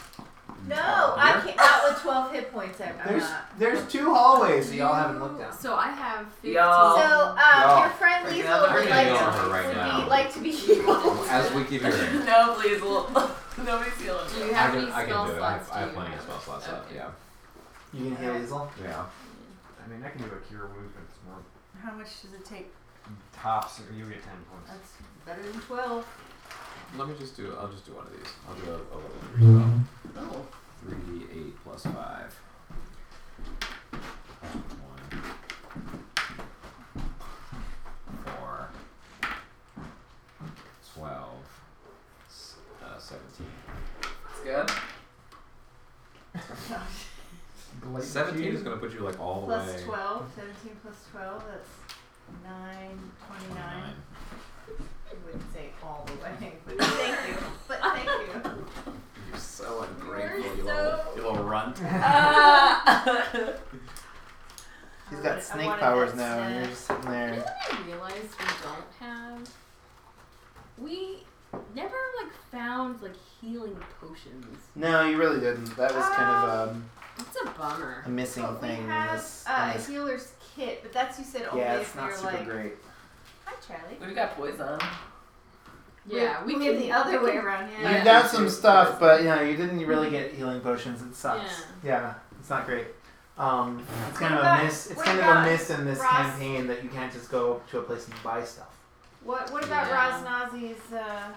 Speaker 2: No, I can't. Not with twelve hit points. I'm I'm
Speaker 1: There's
Speaker 2: not.
Speaker 1: there's two hallways that y'all haven't looked at.
Speaker 5: So I have 15.
Speaker 3: Y'all.
Speaker 2: So, um,
Speaker 1: y'all.
Speaker 2: your friend
Speaker 13: Right
Speaker 2: Liesel
Speaker 13: now,
Speaker 2: would
Speaker 13: they're
Speaker 2: like
Speaker 13: hitting
Speaker 2: to,
Speaker 13: on
Speaker 6: her right
Speaker 2: would
Speaker 6: now.
Speaker 2: Be, like to be healed.
Speaker 6: As we keep hearing,
Speaker 3: no, please. Well, nobody's healing.
Speaker 5: Do you
Speaker 6: I
Speaker 5: have
Speaker 6: can,
Speaker 5: any
Speaker 6: I can
Speaker 5: spell
Speaker 6: do it. I have,
Speaker 5: slots?
Speaker 6: I
Speaker 5: Do
Speaker 6: have
Speaker 5: you
Speaker 6: plenty of
Speaker 5: have-
Speaker 6: spell slots up.
Speaker 5: Okay.
Speaker 6: Yeah,
Speaker 1: You can heal Hazel.
Speaker 6: yeah.
Speaker 11: I mean, I can do a cure wounds, but it's more
Speaker 14: How much does it take?
Speaker 11: tops. You get ten points.
Speaker 14: That's better than twelve.
Speaker 6: Let me just do. I'll just do one of these. I'll do a, a level three spell.
Speaker 5: Oh.
Speaker 6: Three eight plus five. One. Four. Twelve. s- Uh, Seventeen.
Speaker 3: It's good.
Speaker 6: Seventeen is gonna put you like all the
Speaker 14: Plus
Speaker 6: way.
Speaker 14: 12, 17 plus 12, that's 9, 29.
Speaker 2: I wouldn't say all the way, but thank you. But thank you.
Speaker 6: You're so ungrateful,
Speaker 5: You're
Speaker 6: you,
Speaker 5: so-
Speaker 6: little, you little runt.
Speaker 3: Ah!
Speaker 1: He's
Speaker 14: I
Speaker 1: got
Speaker 14: wanted- I
Speaker 1: snake
Speaker 14: wanted
Speaker 1: powers
Speaker 14: that
Speaker 1: now, and you're
Speaker 14: snack.
Speaker 1: just sitting there.
Speaker 5: You know what I realized we don't have? We never like found like healing potions.
Speaker 1: No, you really didn't. That was kind of um,
Speaker 5: That's a bummer.
Speaker 1: a missing
Speaker 2: But we
Speaker 1: thing. in
Speaker 2: have
Speaker 1: this- in
Speaker 2: uh, a
Speaker 1: this-
Speaker 2: healer's kit, but that's you said only
Speaker 1: yeah,
Speaker 2: if
Speaker 1: it's not
Speaker 2: you're
Speaker 1: super
Speaker 2: like.
Speaker 1: great.
Speaker 2: Hi, Charlie.
Speaker 3: We've got poison.
Speaker 5: Yeah, we
Speaker 2: we live
Speaker 5: can-
Speaker 2: the other
Speaker 5: we
Speaker 2: way
Speaker 5: can-
Speaker 2: around.
Speaker 5: Yeah.
Speaker 1: You got some stuff, but you know you didn't
Speaker 2: Mm-hmm.
Speaker 1: really get healing potions. It sucks. Yeah, it's not great. Um, it's kind of a
Speaker 2: about-
Speaker 1: miss. It's
Speaker 2: what
Speaker 1: kind of
Speaker 2: about
Speaker 1: a miss in this
Speaker 2: Ross?
Speaker 1: campaign that you can't just go to a place and buy stuff.
Speaker 2: What What about
Speaker 5: Yeah.
Speaker 2: Raznazi's? Uh,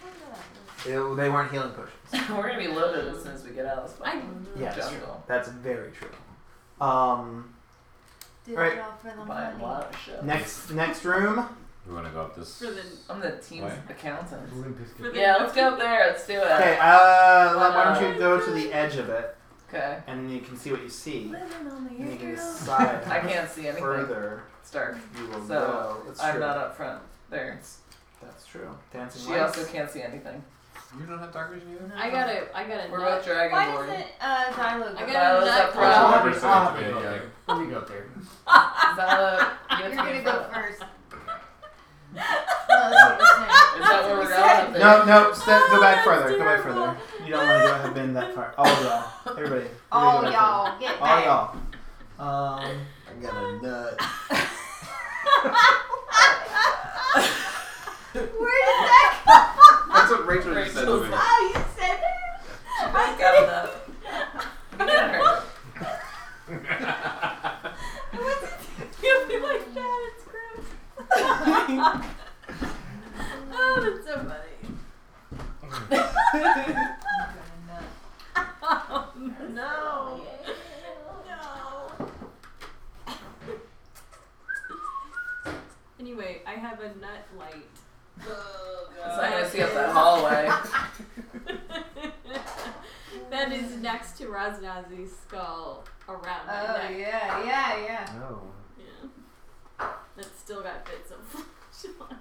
Speaker 2: what was
Speaker 1: It- they weren't healing potions.
Speaker 3: We're gonna be loaded as soon as we get out of this
Speaker 5: I-
Speaker 3: fucking
Speaker 1: Yeah, that's
Speaker 3: jungle.
Speaker 1: That's very true. Um,
Speaker 2: that? Did
Speaker 1: Right.
Speaker 2: it all for the
Speaker 3: Buy a
Speaker 2: money.
Speaker 3: lot of shit.
Speaker 1: next next room.
Speaker 6: We want to go up this.
Speaker 5: For the-
Speaker 3: I'm the team's
Speaker 6: What?
Speaker 3: accountant.
Speaker 5: For the
Speaker 3: Yeah, let's go up there. Let's do it.
Speaker 1: Okay, uh, why don't you go to the edge of it
Speaker 3: Okay.
Speaker 1: and you can see what you see.
Speaker 5: Living on
Speaker 1: And you
Speaker 5: the
Speaker 1: can
Speaker 5: edge.
Speaker 1: decide
Speaker 3: I can't see anything.
Speaker 1: further
Speaker 3: It's dark.
Speaker 1: you will
Speaker 3: So,
Speaker 1: go. That's
Speaker 3: I'm
Speaker 1: true.
Speaker 3: not up front there.
Speaker 1: That's true. Dancing
Speaker 3: She
Speaker 1: lights.
Speaker 3: also can't see anything.
Speaker 6: You don't have dark vision either.
Speaker 5: I got a, I got a
Speaker 3: We're
Speaker 5: nut.
Speaker 14: Why
Speaker 3: both dragonborn.
Speaker 14: doesn't uh, Zylo
Speaker 5: I
Speaker 14: go?
Speaker 3: That
Speaker 5: got a
Speaker 3: was
Speaker 5: nut.
Speaker 3: up
Speaker 5: for
Speaker 3: front.
Speaker 1: Well,
Speaker 5: all-
Speaker 1: uh,
Speaker 6: Yeah, yeah.
Speaker 13: Let me go up there.
Speaker 3: Zala, you
Speaker 2: You're
Speaker 3: have to
Speaker 2: gonna
Speaker 3: be
Speaker 2: go
Speaker 3: front.
Speaker 2: first. no, that's what we're saying.
Speaker 3: Is that where we're going up there?
Speaker 1: No, no, step, go back
Speaker 5: that's
Speaker 1: further. Go back
Speaker 5: terrible.
Speaker 1: further. You don't want to go have been that far. All y'all. Everybody.
Speaker 2: All
Speaker 1: everybody go
Speaker 2: y'all get
Speaker 1: back
Speaker 2: back.
Speaker 1: further. All y'all. Um, I got a nut.
Speaker 2: Where did that come?
Speaker 6: That's what Rachel just said to me.
Speaker 2: Oh, you said that.
Speaker 3: She both got enough. Look at her.
Speaker 5: You'll be like that. It's gross. oh, that's so funny.
Speaker 2: No.
Speaker 5: No. anyway, I have a nut light.
Speaker 3: It's not gonna see up that hallway.
Speaker 5: that is next to Raznazi's skull around my
Speaker 2: Oh
Speaker 5: neck.
Speaker 2: yeah, yeah, yeah.
Speaker 11: No.
Speaker 5: Yeah. That's still got bits of flesh on.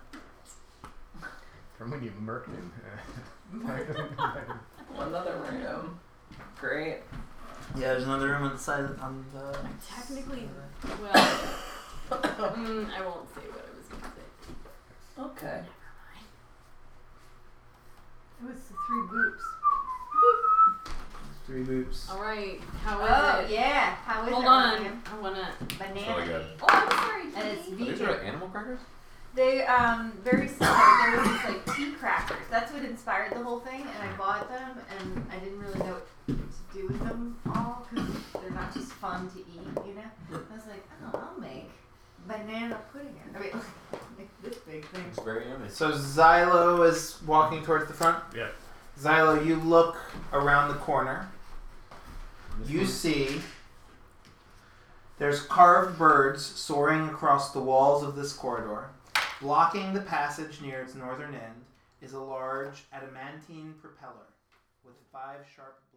Speaker 11: From when you murked him.
Speaker 3: Another room. Great.
Speaker 1: Yeah, there's another room on the side on the.
Speaker 5: Technically, well, mm, I won't say what I was gonna say.
Speaker 3: Okay.
Speaker 2: It was the three boops.
Speaker 1: Three boops.
Speaker 5: All right. How is
Speaker 2: Oh,
Speaker 5: it?
Speaker 2: yeah. How is
Speaker 5: Hold
Speaker 2: it,
Speaker 5: on.
Speaker 2: Ryan?
Speaker 5: I wanna.
Speaker 2: Banana.
Speaker 6: really good.
Speaker 5: Oh, I'm sorry.
Speaker 2: And it's
Speaker 5: Jimmy.
Speaker 6: Are these
Speaker 2: vegan.
Speaker 6: are animal crackers?
Speaker 2: They um very similar. They were these like tea crackers. That's what inspired the whole thing, and I bought them, and I didn't really know what to do with them all because they're not just fun to eat, you know. I was like, oh, I'll make banana pudding. I mean, make this big thing.
Speaker 6: It's very yummy.
Speaker 1: So Xylo is walking towards the front.
Speaker 22: Yeah.
Speaker 1: Xylo, you look around the corner.
Speaker 6: Mm-hmm.
Speaker 1: You see there's carved birds soaring across the walls of this corridor. Blocking the passage near its northern end is a large adamantine propeller with five sharp